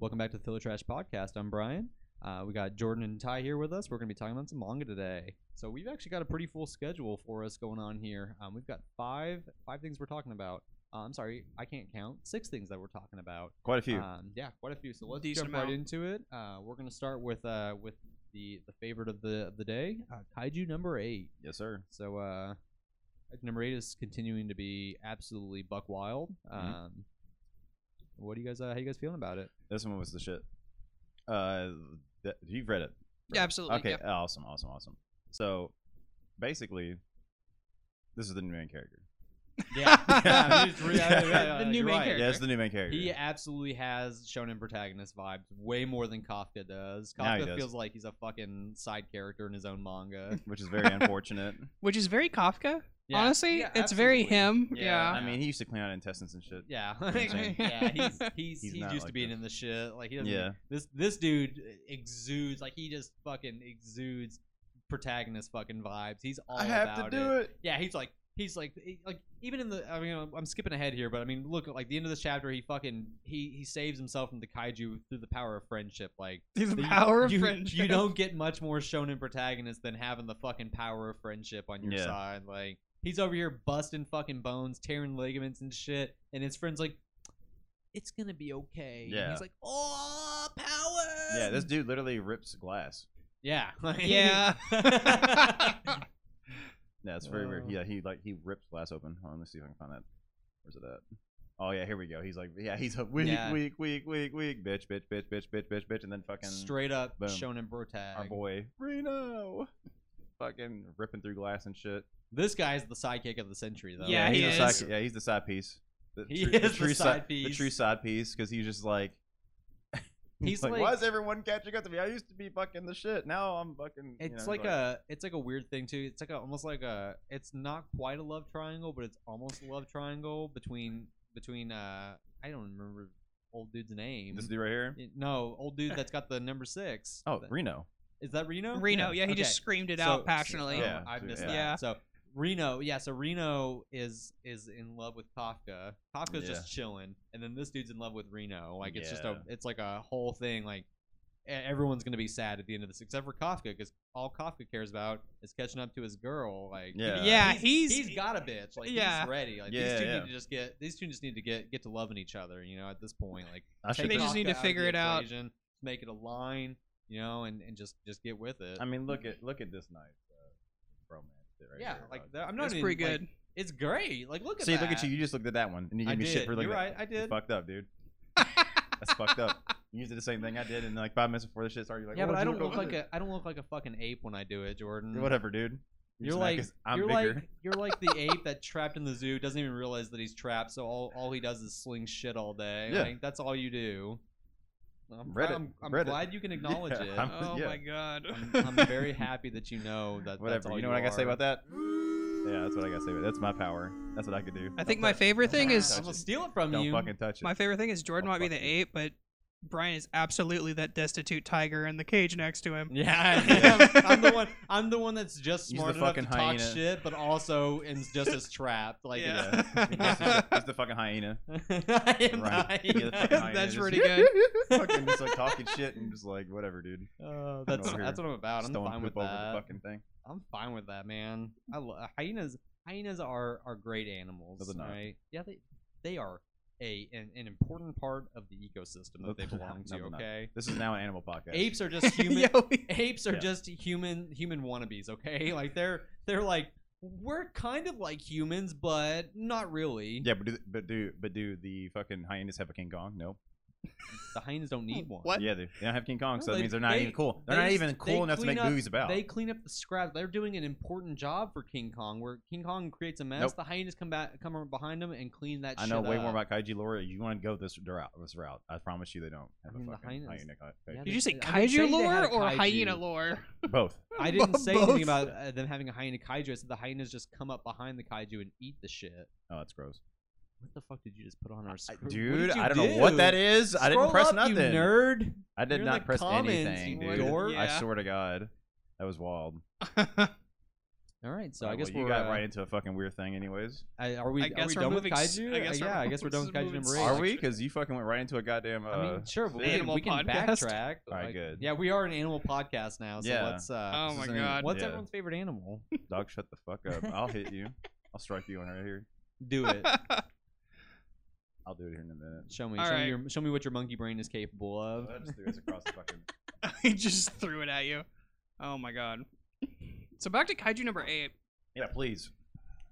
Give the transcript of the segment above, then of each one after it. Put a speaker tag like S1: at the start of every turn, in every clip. S1: Welcome back to the Filler Trash Podcast. I'm Brian. Uh, we got Jordan and Ty here with us. We're going to be talking about some manga today. So we've actually got a pretty full schedule for us going on here. Um, we've got five five things we're talking about. Uh, I'm sorry, I can't count. Six things that we're talking about.
S2: Quite a few.
S1: Um, yeah, quite a few. So let's
S3: Decent
S1: jump right
S3: amount.
S1: into it. Uh, we're going to start with uh, with the the favorite of the of the day, uh, Kaiju number eight.
S2: yes, sir.
S1: So uh, like, number eight is continuing to be absolutely buck wild. Um, What do you guys? Uh, how you guys feeling about it?
S2: This one was the shit. Uh, th- you've read it.
S3: Yeah, absolutely.
S2: Okay,
S3: yeah.
S2: awesome, awesome, awesome. So, basically, this is the new main character.
S1: Yeah,
S2: Yeah,
S1: he's re- yeah, yeah, yeah,
S3: The new
S1: you're
S3: main
S1: right.
S3: character.
S2: Yeah, it's the new main character.
S1: He absolutely has shonen protagonist vibes way more than Kafka does.
S2: Now he
S1: Kafka
S2: does.
S1: feels like he's a fucking side character in his own manga.
S2: Which is very unfortunate.
S3: Which is very Kafka.
S1: Yeah.
S3: Honestly,
S1: Yeah,
S3: it's very
S1: absolutely.
S3: him. Yeah.
S2: I mean, he used to clean out intestines and shit.
S1: Yeah,
S2: I'm saying?
S1: yeah, he's he's,
S2: He's
S1: he's,
S2: not
S1: used to
S2: like
S1: being
S2: this.
S1: in the shit. Like he doesn't.
S2: Yeah.
S1: This this dude exudes like he just fucking exudes protagonist fucking vibes. He's all
S2: I have
S1: about
S2: to do it.
S1: Yeah, he's like he's like he- like even in the I mean I'm- I'm skipping ahead here, but I mean look like the end of this chapter he fucking he he saves himself from the kaiju through the power of friendship. Like
S3: He's the
S1: you-
S3: power of
S1: you,
S3: friendship.
S1: You don't get much more shown in protagonist than having the fucking power of friendship on your
S2: Yeah.
S1: side. Like he's over here busting fucking bones, tearing ligaments and shit, and his friend's like, "It's gonna be okay." And
S2: Yeah.
S1: he's like, "Oh, power!"
S2: Yeah, this dude literally rips glass.
S1: Yeah. like-
S3: Yeah.
S2: Yeah, it's very weird.
S1: Uh.
S2: Yeah, he like he rips glass open. Hold on, let's see if I can find that. Where's it at? Oh yeah, here we go. He's like, yeah, he's a weak,
S1: Yeah.
S2: weak, weak, weak, weak, bitch, bitch, bitch, bitch, bitch, bitch, bitch, and then fucking
S1: Straight up
S2: Boom.
S1: shonen bro tag.
S2: our boy Reno, fucking ripping through glass and shit.
S1: This guy's the sidekick of the century, though.
S3: Yeah,
S2: he's
S3: he
S2: the
S3: is.
S2: side. Yeah, he's the side piece. The
S1: He
S2: true-
S1: is the
S2: true
S1: side
S2: si- The
S1: piece.
S2: true side piece, because he's just like.
S1: He's like-
S2: why is everyone catching up to me? I used to be fucking the shit. Now I'm fucking. you
S1: It's
S2: know,
S1: like a, it's like a weird thing too. It's like a, almost like a, it's not quite a love triangle, but it's almost a love triangle between between. uh I don't remember old dude's name.
S2: this dude right here.
S1: Y- No, old dude that's got the number six.
S2: Oh,
S1: Th-
S2: Reno.
S1: is that Reno?
S3: Reno. Yeah, he just
S1: Okay.
S3: screamed it
S1: So-
S3: out passionately.
S1: oh,
S2: Yeah.
S1: I missed
S2: yeah.
S1: that.
S3: Yeah.
S1: So Reno, yeah. So Reno is is in love with Kafka. Kafka's
S2: Yeah.
S1: just chilling, and then this dude's in love with Reno. Like it's just a,
S2: Yeah.
S1: it's like a whole thing. Like e- everyone's gonna be sad at the end of this, except for Kafka, because all Kafka cares about is catching up to his girl. Like
S2: Yeah.
S3: Yeah,
S1: he's,
S3: he's-
S1: he's got a bitch. Like
S3: Yeah.
S1: he's ready. Like
S2: Yeah,
S1: these two
S2: yeah.
S1: need to just get these two just need to get get to loving each other. You know, at this point, like
S2: I
S1: take
S2: should.
S3: They
S2: just-
S3: just need to
S1: Kafka of
S3: figure
S1: the
S3: it out.
S1: equation, Make it a line, you know, and, and just just get with it.
S2: I mean, look at look at this nice uh, romance. shit Right
S1: yeah,
S2: here, uh,
S1: like
S2: dog.
S1: that, I'm not
S3: That's
S1: even
S3: pretty
S1: like,
S3: good.
S1: it's great. Like look at
S2: See,
S1: that.
S2: look at you. You just looked at that one, and you
S1: I
S2: gave me
S1: did.
S2: shit for looking.
S1: You're
S2: at
S1: right. I
S2: You're
S1: did.
S2: fucked up, dude. That's fucked up. You did the same thing I did, and like five minutes before the shit started, you're like,
S1: yeah,
S2: "What
S1: but
S2: did
S1: I
S2: you
S1: don't look
S2: over
S1: like
S2: there?"
S1: a I don't look like a fucking ape when I do it, Jordan.
S2: Whatever, dude.
S1: You're
S2: just mad
S1: like
S2: 'cause I'm
S1: you're
S2: bigger.
S1: like you're like the ape that trapped in the zoo doesn't even realize that he's trapped. So all, all he does is sling shit all day.
S2: Yeah.
S1: Like, that's all you do. I'm,
S2: Reddit.
S1: I'm, I'm
S2: Reddit.
S1: glad you can acknowledge
S2: Yeah,
S1: it.
S2: I'm-
S1: I'm,
S3: Oh
S2: yeah.
S3: my god.
S1: very happy that you know that. That's
S2: Whatever.
S1: all
S2: You know
S1: you
S2: what I gotta say
S1: are.
S2: about that? Yeah, that's what I gotta say. About That's my power. That's what I could do.
S3: I think
S2: Don't
S3: my
S2: touch-
S3: favorite thing is
S1: I'm
S2: touch
S1: gonna
S2: it.
S1: steal it from
S2: Don't
S1: you.
S2: fucking touch it.
S3: my favorite thing is Jordan
S2: Oh,
S3: might be
S2: fuck
S3: the
S2: you.
S3: ape, but Brian is absolutely that destitute tiger in the cage next to him.
S1: Yeah,
S3: Yeah.
S1: I'm the one. I'm the one that's just
S2: He's
S1: smart
S2: the
S1: enough to
S2: fucking
S1: talk
S2: hyena.
S1: shit, but also is just as trapped. Like,
S3: Yeah.
S2: Yes, he's the- he's the fucking hyena.
S1: I am
S2: Right.
S1: not-
S2: You're the fucking hyena.
S3: That's
S2: just-
S3: pretty good.
S2: fucking just like talking shit and just like whatever, dude.
S1: Uh, that's
S2: over
S1: that's what I'm about. I'm
S2: Throwing
S1: fine with
S2: poop over
S1: that.
S2: the fucking thing.
S1: I'm fine with that, man. I lo- hyenas. Hyenas are are great animals,
S2: No, they're not.
S1: right? Yeah, they they are a an, an important part of the ecosystem
S2: No,
S1: that they
S2: they're
S1: belong
S2: not. No,
S1: to.
S2: they're not.
S1: Okay,
S2: This is now an animal podcast.
S1: apes are just human.
S3: Yo,
S1: apes are
S2: Yeah.
S1: just human human wannabes okay like they're they're like we're kind of like humans but not really
S2: Yeah, but do but do but do the fucking hyenas have a King Kong? No.
S1: the hyenas don't need one
S3: What?
S2: Yeah, they, they don't have King Kong,
S1: No,
S2: so that
S1: they-
S2: means they're not
S1: they-
S2: even cool. They're
S1: they
S2: not
S1: just-
S2: even
S1: they
S2: cool enough to make
S1: clean up-
S2: movies about.
S1: they clean up the scraps they're doing an important job for king kong where king kong creates a mess
S2: Nope.
S1: the hyenas come back come behind him and clean that
S2: I
S1: shit
S2: know way
S1: up.
S2: more about kaiju lore. You want to go this route? This route? I promise you, they don't have
S1: I mean,
S2: a
S1: the
S2: fucking
S1: hyenas-
S2: hyena. ca-
S1: Yeah,
S2: kaiju.
S3: Did you say
S1: I didn't say
S3: kaiju
S1: they had
S3: lore
S1: a
S3: or
S1: kaiju.
S3: hyena lore?
S2: Both.
S1: I didn't say
S3: Both.
S1: anything about uh, them having a hyena kaiju. I said the hyenas just come up behind the kaiju and eat the shit.
S2: Oh, that's gross,
S1: What the fuck did you just put on our screen?
S2: dude. I don't know what that is. I didn't
S1: Scroll
S2: press
S1: up,
S2: nothing.
S1: You nerd.
S2: I did
S1: You're in
S2: not
S1: the
S2: press
S1: comments,
S2: anything,
S1: you
S2: dude.
S1: dork.
S2: I
S3: Yeah.
S2: swear to God, that was wild.
S1: All right, so I
S2: Alright,
S1: guess
S2: well, you
S1: we're
S2: got
S1: uh,
S2: right into a fucking weird thing, anyways.
S1: I, are we,
S3: I
S1: are we
S3: guess we're
S1: done with
S3: moving s-
S1: kaiju?
S3: I
S1: Uh,
S3: guess we're
S1: yeah, I guess we're done with
S3: moving
S1: kaiju number eight.
S3: Great.
S2: Are we? Because you fucking went right into a goddamn. Uh,
S1: I mean, sure, but we can,
S3: Animal
S1: we can
S3: podcast?
S1: backtrack. but,
S2: Alright,
S1: like,
S2: good.
S1: Yeah, we are an animal podcast now, so
S2: Yeah.
S1: let's. Uh,
S3: Oh
S1: this
S3: my
S1: is an-
S3: God.
S1: What's
S2: Yeah.
S1: everyone's favorite animal?
S2: dog, shut the fuck up. I'll hit you. I'll strike you on right here.
S1: Do it.
S2: I'll do it here in a minute.
S1: Show me.
S3: All
S1: show
S3: right.
S1: me your. Show me what your monkey brain is capable of.
S2: I just threw this across the fucking.
S3: I just threw it at you. Oh my god. So back to kaiju number eight.
S2: Yeah, please.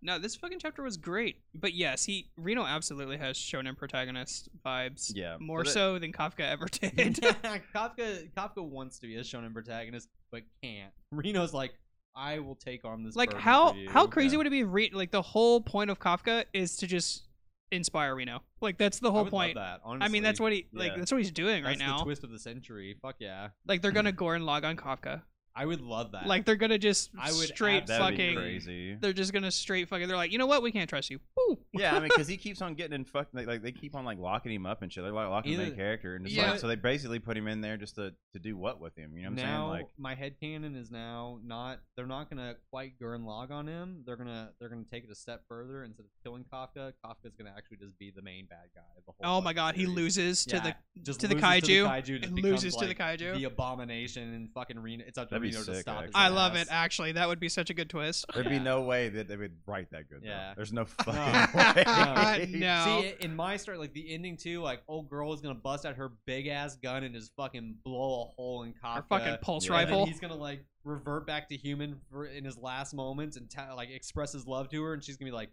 S3: No, this fucking chapter was great. But yes, he Reno absolutely has shonen protagonist vibes.
S2: Yeah.
S3: More
S2: that-
S3: so than Kafka ever did.
S1: Kafka. Kafka wants to be a shonen protagonist, but can't. Reno's like, I will take on this.
S3: like
S1: burden
S3: how
S1: for you."
S3: how crazy
S2: yeah.
S3: would it be if Re- like the whole point of Kafka is to just inspire Reno. Like that's the
S1: I
S3: whole
S1: would love
S3: point.
S1: that,
S3: I mean that's
S1: honestly.
S3: what he like
S2: Yeah.
S3: that's what he's doing right
S1: That's the
S3: now.
S1: twist of the century. Fuck yeah,
S3: Like they're gonna gore and log on Kafka.
S1: I would love that.
S3: Like they're gonna just
S1: I would
S3: straight
S2: That would
S1: absolutely-
S2: be
S3: fucking
S2: crazy.
S3: they're just gonna straight fucking they're like, you know what, we can't trust you. Woo.
S2: yeah, I mean, because he keeps on getting in fuck like, like they keep on like locking him up and shit. They're like locking the main
S1: Either-
S2: character and just
S3: Yeah.
S2: like so they basically put him in there just to to do what with him. You know what I'm
S1: now
S2: saying? Like
S1: my head cannon is now not. They're not gonna quite Gurren log on him. They're gonna they're gonna take it a step further. Instead of killing Kafka, Kafka's gonna actually just be the main bad guy. Of the whole
S3: Oh my
S1: fucking
S3: god, he
S1: series.
S3: loses to
S1: Yeah,
S3: the
S1: just
S3: to the
S1: loses
S3: kaiju,
S1: kaiju just
S3: and
S1: becomes,
S3: loses to the
S1: like,
S3: kaiju.
S1: The abomination and fucking Reno. It's up to
S2: That'd be
S1: Reno to
S2: sick,
S1: stop. his
S2: actually.
S3: I love it.
S1: ass.
S3: Actually, that would be such a good twist.
S2: there'd be
S1: Yeah.
S2: no way that they would write that good. though.
S1: Yeah.
S2: There's no Oh
S3: No.
S2: fucking way.
S3: No.
S1: See, i- in my story, like the ending too, like old girl is gonna bust out her big ass gun and just fucking blow a hole in Kafka.
S3: Our fucking pulse
S2: Yeah.
S1: and then
S3: rifle.
S1: He's gonna like revert back to human for, in his last moments and ta- like express his love to her, and she's gonna be like,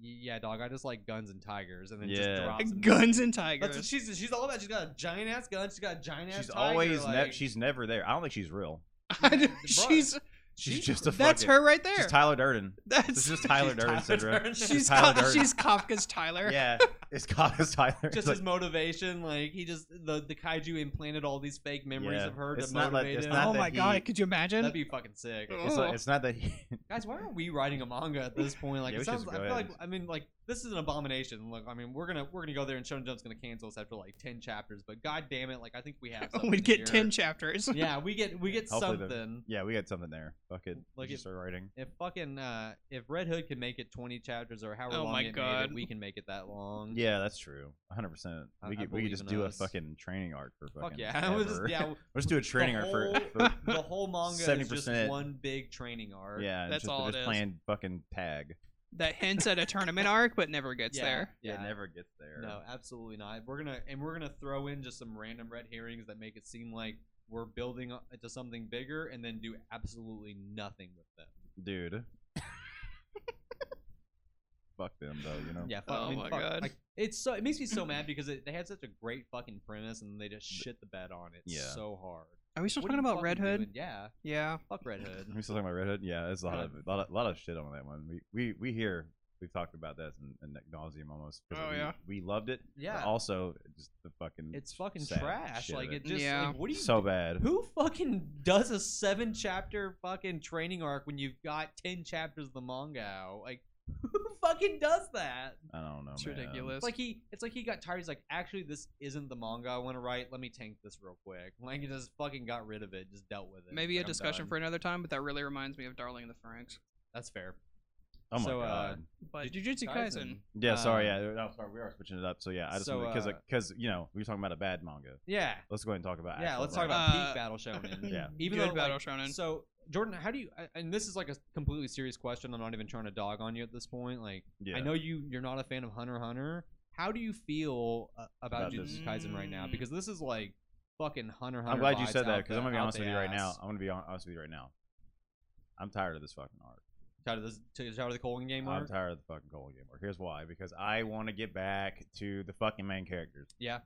S1: "Y- "Yeah, dog, I just like guns and tigers," and then just
S2: Yeah.
S1: drops him.
S3: Guns and
S1: That's what
S3: tigers.
S1: she's she's all about. She's got a giant ass gun. She's got a giant ass.
S2: She's
S1: tiger,
S2: always
S1: like,
S2: ne- she's never there. I don't think she's real.
S3: she's
S2: She's
S1: She's-
S2: just a
S3: that's
S2: fucking,
S3: her right there.
S2: She's Tyler Durden.
S3: that's
S2: It's just Tyler Durden syndrome.
S1: Durden.
S3: she's
S2: Tyler
S3: Ka-
S2: Durden.
S3: she's Kafka's Tyler.
S2: Yeah, it's called as Tyler. It's
S1: just
S2: like-
S1: his motivation. Like he just the the kaiju implanted all these fake memories
S2: Yeah.
S1: of her
S2: It's
S1: to
S2: not like-
S1: motivate
S2: it's
S1: him.
S2: not
S3: Oh
S2: that
S3: my
S2: he-
S3: god, could you imagine?
S1: That'd be fucking sick.
S2: it's, like- it's not that. He,
S1: Guys, why aren't we writing a manga at this point? Like,
S2: Yeah,
S1: it
S2: we should
S1: sounds,
S2: just
S1: I
S2: go
S1: feel like
S2: ahead and-
S1: I mean, like this is an abomination. Look, I mean, we're gonna we're gonna go there, and Shonen Jump's gonna cancel us after like ten chapters. But god damn it, like I think we have. something
S3: We'd get
S1: here.
S3: ten chapters.
S1: yeah, we get we get
S2: Hopefully the-
S1: something.
S2: yeah, we got something there. Fuck it.
S1: Like
S2: Like
S1: it-
S2: just start writing.
S1: If Mm-hmm. fucking uh, if Red Hood can make it twenty chapters or however
S3: Oh
S1: long
S3: my
S1: it made
S3: God.
S1: it, we can make it that long.
S2: Yeah, that's true. 100. percent
S1: I-
S2: We
S1: I
S2: could we
S1: believe
S2: could just
S1: in
S2: do
S1: us.
S2: a fucking training arc for fucking.
S1: Fuck yeah! We'll just,
S2: ever.
S1: yeah, we'll-
S2: Let's do a training
S1: the
S2: arc for.
S1: whole-
S2: for-
S1: the whole manga is just
S2: 70%.
S1: one big training arc.
S2: yeah, and
S3: That's
S2: just,
S3: all
S2: just
S3: it is.
S2: playing fucking tag.
S3: That hints at a tournament arc, but never gets
S1: Yeah.
S3: there.
S1: Yeah,
S2: it never gets there.
S1: No, absolutely not. We're gonna and we're gonna throw in just some random red herrings that make it seem like we're building up to something bigger, and then do absolutely nothing with them.
S2: dude. Fuck them though, you know.
S1: Yeah. Fuck, I
S3: Oh
S1: mean,
S3: my
S1: fuck,
S3: God.
S1: Like, it's so it makes me so mad because it, they had such a great fucking premise, and they just shit the bed on it
S2: Yeah.
S1: so hard.
S3: Are we still
S1: What are
S3: talking
S1: you
S3: about
S1: fucking
S3: Red Hood?
S1: doing? Yeah.
S3: Yeah.
S1: Fuck Red Hood.
S2: We still talking about Red Hood? Yeah, there's a lot of lot of, lot of shit on that one. We we we hear we've talked about that in, in ad nauseum almost. 'cause
S3: Oh,
S2: we,
S3: yeah.
S2: we loved it. but
S1: Yeah.
S2: also, just the fucking
S1: It's fucking
S2: sad
S1: trash.
S2: shit of
S1: Like
S2: it.
S1: it just.
S3: Yeah.
S1: Like, what do you?
S2: so bad.
S1: who fucking does a seven chapter fucking training arc when you've got ten chapters of the manga out? Like, who fucking does that?
S2: I don't know.
S3: It's
S2: Oh, man.
S3: ridiculous.
S1: It's like he, it's like he got tired. He's like, actually, this isn't the manga I want to write. Let me tank this real quick. Like he just fucking got rid of it, just dealt with it.
S3: Maybe
S1: He's
S3: a
S1: like, "I'm
S3: discussion
S1: done."
S3: for another time, but that really reminds me of Darling in the Franks.
S1: That's fair.
S2: Oh my
S1: So, uh,
S2: god.
S3: But Jujutsu Kaisen.
S2: yeah. Sorry.
S1: um,
S2: Yeah. No, sorry. We are switching it up. So yeah, I just
S1: so,
S2: because
S1: uh,
S2: because you know we were talking about a bad manga.
S1: Yeah,
S2: Let's go ahead and talk about.
S1: yeah.
S2: actual
S1: Let's talk
S2: manga.
S1: about
S3: Uh,
S1: peak battle shonen.
S2: Yeah.
S1: Even
S3: Good
S1: though,
S3: battle
S1: like,
S3: shonen.
S1: So Jordan, how do you? I- And this is like a completely serious question. I'm not even trying to dog on you at this point. Like
S2: Yeah.
S1: I know you you're not a fan of Hunter x Hunter. How do you feel uh, about
S2: About this.
S1: Jujutsu Kaisen right now?
S3: Mm.
S1: Because this is like fucking Hunter x Hunter.
S2: I'm glad you
S1: vibes
S2: said that
S1: out
S2: because I'm
S1: the-
S2: gonna be
S1: out
S2: honest
S1: the
S2: with you right now.
S1: ass.
S2: I'm gonna be hon- honest with you right now. I'm tired of this fucking art.
S1: Tired of this. Tired of the Colgan game.
S2: I'm
S1: arc?
S2: tired of the fucking Cole game. arc. Here's why: because I want to get back to the fucking main characters.
S1: Yeah.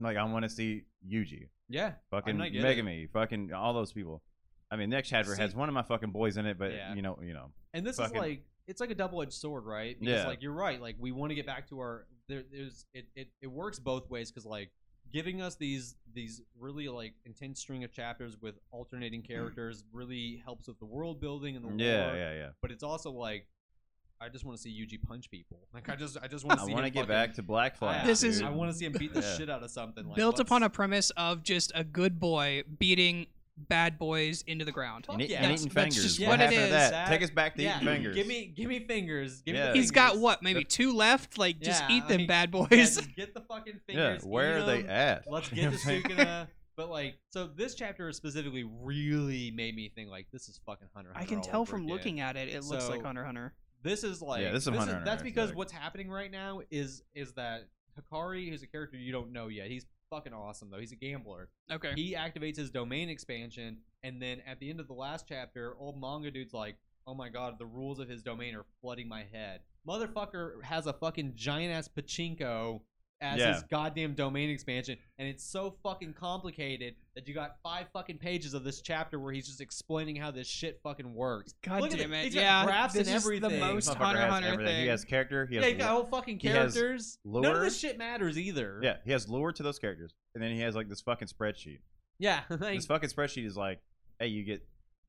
S2: Like I want to see Yuji,
S1: Yeah.
S2: fucking
S1: I get it.
S2: Megami, fucking all those people. I mean, Nick Chadver
S1: See-
S2: has one of my fucking boys in it, but
S1: Yeah.
S2: you know, you know,
S1: And this
S2: fucking-
S1: is like it's like a double edged sword, right? Because
S2: Yeah.
S1: like you're right, like we want to get back to our there, there's it, it it works both ways because like giving us these these really like intense string of chapters with alternating characters really helps with the world building and the
S2: Mm. yeah,
S1: lore.
S2: yeah, yeah.
S1: But it's also like I just want to see Yuji punch people. Like I just I just want to
S2: I
S1: see
S2: want to
S1: him
S2: get
S1: fucking-
S2: back to Black
S1: Yeah,
S2: Flag.
S3: This
S2: dude.
S3: is-
S1: I want to see him beat the
S2: Yeah.
S1: shit out of something. Like,
S3: built upon a
S1: let's-
S3: premise of just a good boy beating bad boys into the ground.
S2: And, eat-
S1: yeah.
S2: and
S1: That's-
S2: eating
S3: that's
S2: fingers.
S3: just
S2: what
S3: what it
S2: happened to
S3: is,
S2: that?
S1: Zach.
S2: Take us back to
S1: yeah.
S2: eating fingers.
S1: Give me, give me fingers. Give
S2: Yeah.
S1: me.
S3: He's got
S1: fingers.
S3: what, maybe
S2: The-
S3: two left? Like, just
S1: Uh, Yeah,
S3: eat
S1: I
S3: them
S1: mean,
S3: bad boys.
S1: Yeah, just get the fucking
S2: yeah,
S1: fingers.
S2: where
S1: eat
S2: are they
S1: 'em.
S2: at?
S1: Let's
S2: You know
S1: get to
S2: what I'm saying?
S1: Sukuna. But like, so this chapter specifically really made me think like this is fucking Hunter.
S3: I can tell from looking at it, it looks like
S1: So-
S3: Hunter x Hunter.
S1: This is like
S2: Yeah, this is Hunter x Hunter
S1: That's because
S2: aesthetic.
S1: what's happening right now is is that Hikari, who's a character you don't know yet, he's fucking awesome though. He's a gambler.
S3: Okay.
S1: He activates his domain expansion, and then at the end of the last chapter, old manga dude's like, "Oh my god, the rules of his domain are flooding my head." Motherfucker has a fucking giant ass pachinko as
S2: Yeah.
S1: his goddamn domain expansion, and it's so fucking complicated that you got five fucking pages of this chapter where he's just explaining how this shit fucking works.
S3: God
S1: Look at
S3: damn
S1: the-
S3: it.
S1: he's got
S3: Yeah.
S1: graphs
S3: this
S1: and
S3: is the
S1: everything.
S2: This
S3: most
S2: motherfucker
S3: Hunter
S2: has
S3: x Hunter
S2: everything.
S3: thing.
S2: He has character. He
S1: Yeah,
S2: has
S1: you got whole fucking
S2: he has
S1: characters.
S2: lure.
S1: None of this shit matters either.
S2: Yeah, he has lure to those characters, and then he has like this fucking spreadsheet.
S1: yeah, like,
S2: This fucking spreadsheet is like, hey, you get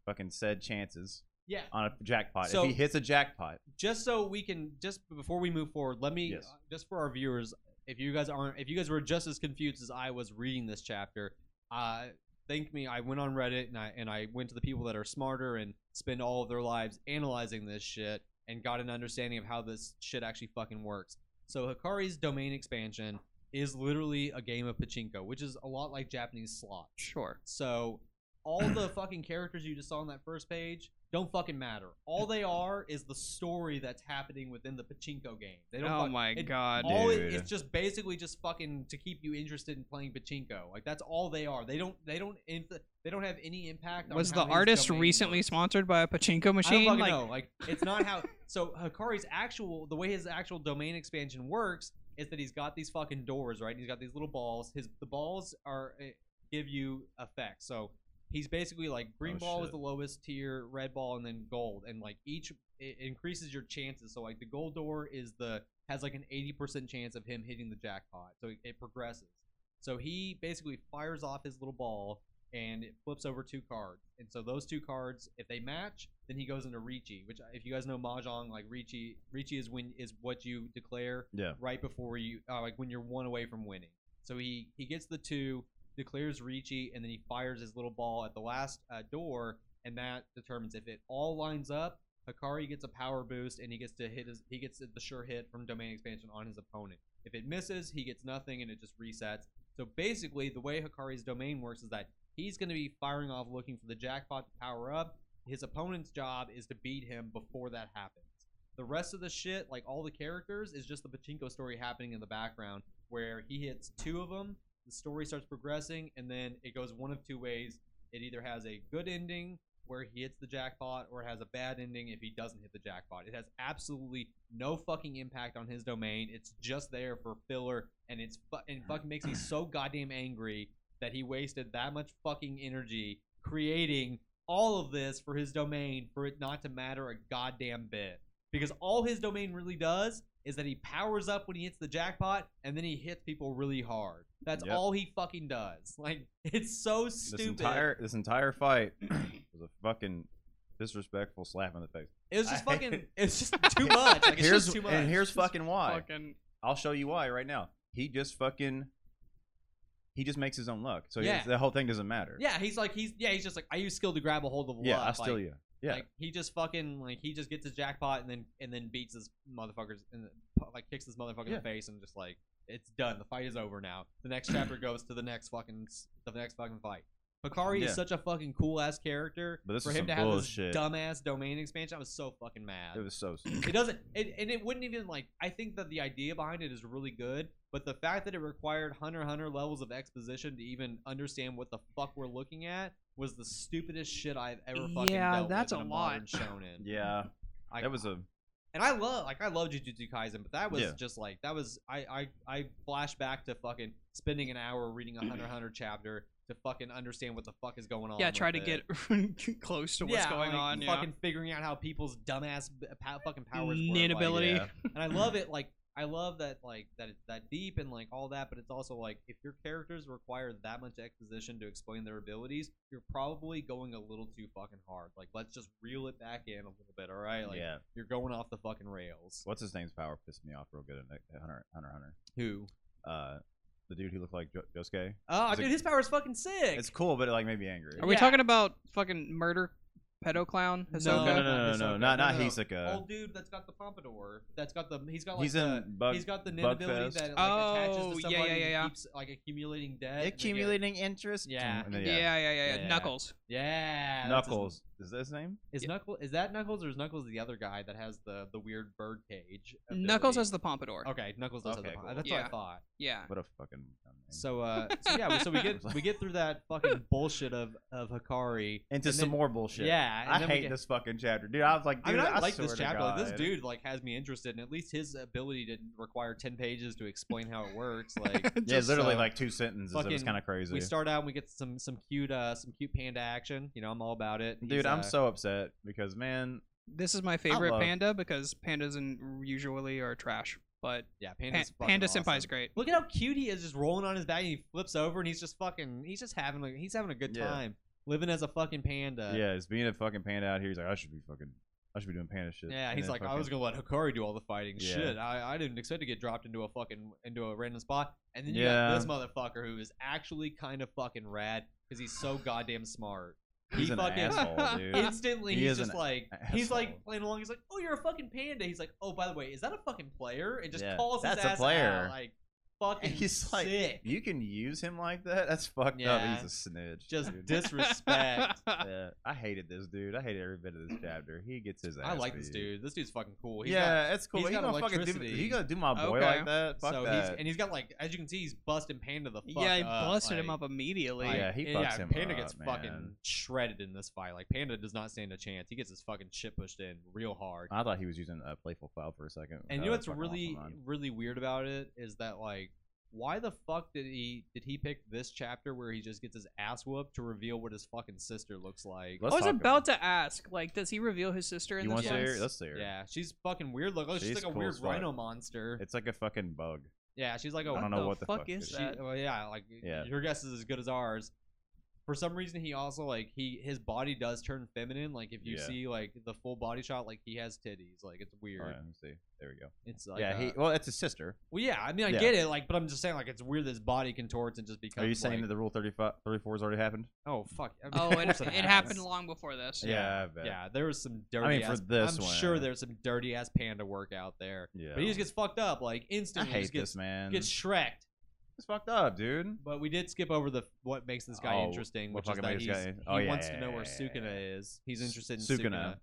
S2: fucking said chances
S1: yeah.
S2: on a jackpot.
S1: So-
S2: if he hits a jackpot,
S1: just so we can just before we move forward let me uh,
S2: Yes.
S1: just for our viewers if you guys aren't if you guys were just as confused as i was reading this chapter uh thank me i went on reddit and i and i went to the people that are smarter and spend all of their lives analyzing this shit and got an understanding of how this shit actually fucking works so hikari's domain expansion is literally a game of pachinko which is a lot like japanese slot
S3: Sure.
S1: so all the fucking characters you just saw on that first page don't fucking matter. All they are is the story that's happening within the pachinko game. They don't.
S3: Oh
S1: fuck-
S3: my
S1: it-
S3: god.
S1: All it,
S2: Dude.
S1: it's just basically just fucking to keep you interested in playing pachinko. Like that's all they are. They don't. They don't. Inf- they don't have any impact. on
S3: Was
S1: how
S3: the
S1: his
S3: artist
S1: domain
S3: recently
S1: works.
S3: sponsored by a pachinko machine?
S1: I don't fucking
S3: like,
S1: know. Like it's not how. So Hikari's actual the way his actual domain expansion works is that he's got these fucking doors, right? He's got these little balls. His the balls are eh, give you effects. So he's basically like green
S2: Oh,
S1: ball is
S2: shit.
S1: the lowest tier, red ball, and then gold, and like each it increases your chances. So like the gold door is the has like an eighty percent chance of him hitting the jackpot. So it, it progresses. So he basically fires off his little ball and it flips over two cards. And so those two cards, if they match, then he goes into Ricci, which if you guys know mahjong, like Ricci, Ricci is when is what you declare
S2: yeah,
S1: right before you uh, like when you're one away from winning. So he he gets the two, declares Ricci, and then he fires his little ball at the last uh, door, and that determines if it all lines up. Hikari gets a power boost, and he gets to hit his he gets the sure hit from domain expansion on his opponent. If it misses, he gets nothing, and it just resets. So basically, the way Hikari's domain works is that he's going to be firing off looking for the jackpot to power up. His opponent's job is to beat him before that happens. The rest of the shit, like all the characters, is just the pachinko story happening in the background where he hits two of them, the story starts progressing, and then it goes one of two ways. It either has a good ending where he hits the jackpot or it has a bad ending if he doesn't hit the jackpot. It has absolutely no fucking impact on his domain. It's just there for filler and it's fu- and
S2: Mm.
S1: fucking makes me so goddamn angry that he wasted that much fucking energy creating all of this for his domain for it not to matter a goddamn bit. Because all his domain really does is that he powers up when he hits the jackpot and then he hits people really hard. That's
S2: Yep.
S1: all he fucking does. Like it's so stupid.
S2: this entire this entire fight was a fucking disrespectful slap in the face.
S1: It was just
S2: I-
S1: fucking. It's just too much. Like, it's
S2: here's
S1: just too much.
S2: and here's fucking why.
S3: fucking
S2: I'll show you why right now. He just fucking he just makes his own luck. So
S1: Yeah.
S2: yeah. the whole thing doesn't matter.
S1: yeah, he's like he's yeah he's just like I use skill to grab a hold of.
S2: Yeah,
S1: luck.
S2: I steal
S1: like,
S2: you. Yeah.
S1: Like he just fucking like he just gets his jackpot and then and then beats his motherfuckers and like kicks this motherfucker in the
S2: Yeah.
S1: face and just like it's done. The fight is over now. The next chapter goes to the next fucking s- the next fucking fight. Hikari
S2: Yeah.
S1: is such a fucking cool ass character.
S2: But this
S1: for
S2: is
S1: him
S2: some
S1: to have
S2: bullshit.
S1: this dumbass domain expansion, I was so fucking mad.
S2: it was so stupid.
S1: It doesn't, it, and it wouldn't even like. I think that the idea behind it is really good, but the fact that it required Hunter x Hunter levels of exposition to even understand what the fuck we're looking at was the stupidest shit I've ever fucking
S3: Yeah,
S1: dealt with
S3: that's
S1: in a
S3: a lot.
S1: modern shonen.
S2: Yeah.
S1: Like,
S2: That was a
S1: and I love like I love Jujutsu Kaisen, but that was
S2: Yeah.
S1: just like that was I I I flash back to fucking spending an hour reading a Hunter x Hunter chapter to fucking understand what the fuck is going on.
S3: yeah, try to
S1: with it.
S3: get close to what's
S1: Yeah,
S3: going
S1: like,
S3: on. Yeah.
S1: Fucking figuring out how people's dumbass b- pa- fucking powers work. like-
S3: Nin ability.
S2: yeah.
S1: and I love it. Like I love that, like that it's that deep and like all that. But it's also like if your characters require that much exposition to explain their abilities, you're probably going a little too fucking hard. Like let's just reel it back in a little bit, all right? Like
S2: yeah.
S1: you're going off the fucking rails.
S2: What's his name's power pissed me off real good at Hunter Hunter Hunter.
S1: Who?
S2: Uh the dude who looked like jo- Josuke.
S1: Oh,
S2: It's
S1: dude,
S2: like-
S1: his power is fucking sick.
S2: It's cool, but it like made me angry.
S3: Are we
S1: Yeah.
S3: talking about fucking murder pedo clown?
S1: No,
S2: No,
S3: Hisoka?
S2: no, no, no, no,
S1: Hisoka.
S2: no, not not
S1: No, no.
S2: Hisoka.
S1: Old dude that's got the pompadour. That's got the. He's got like
S2: He's
S1: the.
S2: in Bug.
S1: he's got the nin
S2: Bug
S1: ability
S2: Fest.
S1: that it, like, attaches
S3: Oh,
S1: to
S3: yeah,
S1: somebody
S3: yeah,
S1: and
S3: yeah,
S1: keeps like accumulating debt. and they get-
S2: Accumulating interest.
S1: Yeah.
S2: And
S3: Yeah,
S2: then,
S3: yeah, yeah, yeah,
S1: Yeah.
S3: Knuckles.
S1: Yeah. that's his-
S2: Mm, Knuckles is that his name?
S1: Is Knuckles is that Knuckles or is Knuckles the other guy that has the the weird bird cage?
S3: Knuckles
S1: ability?
S3: has the pompadour.
S1: Okay, Knuckles does. have the
S2: Okay,
S1: po-
S2: cool.
S1: That's what
S3: Yeah.
S1: I thought.
S3: Yeah.
S2: What a fucking. dumb name.
S1: So uh, so yeah, so we get we get through that fucking bullshit of of Hikari
S2: into
S1: and
S2: some
S1: then-
S2: more bullshit.
S1: Yeah, and
S2: I
S1: then we
S2: hate
S1: get-
S2: this fucking chapter, dude. I was like,
S1: I
S2: dude,
S1: mean, I, like this
S2: swear to
S1: chapter. Like, this
S2: God.
S1: dude like has me interested, and at least his ability didn't require ten pages to explain how it works. Like,
S2: Yeah,
S1: just
S2: literally
S1: so-
S2: like two sentences. It was
S1: fucking-
S2: kind of crazy.
S1: we start out and we get some some cute uh some cute panda action. You know, I'm all about it. He's,
S2: Dude, I'm
S1: uh,
S2: so upset because man,
S3: This is my favorite
S2: love-
S3: panda because pandas and usually are trash, but
S1: yeah.
S3: pa-
S1: Panda's fucking
S3: Panda
S1: awesome.
S3: Senpai's great.
S1: Look at how cute he is, just rolling on his back, and he flips over, and he's just fucking, he's just having, a, he's having a good
S2: Yeah.
S1: time, living as a fucking panda.
S2: yeah, it's being a fucking panda out here. He's like, I should be fucking, I should be doing panda shit.
S1: Yeah,
S2: And
S1: he's
S2: then
S1: like, I
S2: fucking-
S1: was gonna let Hikari do all the fighting.
S2: Yeah.
S1: Shit, I, I didn't expect to get dropped into a fucking into a random spot. And then you
S2: Yeah.
S1: got this motherfucker who is actually kind of fucking rad because he's so goddamn smart.
S2: He's
S1: he
S2: an
S1: fucking-
S2: asshole, dude.
S1: Instantly,
S2: He
S1: he's
S2: is
S1: just
S2: an
S1: like he's
S2: asshole.
S1: like playing along. He's like, "Oh, you're a fucking panda." He's like, "Oh, by the way, is that a fucking player?" And just
S2: Yeah,
S1: calls
S2: that's
S1: his
S2: a
S1: ass
S2: player.
S1: out like fucking.
S2: He's like-
S1: sick.
S2: you can use him like that. That's fucked up.
S1: Yeah.
S2: He's a snitch.
S1: just
S2: dude.
S1: disrespect.
S2: yeah, I hated this dude. I hated every bit of this chapter. He gets his ass.
S1: I like this
S2: beat.
S1: dude. This dude's fucking cool. He's got-
S2: yeah, it's cool.
S1: he's
S2: He's
S1: got
S2: gonna fucking do.
S1: electricity.
S2: He gonna do my boy
S3: Okay.
S2: like that. Fuck
S1: so
S2: that.
S1: he's and he's got like as you can see, he's busting panda the fuck.
S3: yeah, he
S1: up,
S3: busted him
S1: like-
S3: up immediately.
S1: Like,
S2: Yeah, he
S1: and
S2: fucks him
S1: Panda
S2: up,
S1: gets fucking
S2: man.
S1: shredded in this fight. Like Panda does not stand a chance. He gets his fucking shit pushed in real hard.
S2: I thought he was using a playful file for a second.
S1: and
S2: No,
S1: you know
S2: that's
S1: what's
S2: fucking
S1: really
S2: awesome, man.
S1: really weird about it is that like why the fuck did he did he pick this chapter where he just gets his ass whooped to reveal what his fucking sister looks like?
S2: Let's
S3: I was
S2: talk
S3: about to ask, like, does he reveal his sister in
S2: You
S3: this
S2: want to see
S3: one?
S2: her? Let's see her.
S1: yeah, she's fucking weird looking. Oh, she's,
S2: She's
S1: like a
S2: cool
S1: weird
S2: as fuck.
S1: rhino monster.
S2: It's like a fucking bug.
S1: yeah, she's like a
S2: I don't
S3: What
S2: know
S3: the
S2: what the
S3: fuck
S2: fuck,
S3: is
S2: it
S1: She,
S3: that.
S1: well, yeah, like y-
S2: Yeah.
S1: your guess is as good as ours. For some reason, he also like he his body does turn feminine. Like if you
S2: Yeah.
S1: see like the full body shot, like he has titties. Like it's weird.
S2: All right, let me see. There we go.
S1: It's like
S2: yeah,
S1: uh,
S2: he. Well, it's his sister.
S1: well, yeah. I mean, I
S2: Yeah.
S1: get it. Like, but I'm just saying, like it's weird that his body contorts and just becomes.
S2: Are you saying that
S1: like-
S2: the rule 35, 34 has already happened?
S1: Oh fuck! I mean,
S3: Oh,
S1: of
S3: and
S1: course
S3: it, happened
S1: happens.
S3: long before this.
S1: Yeah.
S2: I bet.
S1: Yeah, there was some dirty.
S2: for
S1: ass,
S2: this
S1: I'm
S2: one,
S1: sure
S2: yeah.
S1: there's some dirty ass panda work out there.
S2: Yeah.
S1: But he just gets fucked up like
S2: I
S1: instantly.
S2: hate
S1: just gets,
S2: this man.
S1: Gets shreked.
S2: it's fucked up, dude.
S1: But we did skip over the what makes this guy
S2: Oh,
S1: interesting,
S2: what
S1: which is
S2: fucking
S1: that
S2: makes
S1: he's,
S2: this
S1: he
S2: guy- oh, yeah,
S1: wants to
S2: yeah,
S1: know where
S2: yeah, yeah,
S1: Sukuna
S2: yeah.
S1: is. He's
S2: S-
S1: interested in Sukuna.
S2: Sukuna.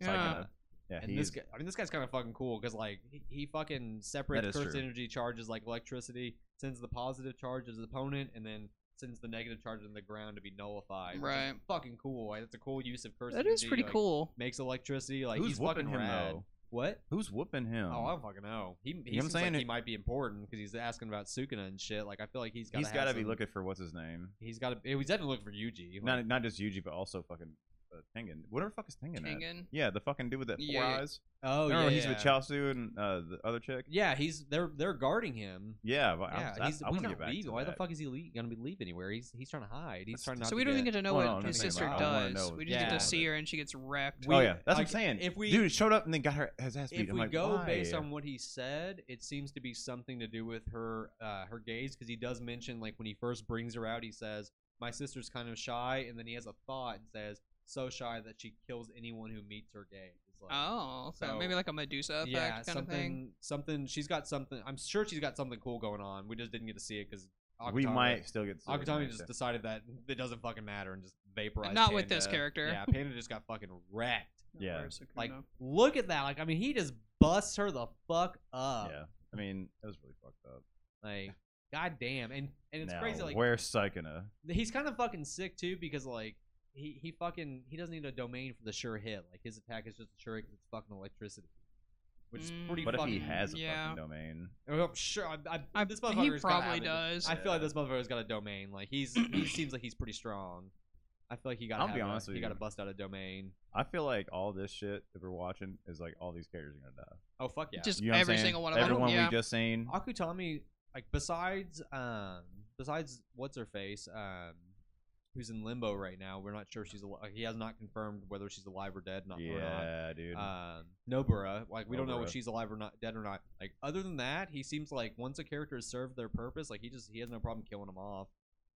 S3: Yeah.
S2: Psycho. Yeah,
S1: And this
S2: he's
S1: guy, I mean, this guy's kind of fucking cool because like he, he fucking separates
S2: is
S1: cursed
S2: true.
S1: energy charges like electricity, sends the positive charge as his opponent, and then sends the negative charge in the ground to be nullified. which is
S3: Right.
S1: fucking cool. Like, that's a cool use of cursed
S3: That
S1: energy.
S3: is pretty
S1: like,
S3: cool.
S1: Makes electricity like
S2: who's
S1: he's
S2: whooping
S1: fucking
S2: him
S1: rad.
S2: though? Um,
S1: What?
S2: Who's whooping him?
S1: Oh, I don't fucking know. He, he
S2: know what I'm
S1: seems
S2: saying?
S1: like he might be important because he's asking about Sukuna and shit. Like I feel like he's got
S2: he's
S1: got to
S2: be looking for what's his name.
S1: He's got to. He's definitely looking for Yuji. like-
S2: Not not just Yuji, but also fucking uh, Tengen. Whatever the fuck is Tengen? at?
S3: Tengen.
S2: Yeah, the fucking dude with the four
S3: Yeah, yeah.
S2: eyes.
S1: Oh
S2: Remember
S1: yeah,
S2: he's
S1: yeah.
S2: with Chaozu and uh, the other chick.
S1: Yeah, he's they're they're guarding him.
S2: Yeah, but
S1: Yeah,
S2: I'm, I,
S1: he's,
S2: I
S1: he's
S2: want to
S1: not
S2: get back.
S1: legal.
S2: To
S1: Why
S2: that.
S1: the fuck is he le- gonna be leave anywhere? He's he's trying to hide. He's
S2: That's-
S1: trying not.
S3: So
S1: to
S3: we don't even
S1: get-
S3: get to know
S2: Well,
S3: what
S2: no, I'm
S3: his
S1: thinking
S3: sister
S1: about it.
S2: I wanna
S3: does.
S2: know
S3: We just get
S1: Yeah.
S3: to see her and she gets wrecked.
S1: We-
S2: oh yeah, that's what
S1: like,
S2: I'm saying.
S1: if we-
S2: dude showed up and then got her his ass beat.
S1: If
S2: I'm
S1: we
S2: like,
S1: go
S2: why?
S1: based on what he said, it seems to be something to do with her uh, her gaze because he does mention like when he first brings her out, he says my sister's kind of shy, and then he has a thought and says so shy that she kills anyone who meets her gaze. Like,
S3: Oh, so,
S1: So-
S3: maybe like a Medusa effect
S1: yeah,
S3: kind
S1: something
S3: of thing.
S1: something she's got something. I'm sure she's got something cool going on. We just didn't get to see it because
S2: we might still get. sued,
S1: Akutami
S2: like,
S1: just
S2: that.
S1: decided that it doesn't fucking matter and just vaporized.
S3: Not with this
S1: Panda.
S3: character.
S1: Yeah, Panda just got fucking wrecked.
S2: Yeah.
S3: Where's Sukuna?
S1: Like, look at that. Like, I mean, he just busts her the fuck up.
S2: Yeah, I mean that was really fucked up.
S1: Like, goddamn. And and it's
S2: now,
S1: crazy. Like,
S2: where's Psychona?
S1: he's kind of fucking sick too because like he he fucking he doesn't need a domain for the sure hit. Like his attack is just a sure hit 'cause it's fucking electricity, which is
S3: Mm.
S1: pretty
S2: What if
S1: fucking.
S2: he has a
S3: yeah.
S2: fucking domain?
S1: Oh, I'm sure. I, I,
S3: I-
S1: this
S3: he
S1: motherfucker's gotta
S3: probably
S1: have a-
S3: does.
S1: I feel like
S2: Yeah.
S1: this motherfucker's got a domain. Like he's he seems like he's pretty strong. I feel like he got.
S2: I'll be honest
S1: a,
S2: with
S1: He
S2: you.
S1: got to bust out a domain.
S2: I feel like all this shit that we're watching is like all these characters are gonna die.
S1: Oh fuck yeah!
S3: Just
S2: You know what I'm
S3: every
S2: saying?
S3: single one of
S2: Everyone
S3: them. Yeah.
S2: we just seen.
S1: Akutami, like besides um besides what's her face um who's in limbo right now. We're not sure she's alive. He has not confirmed whether she's alive or dead. Not or not.
S2: yeah, dude.
S1: um, Nobara. Like we don't know if
S2: Nobara.
S1: she's alive or not, dead or not. Like other than that, he seems like once a character has served their purpose, like he just he has no problem killing them off.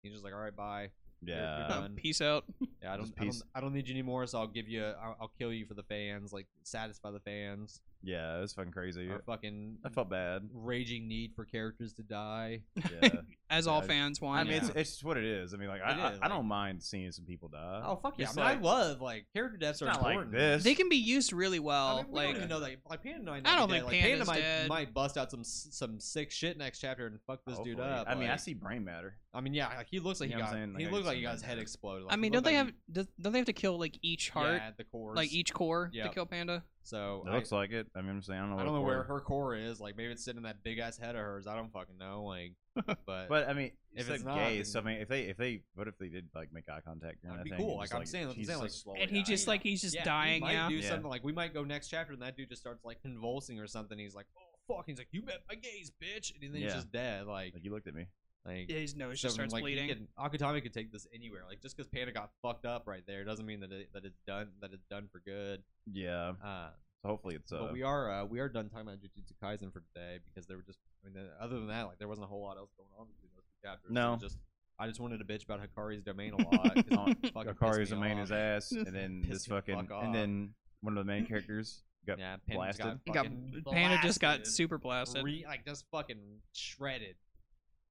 S1: He's just like, all right, bye.
S2: yeah.
S1: Uh,
S3: Uh, peace out.
S1: Yeah, I don't,
S2: Just
S1: I don't,
S2: peace.
S1: I don't need you anymore. So I'll give you, I'll, I'll kill you for the fans. Like satisfy the fans.
S2: Yeah, it was fucking crazy.
S1: Our fucking
S2: I felt bad.
S1: raging need for characters to die.
S2: Yeah.
S3: As all
S2: Yeah.
S3: fans want.
S2: I mean, it's,
S3: yeah.
S2: it's just what it is. I mean, like, I,
S1: It
S2: I,
S1: is,
S2: I
S1: like-
S2: don't mind seeing some people die.
S1: Oh fuck yeah!
S2: It's
S1: I, mean, I
S2: like-
S1: love like character deaths
S2: it's
S1: are
S2: not like
S1: important.
S2: this.
S3: they can be used really well.
S1: I mean, we
S3: like
S1: don't even know that. Like Panda and I,
S3: I don't
S1: know
S3: think
S1: like, Panda
S3: Panda's
S1: might,
S3: dead.
S1: might bust out some s- some sick shit next chapter and fuck this dude
S2: Hopefully.
S1: up.
S2: I mean, I
S1: like-
S2: see brain matter.
S1: I mean, yeah, like, he looks like
S2: You
S1: he
S2: know what
S1: got.
S2: I'm saying?
S1: he
S2: Like, I
S1: looks
S2: just
S1: like he
S2: don't
S1: got his
S2: know.
S1: head exploded. Like,
S3: I
S1: he
S3: mean,
S1: looked
S3: don't they
S1: like
S3: have? Does, don't they have to kill like each
S1: he-
S3: heart,
S1: yeah, at the core?
S3: like each core
S1: Yeah.
S3: to kill Panda?
S1: So
S2: It
S1: I,
S2: looks like it. I mean, I'm saying I don't know.
S1: I don't
S2: what
S1: know where
S2: for.
S1: her core is. Like maybe it's sitting in that big ass head of hers. I don't fucking know. Like, but,
S2: But I mean,
S1: If it's
S2: if it's
S1: not,
S2: gay, so I
S1: then-
S2: mean, if they, if they, what if they did like make eye contact? during
S1: that'd
S2: that
S1: be
S2: thing
S1: cool.
S2: and
S1: Like
S2: just,
S1: I'm saying, I'm
S2: he's
S1: saying like
S2: slowly
S3: And he
S2: dying?
S3: just like he's just dying.
S1: He might
S3: Yeah.
S1: do
S2: Yeah.
S1: something like we might go next chapter and that dude just starts like convulsing or something. He's like, oh fuck. He's like, you met my gaze, bitch, and then he's
S2: Yeah.
S1: just dead. Like,
S2: like you looked at me.
S1: like
S3: His nose
S1: So,
S3: just starts
S1: like, he
S3: bleeding.
S1: Could, Akutami could take this anywhere. Like just because Panda got fucked up right there doesn't mean that it, that it's done that it's done for good.
S2: Yeah.
S1: Uh,
S2: So hopefully it's. Uh,
S1: but we are uh, we are done talking about Jujutsu Kaisen for today because there were just I mean uh, other than that like there wasn't a whole lot else going on between those two chapters. So
S2: No.
S1: just I just wanted to bitch about Hikari's domain a lot. 'cause
S2: Oh,
S1: it fucking pissed
S2: Akari's
S1: me
S2: a main
S1: off.
S2: his ass, and then
S1: Pissed
S2: this
S1: me the
S2: fucking,
S1: fuck off.
S2: and then one of the main characters got
S1: Yeah, Panda just
S2: blasted.
S1: got
S3: Got-
S1: fucking
S3: Panda just got
S1: blasted.
S3: super blasted.
S1: Re- like just fucking shredded.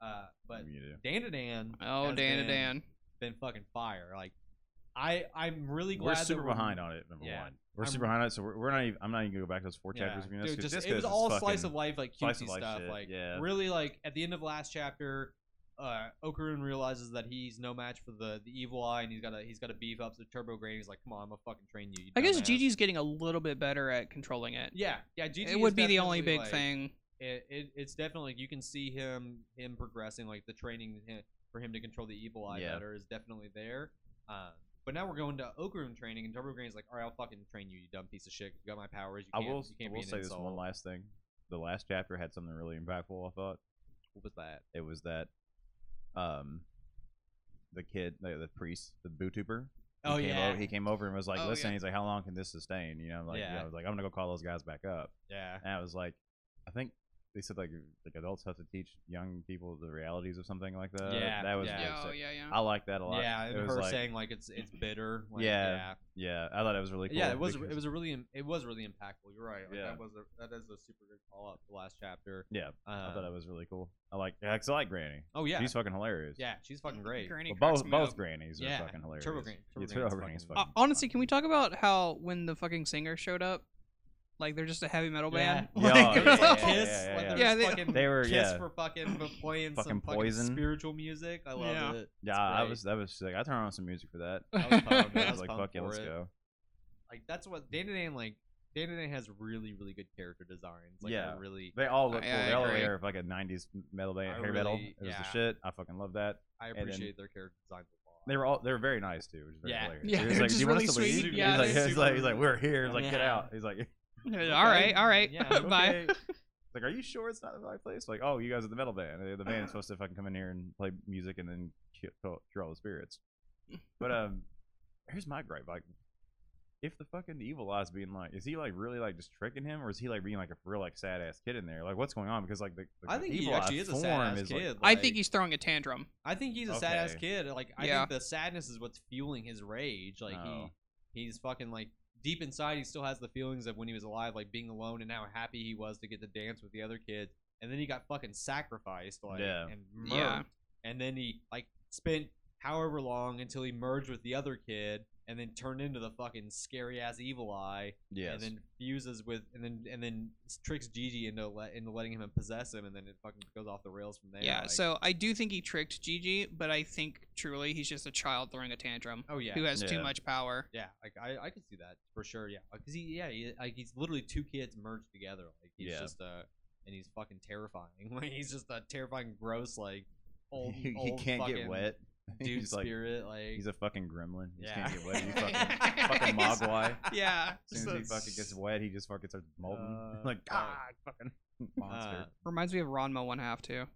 S1: Uh, but
S2: You do.
S1: Dandadan.
S3: oh,
S1: has
S3: Dan
S1: been-
S3: Dan.
S1: been fucking fire. Like, I I'm really
S2: We're
S1: glad that
S2: super behind on it. Number
S1: Yeah.
S2: one, we're
S1: I'm-
S2: super behind on it. So we're, we're not. Even, I'm not even gonna go back to those four
S1: Yeah.
S2: chapters. Dude,
S1: Dude, just, it was all slice of life, like
S2: slice
S1: cutesy
S2: of life
S1: stuff.
S2: shit,
S1: Like,
S2: yeah.
S1: really, like at the end of last chapter, uh, Okarun realizes that he's no match for the the evil eye, and he's gotta he's gotta beef up the Turbo Grain. He's like, come on, I'm gonna fucking train you. you
S3: I guess
S1: dumbass."
S3: Gigi's getting a little bit better at controlling it.
S1: Yeah, yeah. Gigi
S3: it
S1: is
S3: would be the only
S1: definitely,
S3: big
S1: like,
S3: thing.
S1: It, it, it's definitely you can see him him progressing. Like the training hi- for him to control the evil eye
S2: Yeah.
S1: better is definitely there. Um, but now we're going to Okarun training, and Turbo Grain's like, all right, I'll fucking train you, you dumb piece of shit. You got my powers. You
S2: I
S1: can't,
S2: will.
S1: you
S2: I
S1: can't
S2: will
S1: be an
S2: say this
S1: insult.
S2: one last thing. The last chapter had something really impactful. I thought
S1: What was that?
S2: it was that, um, the kid, the, the priest, the bootuber. He
S1: Oh,
S2: came
S1: yeah.
S2: over, he came over and was like,
S3: Oh,
S2: "Listen,"
S3: yeah.
S2: he's like, "How long can this sustain?" You know, like, you
S1: Yeah.
S2: know, like I'm gonna go call those guys back up.
S1: Yeah.
S2: And I was like, I think they said like like adults have to teach young people the realities of something like that.
S1: Yeah,
S2: that was
S1: yeah.
S2: really
S3: Yeah, oh,
S2: sick.
S3: yeah, yeah.
S2: I like that a lot.
S1: Yeah, and
S2: it was
S1: her
S2: like,
S1: saying like it's it's bitter. Like,
S2: Yeah, yeah, I thought it was really cool.
S1: yeah, It was
S2: because-
S1: it was a really im- it was really impactful. You're right. Like,
S2: Yeah.
S1: That was a, that is a super good call up the last chapter.
S2: yeah. I
S1: Um,
S2: thought it was really cool. I like, yeah, 'cause I like Granny.
S1: oh yeah,
S2: she's fucking hilarious.
S1: yeah, she's fucking great.
S3: Granny
S2: Well,
S3: cracks
S2: both
S3: me
S2: both
S3: up.
S2: Grannies
S1: Yeah,
S2: are fucking hilarious.
S1: Turbo Granny- Turbo
S2: Yeah, Turbo
S1: Granny's
S2: Granny's
S1: fucking-
S3: Uh,
S2: fucking.
S3: honestly, can we talk about how when the fucking singer showed up, like they're just a heavy metal band?
S2: Yeah.
S3: Like-
S1: There was, like,
S2: yeah, yeah,
S1: kiss,
S2: yeah,
S1: like,
S2: yeah.
S1: there
S3: Yeah,
S1: was
S3: they-
S1: fucking
S2: They were-
S1: kiss
S2: yeah.
S1: for fucking for playing
S2: Fucking
S1: some fucking
S2: Poison.
S1: spiritual music. I love
S3: Yeah.
S1: it.
S2: Yeah,
S1: It's
S2: I
S1: great.
S2: was that was sick. I turned on some music for that.
S1: I was pumped.
S2: I
S1: I
S2: was
S1: was
S2: like,
S1: pumped
S2: fuck yeah,
S1: for
S2: let's
S1: it.
S2: go.
S1: like that's what Dan Dan like. Dan Dan has really really good character designs. Like,
S2: Yeah.
S1: they're really.
S2: They all look
S3: I-
S2: cool.
S3: I
S2: They all
S3: agree.
S2: wear like a '90s metal band,
S1: I
S2: hair metal.
S1: really-
S2: It was
S1: yeah.
S2: the shit. I fucking love that.
S1: I
S2: then-
S1: appreciate their character designs a lot.
S2: They were all they were very nice too, which is very
S1: Yeah.
S2: hilarious.
S3: Yeah,
S2: he
S3: they're
S2: was like,
S3: just
S2: "Do you want us to
S3: really
S2: leave?"
S3: sweet.
S2: He's,
S3: Yeah,
S2: like,
S1: they're
S2: he's like,
S1: super-
S2: "He's like, we're here." He's like, "Get
S1: Yeah.
S2: out." He's like,
S3: all right, all right,
S1: Yeah,
S3: bye.
S2: "Okay." Like, are you sure it's not the right place? Like, oh, you guys are the metal band. The- The band is supposed to fucking come in here and play music and then ki- kill- cure all the spirits. But um, here's my gripe: like, if the fucking evil eye's being like, is he like really like just tricking him, or is he like being like a real like sad ass kid in there? Like, what's going on? Because like the, the
S1: I think he
S2: evil
S1: actually
S2: eye
S1: is a
S2: form
S1: sad ass
S2: is, like-
S1: kid.
S3: I
S1: like-
S3: think he's throwing a tantrum.
S1: I think he's a sad ass
S2: Okay.
S1: kid. Like I
S3: Yeah.
S1: think the sadness is what's fueling his rage. Like
S2: Oh.
S1: he he's fucking like deep inside he still has the feelings of when he was alive, like being alone and how happy he was to get to dance with the other kids. And then he got fucking sacrificed, like
S2: Yeah.
S1: and murked.
S3: Yeah.
S1: And then he like spent however long until he merged with the other kid and then turned into the fucking scary ass evil eye
S2: Yes.
S1: and then fuses with and then and then tricks Gigi into let, into letting him possess him and then it fucking goes off the rails from there.
S3: Yeah,
S1: like-
S3: so I do think he tricked Gigi, but I think truly he's just a child throwing a tantrum
S1: Oh yeah.
S3: who has too
S2: Yeah.
S3: much power.
S1: Yeah, like I, I could see that for sure. Yeah, because he, yeah, he, like he's literally two kids merged together. Like he's
S2: Yeah.
S1: just uh and he's fucking terrifying. Like he's just a terrifying, gross, like old,
S2: he, he
S1: old
S2: can't
S1: fucking
S2: get wet.
S1: dude
S2: he's like,
S1: spirit. Like,
S2: he's a fucking gremlin. He just
S1: Yeah.
S2: can't get wet. You fucking fucking
S3: He's-
S2: mogwai.
S3: Yeah.
S2: As soon as he fucking gets wet, he just fucking starts molting.
S1: Uh,
S2: like,
S1: fuck.
S2: ah, fucking
S1: uh,
S2: monster.
S3: Reminds me of Ranma one half too.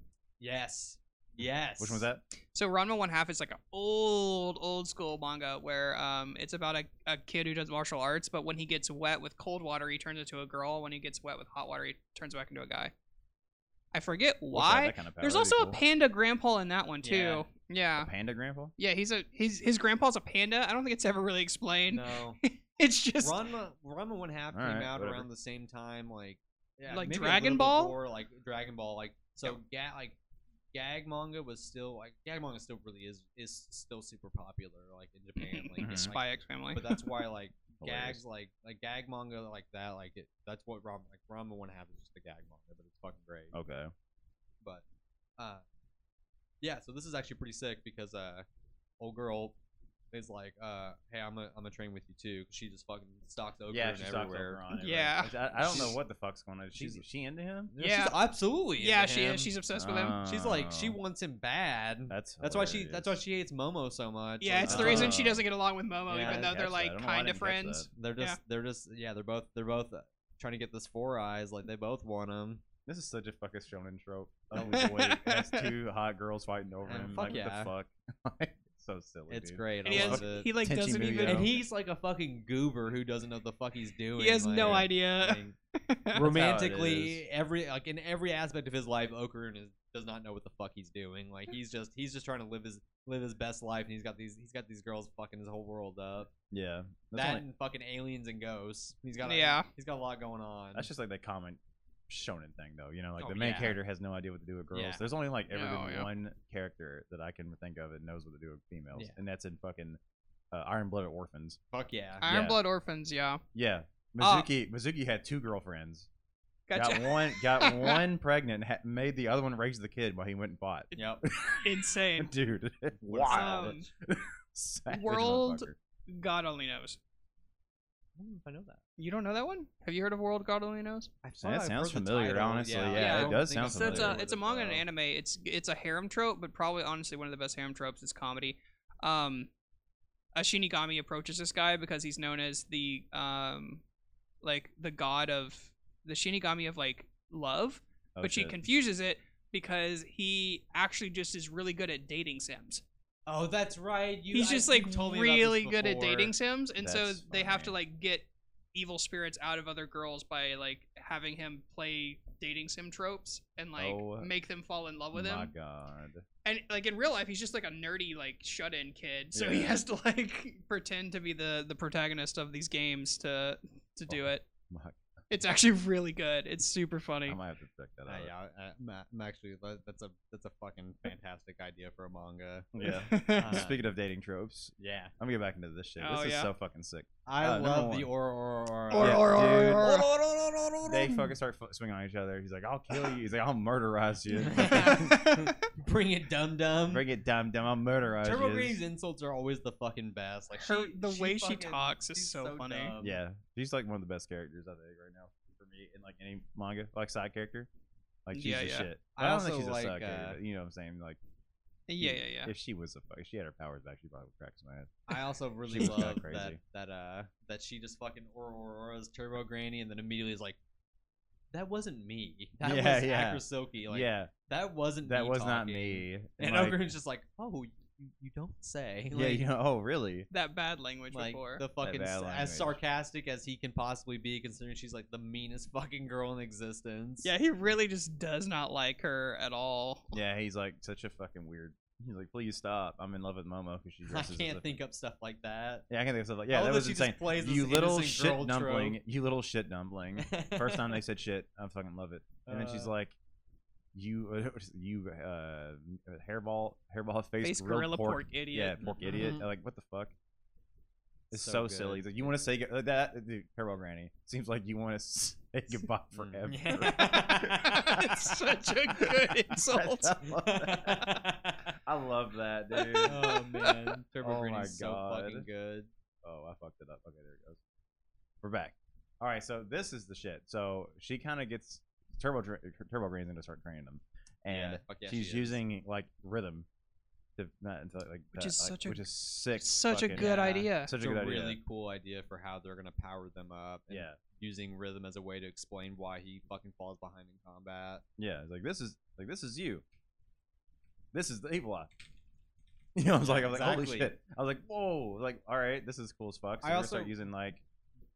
S1: yes,
S4: Yes.
S2: Which one was that?
S3: So Ranma One Half is like an old, old school manga where um, it's about a, a kid who does martial arts, but when he gets wet with cold water, he turns into a girl. When he gets wet with hot water, he turns back into a guy. I forget
S2: Looks like
S3: why.
S2: that kind of power.
S3: There's
S2: That'd
S3: also
S2: be
S3: a
S2: cool.
S3: panda grandpa in that one too.
S4: Yeah.
S3: Yeah.
S2: A
S3: yeah.
S2: panda grandpa.
S3: he's a he's his grandpa's a panda. I don't think it's ever really explained.
S1: No,
S3: It's just
S1: Ranma, Ranma one half
S2: All
S1: came
S2: right,
S1: out
S2: whatever.
S1: around the same time, like yeah,
S3: Like
S1: maybe a
S3: Dragon
S1: little
S3: Ball?
S1: before, like Dragon Ball, like so ga- like gag manga was still like gag manga still really is is still super popular like in Japan, like,
S2: Mhm.
S1: like,
S3: Spy X Family.
S1: but that's why like
S2: Hilarious.
S1: gags like like gag manga like that like it that's what Ram like Ranma one half is just a gag manga, but it's fucking great.
S2: Okay.
S1: But uh, yeah, so this is actually pretty sick because uh, old girl is like, uh, hey, I'm gonna I'm gonna train with you too. 'cause she just fucking stalks Ogre
S2: Yeah,
S1: and
S2: she stalks
S1: everywhere.
S2: over on it.
S3: Yeah.
S2: Which I, I don't know
S1: She's-
S2: what the fuck's going on. She's
S1: she's-
S2: she into him?
S1: she's
S3: Yeah.
S1: absolutely.
S3: yeah,
S1: into
S3: she
S1: him.
S3: is. She's obsessed with him.
S1: She's like she
S2: Oh,
S1: wants him bad.
S2: That's
S1: That's why she. That's why
S2: hilarious.
S1: she hates Momo so much.
S3: Yeah,
S1: Like, uh,
S3: it's the reason she
S2: Oh.
S3: doesn't get along with Momo,
S1: Yeah, I
S3: even though
S2: didn't catch
S3: they're
S2: that. I
S3: like
S2: don't know why I
S3: kind of
S2: didn't catch
S3: friends.
S1: They're
S3: yeah.
S1: just. They're just. Yeah, they're both. They're both uh, trying to get this four eyes. Like they both want him.
S2: This is such a fucking shonen trope. Ugly boy has two hot girls fighting over
S1: Yeah,
S2: him.
S1: Uh, fuck
S2: like
S1: yeah.
S2: what the fuck? so silly.
S1: It's
S2: dude.
S1: great.
S3: And
S1: I
S3: he
S1: love
S3: has
S1: it.
S3: he like
S2: Tenchi
S3: doesn't
S2: Muyo.
S3: even
S1: and he's like a fucking goober who doesn't know the fuck he's doing.
S3: he has no
S1: like-
S3: idea.
S1: Like,
S2: how it
S1: romantically
S2: is.
S1: every like in every aspect of his life okarun is, does not know what the fuck he's doing like he's just he's just trying to live his live his best life and he's got these he's got these girls fucking his whole world up
S2: Yeah. That's,
S1: that
S2: only-
S1: and fucking aliens and ghosts he's got a,
S3: Yeah.
S1: he's got a lot going on
S3: Mm.
S2: that's just like the common shonen thing, though. You know, like
S1: Oh,
S2: the main
S1: yeah.
S2: character has no idea what to do with girls.
S1: Yeah.
S2: There's only like ever
S3: No,
S2: been
S3: yeah.
S2: one character that I can think of that knows what to do with females,
S1: Yeah.
S2: and that's in fucking uh, Iron Blooded Orphans.
S1: fuck yeah
S3: Iron
S2: yeah.
S3: Blood Orphans, yeah.
S2: Yeah.
S3: Ah.
S2: Mizuki Mizuki had two girlfriends.
S3: Gotcha.
S2: Got one got one pregnant, ha- made the other one raise the kid while he went and fought.
S1: yep
S3: Insane.
S2: Dude.
S3: Um,
S2: Savage
S3: World-
S2: motherfucker.
S3: God only knows.
S1: I don't know if i know that
S3: You don't know that one? Have you heard of World God Only Knows?
S1: I
S2: Yeah,
S1: thought
S2: that
S1: I'd
S2: sounds
S1: heard the
S2: familiar,
S1: title,
S2: honestly. Yeah,
S3: Yeah.
S1: I
S3: it
S1: don't
S2: does
S1: think
S2: sound
S1: I've
S3: So
S1: heard
S3: it's a
S2: familiar.
S1: it,
S3: it's a
S1: but,
S3: manga and
S1: uh,
S3: an anime. It's it's a harem trope, but probably honestly one of the best harem tropes is comedy. Um, a Shinigami approaches this guy because he's known as the um, like the god of the Shinigami of like love,
S2: Oh,
S3: but she
S2: shit.
S3: confuses it because he actually just is really good at dating sims.
S1: oh that's right you,
S3: he's
S1: I-
S3: just
S1: you
S3: like
S1: told me about this
S3: really good at
S1: before.
S3: dating sims, and so
S2: That's
S3: they have to
S2: funny.
S3: like get evil spirits out of other girls by like having him play dating sim tropes and like
S2: Oh
S3: make them fall in love with
S2: My
S3: him
S2: God.
S3: and like in real life he's just like a nerdy like shut-in kid so he
S2: Yeah.
S3: has to like pretend to be the the protagonist of these games to to do
S2: Oh.
S3: it
S2: My,
S3: it's actually really good it's super
S2: I
S3: funny
S2: might have to check that
S1: Uh,
S2: out.
S1: yeah, I- I'm I'm actually that- that's a that's a fucking fantastic idea for a manga.
S2: Yeah.
S1: Uh,
S2: Speaking of dating tropes,
S1: Yeah,
S2: I'm gonna get back into this shit.
S3: Oh,
S2: this is
S3: yeah.
S2: so fucking sick.
S1: I
S2: Uh, number
S1: love the
S2: one.
S1: aura aura aura.
S3: Or-
S2: Yeah,
S3: or- or-
S2: dude.
S3: or- or-
S2: They fucking start fu- swinging on each other. He's like, "I'll kill you." He's like, "I'll murderize you."
S1: Bring it, dum dum.
S2: Bring it, dumb dumb. I'll murderize
S1: Turbo
S2: you.
S1: Green's insults are always the fucking best. Like
S3: Her-
S1: she-
S3: the way she
S1: fucking-
S3: talks is
S1: she's
S3: so funny.
S1: dumb.
S2: Yeah, she's like one of the best characters I think right now for me in like any manga, like side character. Like she's
S3: Yeah,
S2: the
S3: yeah.
S2: shit.
S1: I
S2: I, don't think
S1: also
S2: she's a
S1: like,
S2: side character,
S1: uh,
S2: but you know what I'm saying? Like,
S3: yeah
S2: if-
S3: yeah yeah
S2: If she was a fuck, if she had her powers back, she probably would crack some ass.
S1: I also really
S2: She's
S1: love
S2: kinda
S1: that
S2: crazy.
S1: that uh that she just fucking aura aura auras Turbo Granny and then immediately is like, that wasn't me. That
S2: Yeah,
S1: was
S2: yeah.
S1: Akira Silky. Like
S2: yeah,
S1: that wasn't
S2: that
S1: me
S2: was not
S1: talking."
S2: me.
S1: And
S2: like,
S1: Ogren's just like, oh, you, you don't say.
S2: yeah,
S1: Like,
S2: you know, oh really?
S3: that bad language
S1: like
S3: before
S1: the fucking
S2: bad
S1: s-
S2: language.
S1: as sarcastic as he can possibly be, considering she's like the meanest fucking girl in existence.
S3: yeah he really just does not like her at all
S2: Yeah, he's like such a fucking weird. He's like, please stop. I'm in love with Momo because she
S1: I
S2: dresses. as
S1: can't
S2: a-
S1: think up stuff like that.
S2: Yeah, I can think of stuff like yeah.
S1: I love
S2: That
S1: that
S2: was
S1: she just
S2: insane.
S1: plays this
S2: You little
S1: innocent girl
S2: shit dumpling. You little shit dumpling. Mm. First time they said shit, I fucking love it. And then she's
S1: Uh,
S2: like, "You, you, uh, hairball, hairball face,
S3: face
S2: grilled
S3: gorilla pork, idiot
S2: yeah, pork idiot."
S1: Mhm.
S2: Like, what the fuck? It's
S1: So
S2: so, silly.
S1: good.
S2: It's Like, you want to say go- that, uh, dude, hairball granny? Seems like you want to say goodbye
S1: mm,
S2: forever.
S3: it's such a good insult
S2: I love that. I love that, dude.
S1: oh man, Turbo
S2: Oh
S1: Green
S2: my
S1: is so fucking
S2: God.
S1: good.
S2: Oh, I fucked it up. Okay, there it goes. We're back. All right, so this is the shit. So she kind of gets turbo Dra- turbo green's going to start training them, and
S1: yeah, fuck yeah,
S2: she's
S1: she is.
S2: using like rhythm to not into, like
S3: Which
S2: is
S3: is such a-
S2: which is sick,
S3: such a
S2: fucking-
S3: good
S1: yeah.
S3: idea
S2: such
S1: It's
S2: a
S1: a
S2: good
S1: really
S2: idea.
S1: cool idea for how they're gonna power them up. And
S2: Yeah,
S1: using rhythm as a way to explain why he fucking falls behind in combat.
S2: yeah. It's like this is like this is you. This is the evil eye. You know, I was like, I was like, holy
S1: Exactly.
S2: shit. I was like, whoa, like, all right, this is cool as fuck. So
S1: I
S2: we're
S1: also-
S2: gonna start using like,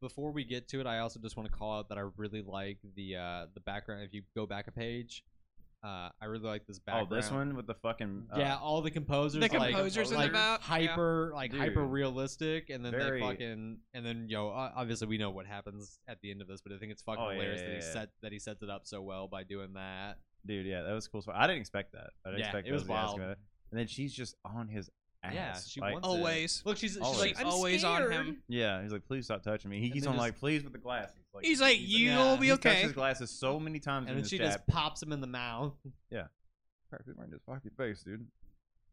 S1: Before we get to it, I also just want to call out that I really like the uh, the background. If you go back a page, uh, I really like this
S2: oh,
S1: background.
S2: this one with the fucking uh,
S1: yeah, all the composers,
S3: The
S1: like,
S3: composers in the
S1: like
S3: map, yeah.
S1: hyper, like
S2: Dude.
S1: hyper realistic, and then
S2: Very-
S1: they fucking, and then yo, o- obviously we know what happens at the end of this, but I think it's fucking
S2: Oh, yeah,
S1: hilarious
S2: yeah,
S1: that he
S2: yeah.
S1: set that he sets it up so well by doing that.
S2: dude. Yeah, that was cool. as fuck. I didn't expect that. I didn't
S1: Yeah,
S2: expect
S1: it was
S2: those to be asking
S1: wild.
S2: about it. And then she's just on his ass.
S1: Yeah, she
S2: like,
S1: wants it.
S3: Always.
S1: Look, she's, she's
S2: Always.
S1: like,
S3: She's
S1: "I'm
S3: always on
S1: scared."
S3: him.
S2: Yeah, he's like, please stop touching me. He
S1: And
S2: keeps
S1: then
S2: on
S1: just-
S2: like, please with the glasses.
S3: He's like,
S1: Yeah.
S3: you'll be
S2: he's touched
S3: okay.
S2: his glasses so many times,
S1: and
S2: in
S1: then
S2: this
S1: she
S2: chapter.
S1: just pops him in the mouth.
S2: Crap, dude, right in his fucking face, dude.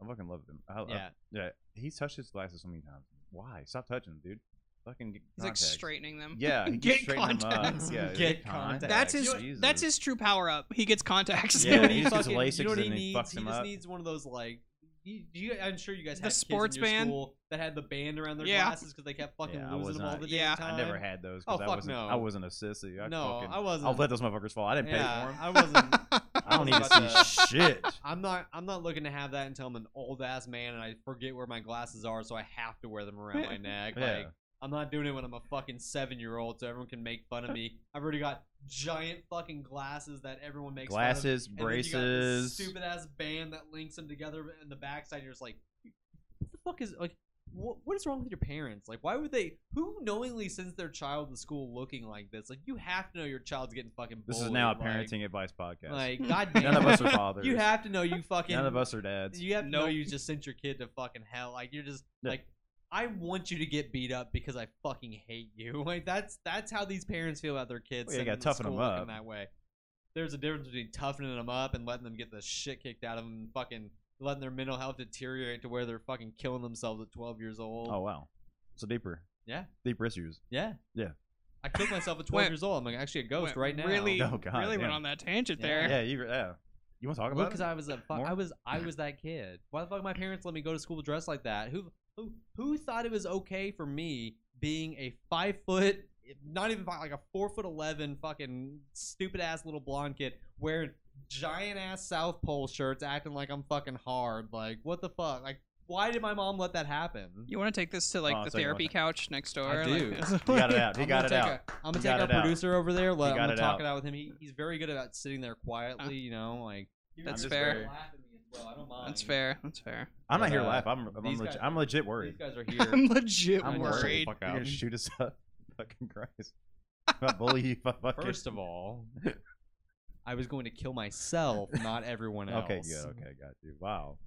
S2: I fucking love him. I, yeah,
S1: Yeah,
S2: yeah. He's touched his glasses so many times. Why? Stop touching, him, dude. Fucking get
S3: He's like
S2: contacts.
S3: straightening them.
S2: Yeah, he
S3: Get
S2: gets straighten them up.
S3: contacts.
S2: Yeah,
S1: Get
S3: That's his.
S2: Jesus.
S3: That's his true power up. He gets contacts.
S2: Yeah,
S1: Dude,
S2: he just gets LASIKs
S1: you know what
S2: and
S1: he
S2: then he
S1: needs?
S2: fucks him
S1: just
S2: up.
S1: needs one of those like. You, you, I'm sure you guys
S3: The
S1: had
S3: sports
S1: kids in your
S3: band?
S1: school that had the band around their
S3: Yeah.
S1: glasses because they kept fucking
S2: Yeah, I was
S1: losing them all
S2: not-
S1: the damn
S3: Yeah.
S1: time.
S2: I never had those
S1: Oh,
S2: because I
S1: fuck
S2: wasn't.
S1: no.
S2: I wasn't a sissy. I
S1: no,
S2: fucking,
S1: I wasn't.
S2: I'll let those motherfuckers fall. I didn't
S1: yeah,
S2: pay for them.
S1: I wasn't.
S2: I don't need
S1: was about
S2: to see shit.
S1: I'm not. I'm not looking to have that until I'm an old ass man and I forget where my glasses are, so I have to wear them around my neck.
S2: Yeah.
S1: Like I'm not doing it when I'm a fucking seven year old, so everyone can make fun of me. I've already got giant fucking glasses that everyone makes fun of.
S2: Glasses,
S1: And then you got this
S2: braces.
S1: stupid ass band that links them together in the backside. You're just like, what the fuck is like, what, what is wrong with your parents? Like, why would they? Who knowingly sends their child to school looking like this? Like, you have to know your child's getting fucking.
S2: This is
S1: bullied,
S2: now a
S1: like-
S2: parenting advice podcast.
S1: Like,
S3: None
S1: goddamn,
S2: None of us are fathers.
S1: You have to know you fucking.
S2: None of us are dads.
S1: You have to know
S3: Nope.
S1: you just sent your kid to fucking hell. Like you're just
S2: Yeah.
S1: like I want you to get beat up because I fucking hate you. Like that's that's how these parents feel about their kids.
S2: Well, you
S1: sending
S2: gotta
S1: to
S2: toughen 'em
S1: school looking
S2: up.
S1: that way. There's a difference between toughening them up and letting them get the shit kicked out of them and fucking letting their mental health deteriorate to where they're fucking killing themselves at 12 years old.
S2: Oh wow. So deeper.
S1: Yeah.
S2: Deeper issues.
S1: Yeah.
S2: Yeah.
S1: I killed myself at 12
S3: Went-
S1: years old. I'm like, actually a ghost
S3: went
S1: right now.
S3: really-
S2: Oh god.
S3: really went
S2: yeah.
S3: on that tangent
S1: Yeah.
S3: there.
S2: Yeah, you yeah. You want to talk about
S1: because
S2: it?
S1: I was a fu-
S2: More?
S1: I was I was that kid. Why the fuck my parents let me go to school dressed like that? Who who who thought it was okay for me being a five foot, not even five, like a four foot eleven fucking stupid ass little blonde kid wearing giant ass South Pole shirts, acting like I'm fucking hard. Like what the fuck? Like why did my mom let that happen?
S3: You want to take this to like
S2: Oh,
S3: the
S2: so you
S3: therapy
S2: want-
S3: couch next door?
S1: I
S3: Like-
S1: do.
S2: he got it out. He
S1: I'm
S2: got
S1: gonna take
S2: it out.
S1: a- I'm gonna
S2: He got
S1: take
S2: it
S1: our
S2: out.
S1: producer over there. Let, I'm
S2: got
S1: gonna
S2: it
S1: talk
S2: out.
S1: it out with him. He, he's very good about sitting there quietly. you know, like
S3: That's
S1: I'm just
S3: fair.
S1: very laugh at me as well, I don't
S3: That's
S1: mind.
S3: fair. That's fair.
S2: I'm not
S1: But,
S2: here to
S1: uh,
S2: laugh. I'm I'm,
S1: these
S2: legit,
S1: guys-
S2: I'm legit
S1: These
S2: worried.
S1: guys are here.
S3: I'm legit
S1: I'm
S2: worried.
S3: worried.
S1: fuck
S2: You're
S1: out.
S2: gonna shoot us up. Fucking Christ. I bully you. if I fucking-
S1: First of all, I was going to kill myself, not everyone else.
S2: Okay, good. Okay, got you. Wow.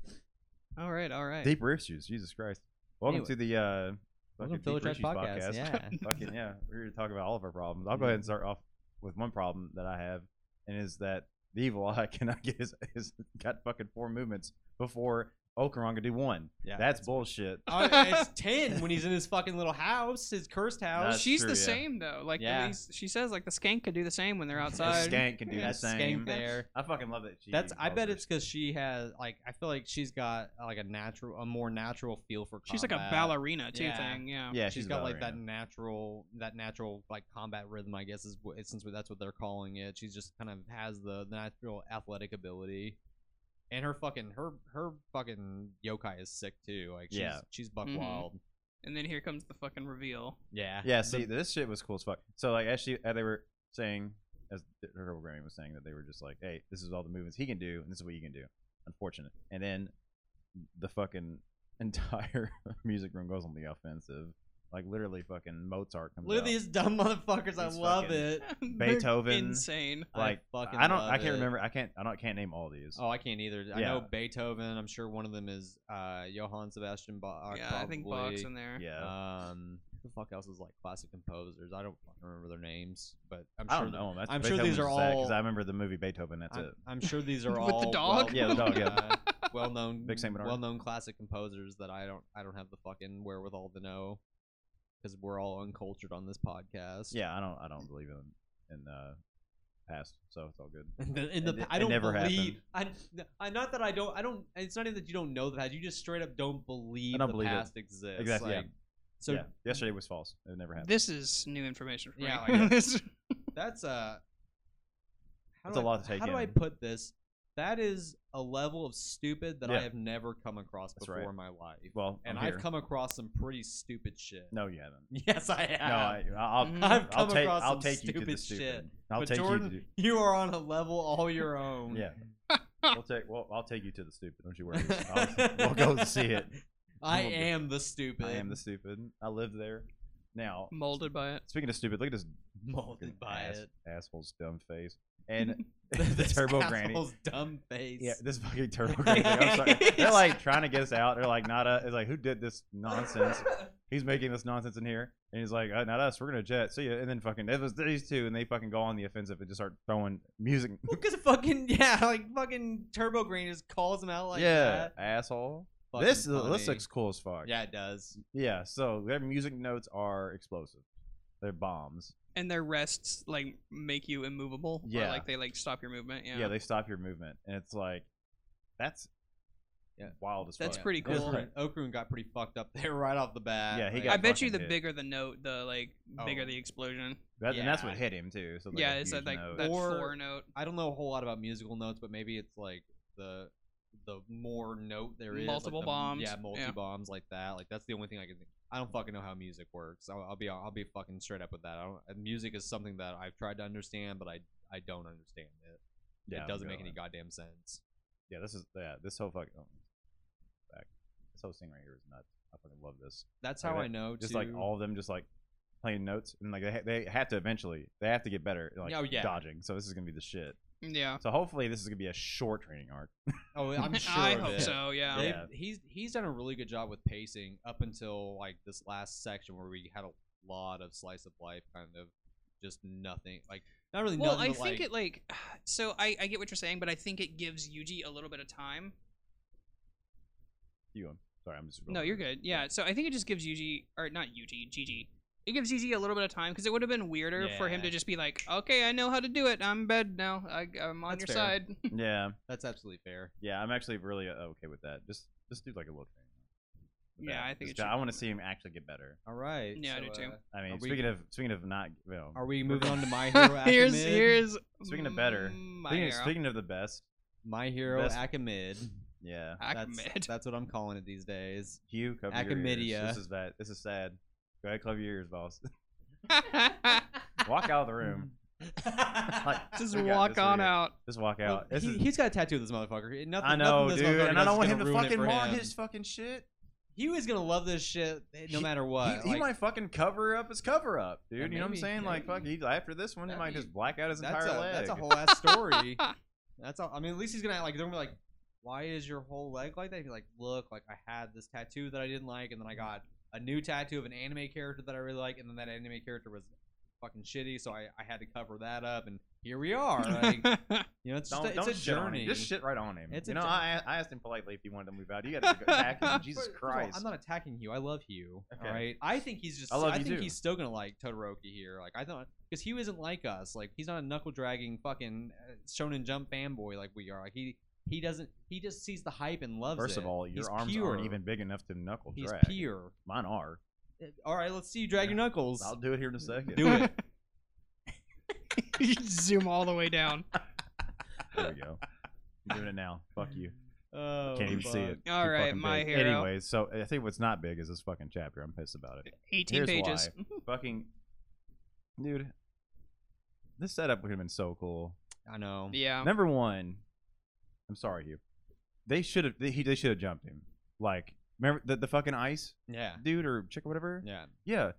S3: All right. All right.
S2: Deeper issues. Jesus Christ. Welcome
S1: Anyway.
S2: to the uh,
S1: Welcome
S2: fucking
S1: to Pillow
S2: Deeper
S1: Trash
S2: Issues
S1: Podcast, yeah.
S2: Fucking yeah. We're here to talk about all of our problems. I'll go
S1: Mm-hmm.
S2: ahead and start off with one problem that I have, and is that the evil eye cannot get his, his got fucking four movements before Okarong could do one.
S1: Yeah,
S2: that's, bullshit.
S1: Uh, it's ten when he's in his fucking little house, his cursed house.
S2: That's
S3: Oh, She's
S2: true,
S3: the
S2: yeah.
S3: same though. Like
S1: Yeah.
S3: at least she says like the skank could do the same when they're
S2: The
S3: outside.
S2: skank can do
S1: That's
S2: the same.
S1: skank there.
S2: I fucking love that. She
S1: That's. I
S2: calls
S1: bet
S2: her
S1: it's because she has like. I feel like she's got uh, like a natural, a more natural feel for.
S3: She's like a
S1: combat.
S3: ballerina too
S1: Yeah.
S3: thing. Yeah.
S2: Yeah,
S1: she's got like that
S2: Valerian.
S1: natural, that natural like combat rhythm. I guess is what, since that's what they're calling it. She just kind of has the natural athletic ability, and her fucking her her fucking yokai is sick too. Like she's,
S2: Yeah.
S1: she's buck
S3: Mhm.
S1: wild.
S3: And then here comes the fucking reveal.
S1: Yeah.
S2: Yeah, see, this shit was cool as fuck. So like, as she, as they were saying, as th- her programming was saying that they were just like, hey, this is all the movements he can do, and this is what you can do. Unfortunate. And then the fucking entire music room goes on the offensive. Like literally, fucking Mozart comes
S1: Look at
S2: out.
S1: these dumb motherfuckers. I
S2: These
S1: love
S2: fucking-
S1: it.
S3: They're
S2: Beethoven.
S3: Insane.
S2: Like
S1: I fucking
S2: I don't,
S1: love
S2: I can't
S1: it.
S2: remember. I can't, I don't, can't name all these.
S1: Oh, I can't either. I
S2: Yeah.
S1: know Beethoven. I'm sure one of them is uh, Johann Sebastian Bach.
S3: yeah, I think
S1: probably.
S3: Bach's in there.
S2: yeah,
S1: Um, who the fuck else is like classic composers? I don't fucking remember their names, but I'm
S2: I
S1: sure
S2: don't know. 'em. That's,
S1: I'm sure these
S2: Beethoven's
S1: are
S2: just that, 'cause
S1: all-
S2: I remember the movie Beethoven. That's
S1: I'm,
S2: it.
S1: I'm sure these are
S3: With the
S1: all
S3: dog?
S1: well-
S2: Yeah, the dog, yeah.
S1: uh, well-known,
S2: Big Saint Bernard.
S1: well-known classic composers that I don't, I don't have the fucking wherewithal to know, because we're all uncultured on this podcast.
S2: Yeah, I don't, I don't believe in in uh, past, so it's all good.
S1: In the, in the,
S2: It-
S1: pa- I
S2: it
S1: don't
S2: never
S1: believe. I, I not that I don't. I don't. It's not even that you don't know the past. You just straight up don't believe
S2: I don't
S1: the
S2: believe it.
S1: past exists.
S2: Exactly, yeah.
S1: Like, So
S2: yeah, yesterday was false. It never happened.
S3: This is new information for me.
S1: Yeah, I know.
S3: This-
S1: that's a. How
S2: That's
S1: do
S2: a
S1: I-
S2: lot to take
S1: How do I
S2: in.
S1: put this? That is a level of stupid that I
S2: Yeah.
S1: have never come across
S2: That's
S1: before
S2: right.
S1: in my life.
S2: Well,
S1: and
S2: I'm
S1: I've
S2: here.
S1: come across some pretty stupid shit.
S2: No, you haven't.
S1: Yes, I have.
S2: No, I, I'll, I'll,
S3: Mhm.
S1: Mm-hmm. I've come
S2: take,
S1: across
S2: I'll
S1: some
S2: take you to the
S1: stupid
S2: stupid.
S1: shit.
S2: I'll
S1: but
S2: take
S1: Jordan,
S2: you
S1: you, are on a level all your own.
S2: to. Yeah. we'll take. Well, I'll take you to the stupid. Don't you worry. I'll, we'll go see it.
S1: I
S2: I'm a bit-
S1: am the stupid.
S2: I am the stupid. I live there. Now,
S3: molded by it.
S2: speaking of stupid, look at this
S1: molded by
S2: ass,
S1: it.
S2: asshole's dumb face and the
S1: This
S2: turbo granny.
S1: asshole's dumb face.
S2: Yeah, this fucking turbo granny. I'm sorry. They're like trying to get us out. They're like, not us. It's like, who did this nonsense? He's making this nonsense in here, and he's like, uh, not us. We're gonna jet. See ya. And then fucking it was these two, and they fucking go on the offensive and just start throwing music.
S1: Because fucking yeah, like fucking Turbo Green just calls him out like
S2: yeah,
S1: that.
S2: asshole.
S1: Fucking
S2: This uh, this
S1: funny.
S2: looks cool as fuck.
S1: Yeah, it does.
S2: Yeah, so their music notes are explosive. They're bombs.
S3: And their rests like make you immovable. Or,
S2: Yeah.
S3: like they like stop your movement. Yeah.
S2: Yeah, they stop your movement, and it's like, that's
S1: Yeah.
S2: wild as
S3: That's
S2: fuck.
S3: pretty
S2: It is
S3: cool.
S2: pretty-
S1: Okrun, Okrun got pretty fucked up there right off the bat.
S2: Yeah, he
S1: Like,
S2: got
S3: I bet you
S2: fucking
S3: the
S2: hit.
S3: bigger the note, the like bigger
S1: Oh.
S3: the explosion.
S2: That, And that's what
S1: Yeah.
S2: hit him too. So like
S3: yeah,
S2: a
S3: it's
S2: huge
S3: that like
S2: note.
S3: that
S1: Or-
S3: four note.
S1: I don't know a whole lot about musical notes, but maybe it's like the the more note there is, like,
S3: Multiple
S1: the-
S3: bombs,
S1: Yeah,
S3: yeah.
S1: multi bombs like that. Like that's the only thing I can. think. I don't fucking know how music works. I'll, I'll be I'll be fucking straight up with that. I don't. uh, Music is something that I've tried to understand, but I I don't understand it.
S2: Yeah,
S1: it doesn't
S2: I'm
S1: make any
S2: going.
S1: goddamn sense.
S2: Yeah, this is yeah, this whole fucking oh, back. This whole thing right here is nuts. I fucking love this.
S1: That's
S2: Like
S1: how
S2: that-
S1: I know.
S2: Just
S1: too,
S2: like all of them, just like playing notes, and like they ha- they have to eventually they have to get better, at, like
S1: Oh, yeah.
S2: dodging. So this is gonna be the shit.
S3: Yeah.
S2: So hopefully this is gonna be a short training arc.
S1: Oh, I'm sure.
S3: I
S1: of
S3: hope
S1: it.
S3: so. Yeah.
S1: They've-
S2: Yeah.
S1: He's he's done a really good job with pacing up until like this last section where we had a lot of slice of life, kind of just nothing. Like not really
S3: Well, I
S1: nothing.
S3: think
S1: but, like,
S3: it like so I I get what you're saying, but I think it gives Yuji a little bit of time.
S2: You, sorry, I'm just
S3: No, you're good. Yeah. So I think it just gives Yuji or not Yuji, Gigi. It gives Gigi a little bit of time because it would have been weirder for him
S1: Yeah.
S3: to just be like, "Okay, I know how to do it. I'm in bed now. I, I'm on
S1: That's
S3: your
S1: fair.
S3: side."
S2: Yeah,
S1: that's absolutely fair.
S2: yeah, I'm actually really uh, okay with that. Just just do like a little training. arc with
S3: Yeah,
S2: that.
S3: I think
S2: Just-
S3: it should
S2: I
S3: be
S2: want to see him actually get better.
S1: All right.
S3: Yeah, I
S1: so,
S3: do too.
S1: uh,
S2: I mean,
S1: Are we-
S2: speaking of speaking of not, you know,
S1: are we moving on to My Hero Academia?
S3: here's here's mm,
S2: Speaking of better,
S3: my
S2: speaking,
S3: hero.
S2: speaking of the best,
S1: My Hero
S2: Best-
S1: Acamid.
S2: yeah,
S3: Uh,
S1: That's,
S3: Acamid.
S1: that's what I'm calling it these days.
S2: Hugh, cover your ears.
S1: Acamidia.
S2: This is bad. This is sad. Go ahead, cover your ears, boss. walk out of the room. Like,
S3: just
S2: we got
S3: walk
S2: this, we
S3: on
S2: got-
S3: out.
S2: Just walk
S1: Well,
S2: out. This
S1: he,
S2: is-
S1: has got a tattoo of this motherfucker. Nothing,
S2: I
S1: nothing
S2: know,
S1: this
S2: dude,
S1: motherfucker
S2: and I
S1: does
S2: don't
S1: is
S2: want him
S1: gonna
S2: to
S1: ruin it
S2: fucking
S1: for
S2: mark
S1: him.
S2: his fucking shit.
S1: He was gonna love this shit eh, no
S2: He-
S1: matter
S2: He,
S1: what.
S2: he
S1: Like,
S2: might fucking cover up his cover up, dude.
S1: Yeah,
S2: you know what I'm
S1: maybe,
S2: saying? Like, fuck,
S1: maybe.
S2: he, after this one, he
S1: That'd
S2: might
S1: be-
S2: just black out his
S1: that's
S2: entire
S1: a,
S2: leg.
S1: that's a whole ass story. That's all. I mean, at least he's gonna like. They're gonna be like, "Why is your whole leg like that?" He'd be like, "Look, like I had this tattoo that I didn't like, and then I
S2: Mm-hmm.
S1: got a new tattoo of an anime character that I really like, and then that anime character was fucking shitty, so I, I had to cover that up, and here we are." Like, you know, it's
S2: don't,
S1: just a,
S2: don't
S1: it's a
S2: shit on him.
S1: journey.
S2: Just shit right on him.
S1: It's
S2: you
S1: a
S2: know,
S1: jour-
S2: I, I asked him politely if he wanted to move out. You got to attack him. Jesus
S1: First of all,
S2: Christ.
S1: I'm not attacking you. I love you.
S2: Okay.
S1: All right. I think he's just.
S2: I
S1: I,
S2: love you
S1: think
S2: too.
S1: he's still gonna like Todoroki here. Like I thought, because he isn't like us. Like he's not a knuckle dragging fucking uh, Shonen Jump fanboy like we are. Like he he doesn't. He just sees the hype and loves
S2: First
S1: it.
S2: of all, your
S1: He's
S2: arms
S1: pure.
S2: aren't even big enough to knuckle
S1: He's
S2: drag.
S1: pure.
S2: Mine are.
S1: Uh, All right, let's see you drag your knuckles.
S2: I'll do it here in a second.
S1: Do it.
S3: you zoom all the way down.
S2: There we go. I'm doing it now. Fuck you.
S1: Oh,
S2: Can't even see
S1: fuck.
S2: it.
S3: All
S2: Too
S3: right,
S2: fucking
S3: my
S2: big.
S3: hero.
S2: Anyways, so I think what's not big is this fucking chapter. I'm pissed about it.
S3: 18
S2: Here's
S3: pages.
S2: fucking dude, this setup would have been so cool.
S1: I know.
S3: Yeah.
S2: Number one, I'm sorry, Hugh. They should have. They, he- they should have jumped him. Like, remember the, the fucking ice
S1: Yeah.
S2: dude or chick or whatever.
S1: Yeah.
S2: Yeah.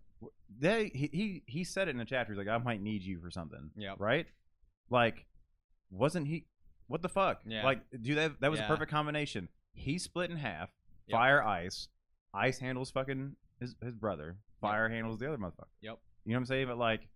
S2: They he, he he said it in the chapter. He's like, I might need you for something.
S1: Yep.
S2: Right. Like, wasn't he? What the fuck?
S1: Yeah.
S2: Like, dude, that that was
S1: Yeah.
S2: a perfect combination. He split in half.
S1: Yep.
S2: Fire ice. Ice handles fucking his his brother. Fire handles the other motherfucker.
S1: Yep.
S2: You know what I'm saying? But like,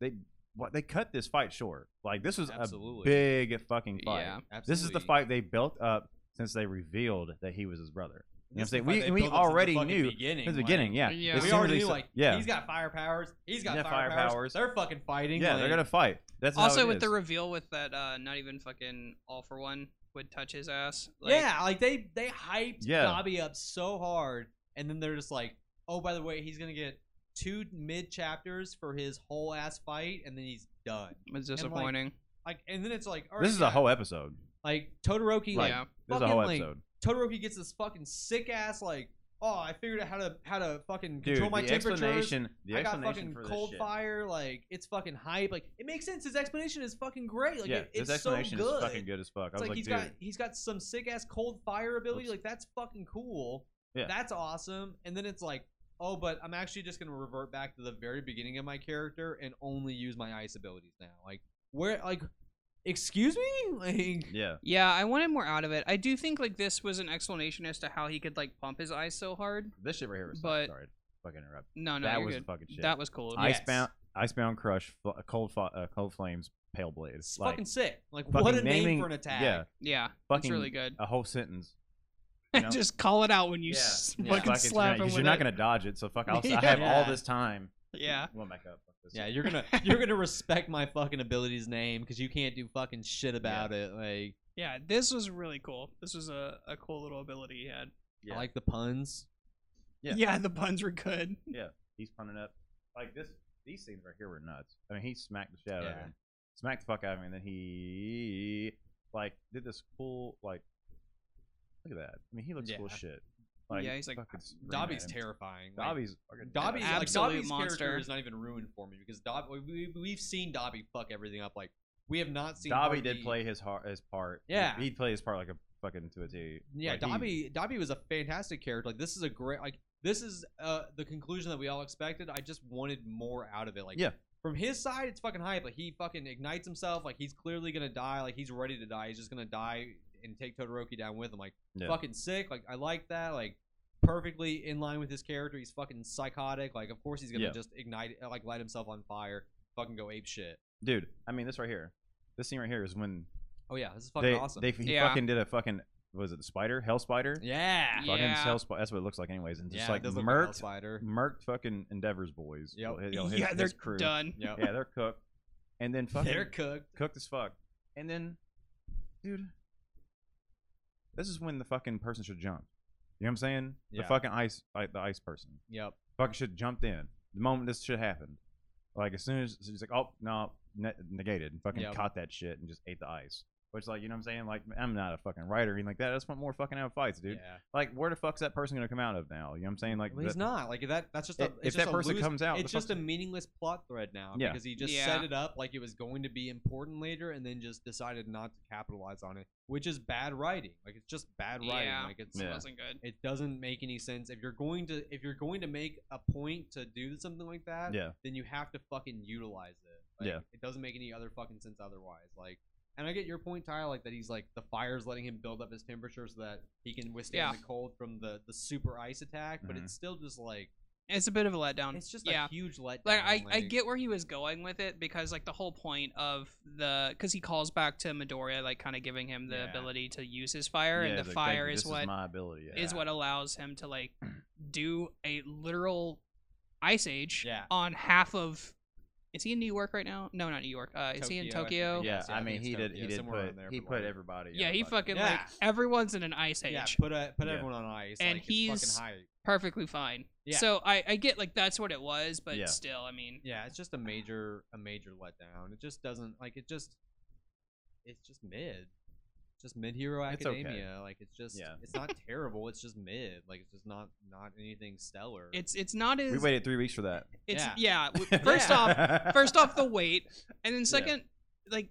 S2: they what they cut this fight short. Like this was
S1: Absolutely.
S2: a big fucking fight.
S3: Yeah.
S1: Absolutely.
S2: This is the fight they built up since they revealed that he was his brother. You know what I'm
S1: This is the fight
S2: saying? We
S1: they
S2: we
S1: built up since the
S2: already
S1: fucking
S2: knew
S1: beginning.
S2: since the
S1: like-
S2: beginning. yeah.
S3: Yeah.
S2: They
S1: We
S2: soon
S1: already
S2: as
S1: knew
S2: they-
S1: like
S2: yeah.
S1: he's got fire powers. He's got
S2: Yeah,
S1: fire,
S2: fire
S1: powers.
S2: powers.
S1: They're fucking fighting.
S2: yeah,
S1: like,
S2: they're gonna fight. That's how
S3: also
S2: it
S3: with the
S2: is.
S3: reveal with that uh not even fucking all for one would touch his ass. Like,
S1: yeah, like they they hyped
S2: Yeah.
S1: Bobby up so hard, and then they're just like, oh, by the way, he's gonna get two mid chapters for his whole ass fight, and then he's done.
S3: It's disappointing.
S1: Like, and then it's like, all right,
S2: this is
S1: yeah,
S2: a whole episode.
S1: Like Todoroki, like
S3: Yeah.
S2: There's a
S1: fucking,
S2: whole
S1: like,
S2: episode.
S1: Todoroki gets this fucking sick ass like, oh, I figured out how to how to fucking
S2: Dude,
S1: control my
S2: the
S1: temperatures.
S2: explanation, the
S1: I got
S2: explanation
S1: fucking
S2: for this
S1: cold
S2: shit.
S1: fire. Like it's fucking hype. Like it makes sense. His explanation is fucking great. Like
S2: yeah,
S1: it,
S2: this
S1: it's
S2: explanation
S1: so good.
S2: is fucking good as fuck. I
S1: It's
S2: was
S1: like,
S2: like,
S1: he's
S2: dude,
S1: got he's got some sick ass cold fire ability.
S2: Oops.
S1: Like that's fucking cool.
S2: Yeah.
S1: That's awesome. And then it's like, oh, but I'm actually just gonna revert back to the very beginning of my character and only use my ice abilities now. Like where like excuse me? Like
S2: yeah,
S3: Yeah, I wanted more out of it. I do think like this was an explanation as to how he could like pump his eyes so hard.
S2: this shit right here was
S3: But-
S2: sorry, fucking interrupt.
S3: No, no,
S2: that
S3: you're
S2: was
S3: good.
S2: the fucking shit.
S3: That was cool.
S1: I-
S2: Icebound, Icebound Crush, fl- cold, fi- uh, cold flames, pale blaze.
S1: it's
S2: Like,
S1: fucking sick. Like
S2: fucking
S1: what a name
S2: naming-
S1: for an attack.
S2: Yeah,
S3: yeah, it's
S2: fucking
S3: really good.
S2: a whole sentence. you know?
S3: Just call it out when you
S2: Yeah.
S3: s-
S1: Yeah.
S3: fucking
S2: Fucking
S3: slap
S2: smack-
S3: him with
S2: you're not
S3: it.
S2: gonna dodge it. So fuck, I'll, I have
S1: Yeah.
S2: all this time.
S3: Yeah.
S2: Come on back up. Fuck this.
S1: Yeah, you're gonna you're gonna respect my fucking abilities name because you can't do fucking shit about it. Like
S3: Yeah, this was really cool. This was a, a cool little ability he had.
S2: Yeah.
S1: I like the puns.
S2: Yeah.
S3: yeah, the puns were good.
S2: he's punning up. Like this, these scenes right here were nuts. I mean, he smacked the shit out of
S1: Yeah.
S2: him, smacked the fuck out of him, and then he like did this cool like. Look at that. I mean, he looks
S1: Yeah.
S2: cool as shit.
S3: Yeah, he's like,
S2: fucking scream
S1: Dobby's
S2: at him.
S1: terrifying. Like,
S2: Dobby's fucking
S1: Dobby,
S3: Yeah.
S1: like,
S3: Absolute
S1: Dobby's
S3: monster.
S1: character is not even ruined for me because Dobby, we, we- we've seen Dobby fuck everything up. Like we have not seen
S2: Dobby did
S1: Harvey-
S2: play his har- his part.
S1: Yeah.
S2: he'd play his part like a fucking to a T.
S1: Yeah,
S2: Like, he-
S1: Dobby. Dobby was a fantastic character. Like this is a great. Like this is uh the conclusion that we all expected. I just wanted more out of it. Like
S2: Yeah.
S1: From his side, it's fucking hype. Like he fucking ignites himself. Like he's clearly gonna die. Like he's ready to die. He's just gonna die and take Todoroki down with him. Like
S2: Yeah.
S1: fucking sick. Like I like that. Like perfectly in line with his character. He's fucking psychotic. Like of course he's gonna
S2: Yeah.
S1: just ignite. uh, Like light himself on fire. Fucking go ape shit.
S2: dude. I mean, this right here, this scene right here is when
S1: Oh yeah, this is fucking
S2: they
S1: awesome.
S2: they he
S3: Yeah.
S2: fucking did a fucking was it the spider hell spider
S1: yeah.
S3: Yeah.
S2: fucking hell spider. That's what it looks like, anyways. And just
S1: yeah,
S2: like
S1: it does look like a hell
S2: murked
S1: spider.
S2: Merc fucking Endeavors boys.
S1: Yep.
S2: Yo, yo, his-
S3: yeah, they're
S2: his crew.
S3: done.
S1: Yep.
S2: Yeah, they're cooked. And then fucking
S1: They're cooked.
S2: cooked as fuck. And then, dude, this is when the fucking person should jump. You know what I'm saying?
S1: Yeah.
S2: The fucking ice, like the ice person,
S1: Yep.
S2: fucking should jumped in the moment this shit happened. Like as soon as she's like, oh no, ne- negated, and fucking
S1: Yep.
S2: caught that shit and just ate the ice. Which like, you know what I'm saying? Like, I'm not a fucking writer or anything like that. I just want more fucking out fights, dude.
S1: Yeah.
S2: Like, where the fuck's that person gonna come out of now? You know what I'm saying? Like,
S1: Well, he's
S2: the-
S1: not like that. That's just a,
S2: if,
S1: it's
S2: if
S1: just
S2: that
S1: a
S2: person
S1: loose-
S2: comes out,
S1: it's
S2: the
S1: just a
S2: fuck's-
S1: meaningless plot thread now
S2: Yeah.
S1: because he just
S3: Yeah.
S1: set it up like it was going to be important later, and then just decided not to capitalize on it, which is bad writing. Like it's just bad writing.
S3: Yeah.
S1: Like it's
S3: It
S2: Yeah.
S3: wasn't good.
S1: it doesn't make any sense. If you're going to if you're going to make a point to do something like that,
S2: yeah.
S1: then you have to fucking utilize it. Like,
S2: Yeah.
S1: It doesn't make any other fucking sense otherwise. Like, and I get your point, Ty, like that he's like the fire's letting him build up his temperature so that he can withstand
S3: Yeah.
S1: the cold from the the super ice attack. But
S2: Mhm.
S1: it's still just like
S3: It's a bit of a letdown.
S1: it's just
S3: Um, yeah.
S1: a huge letdown.
S3: like I, I get where he was going with it because like the whole point of the because he calls back to Midoriya like kind of giving him the
S1: Yeah.
S3: ability to use his fire
S2: Yeah,
S3: and the
S2: it's like, thank
S3: fire
S2: you,
S3: is
S2: this
S3: what
S2: is my ability. Yeah.
S3: is what allows him to like do a literal ice age
S1: Yeah.
S3: on half of is he in New York right now? No, not New York. Uh, is he in
S1: Tokyo,
S3: Tokyo?
S1: think.
S2: Yeah,
S1: Yes, yeah, I
S2: I
S1: think
S2: mean,
S1: it's
S2: he
S1: Tokyo,
S2: did. He did
S1: somewhere
S2: put.
S1: around there
S2: He
S1: probably.
S2: put everybody. in
S3: Yeah,
S2: a
S3: he
S2: bucket.
S3: fucking like
S1: Yeah.
S3: everyone's in an ice age.
S1: yeah, put a, put
S2: Yeah.
S1: everyone on ice,
S3: And
S1: like, it's fucking
S3: he's-
S1: hype.
S3: Perfectly fine.
S1: Yeah.
S3: So I, I get like that's what it was, but
S2: Yeah.
S3: still, I mean,
S1: Yeah, it's just a major a major letdown. It just doesn't like it just it's just mid. Just mid hero
S2: It's okay.
S1: academia. Like it's just
S2: Yeah.
S1: it's not terrible, it's just mid. Like it's just not not anything stellar.
S3: it's it's not as
S2: We waited three weeks for that.
S3: it's
S1: Yeah.
S3: yeah. w- First off,
S2: off,
S3: first off the weight and then second like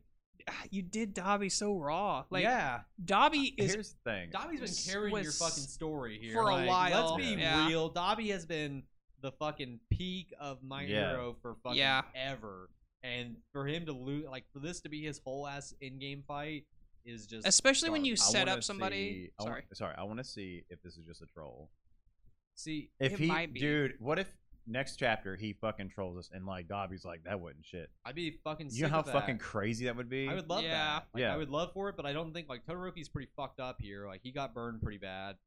S3: you did dobby so raw like
S1: yeah,
S3: dobby is
S2: here's the thing.
S1: Dobby's
S3: s-
S1: been carrying your
S3: was
S1: fucking story here
S3: for a
S1: like,
S3: while,
S1: Let's be
S3: yeah.
S1: real. Dobby has been the fucking peak of my
S2: Yeah.
S1: hero for fucking
S3: Yeah.
S1: ever, and for him to lose, like for this to be his whole ass in game fight is just
S3: especially when you
S1: garbage.
S2: I
S3: set
S2: wanna
S3: up somebody
S2: see- I wa-
S3: sorry
S2: sorry. I want to see if this is just a troll.
S1: see
S2: If
S3: It
S2: he,
S3: might be.
S2: dude, what if next chapter he fucking trolls us and like Dobby's like that wasn't shit.
S1: I'd be fucking.
S2: You know
S1: sick
S2: how
S1: of that.
S2: fucking crazy that would be.
S1: I would love
S3: Yeah.
S1: that. Like,
S2: Yeah.
S1: I would love for it, but I don't think like Todoroki's pretty fucked up here. Like he got burned pretty bad,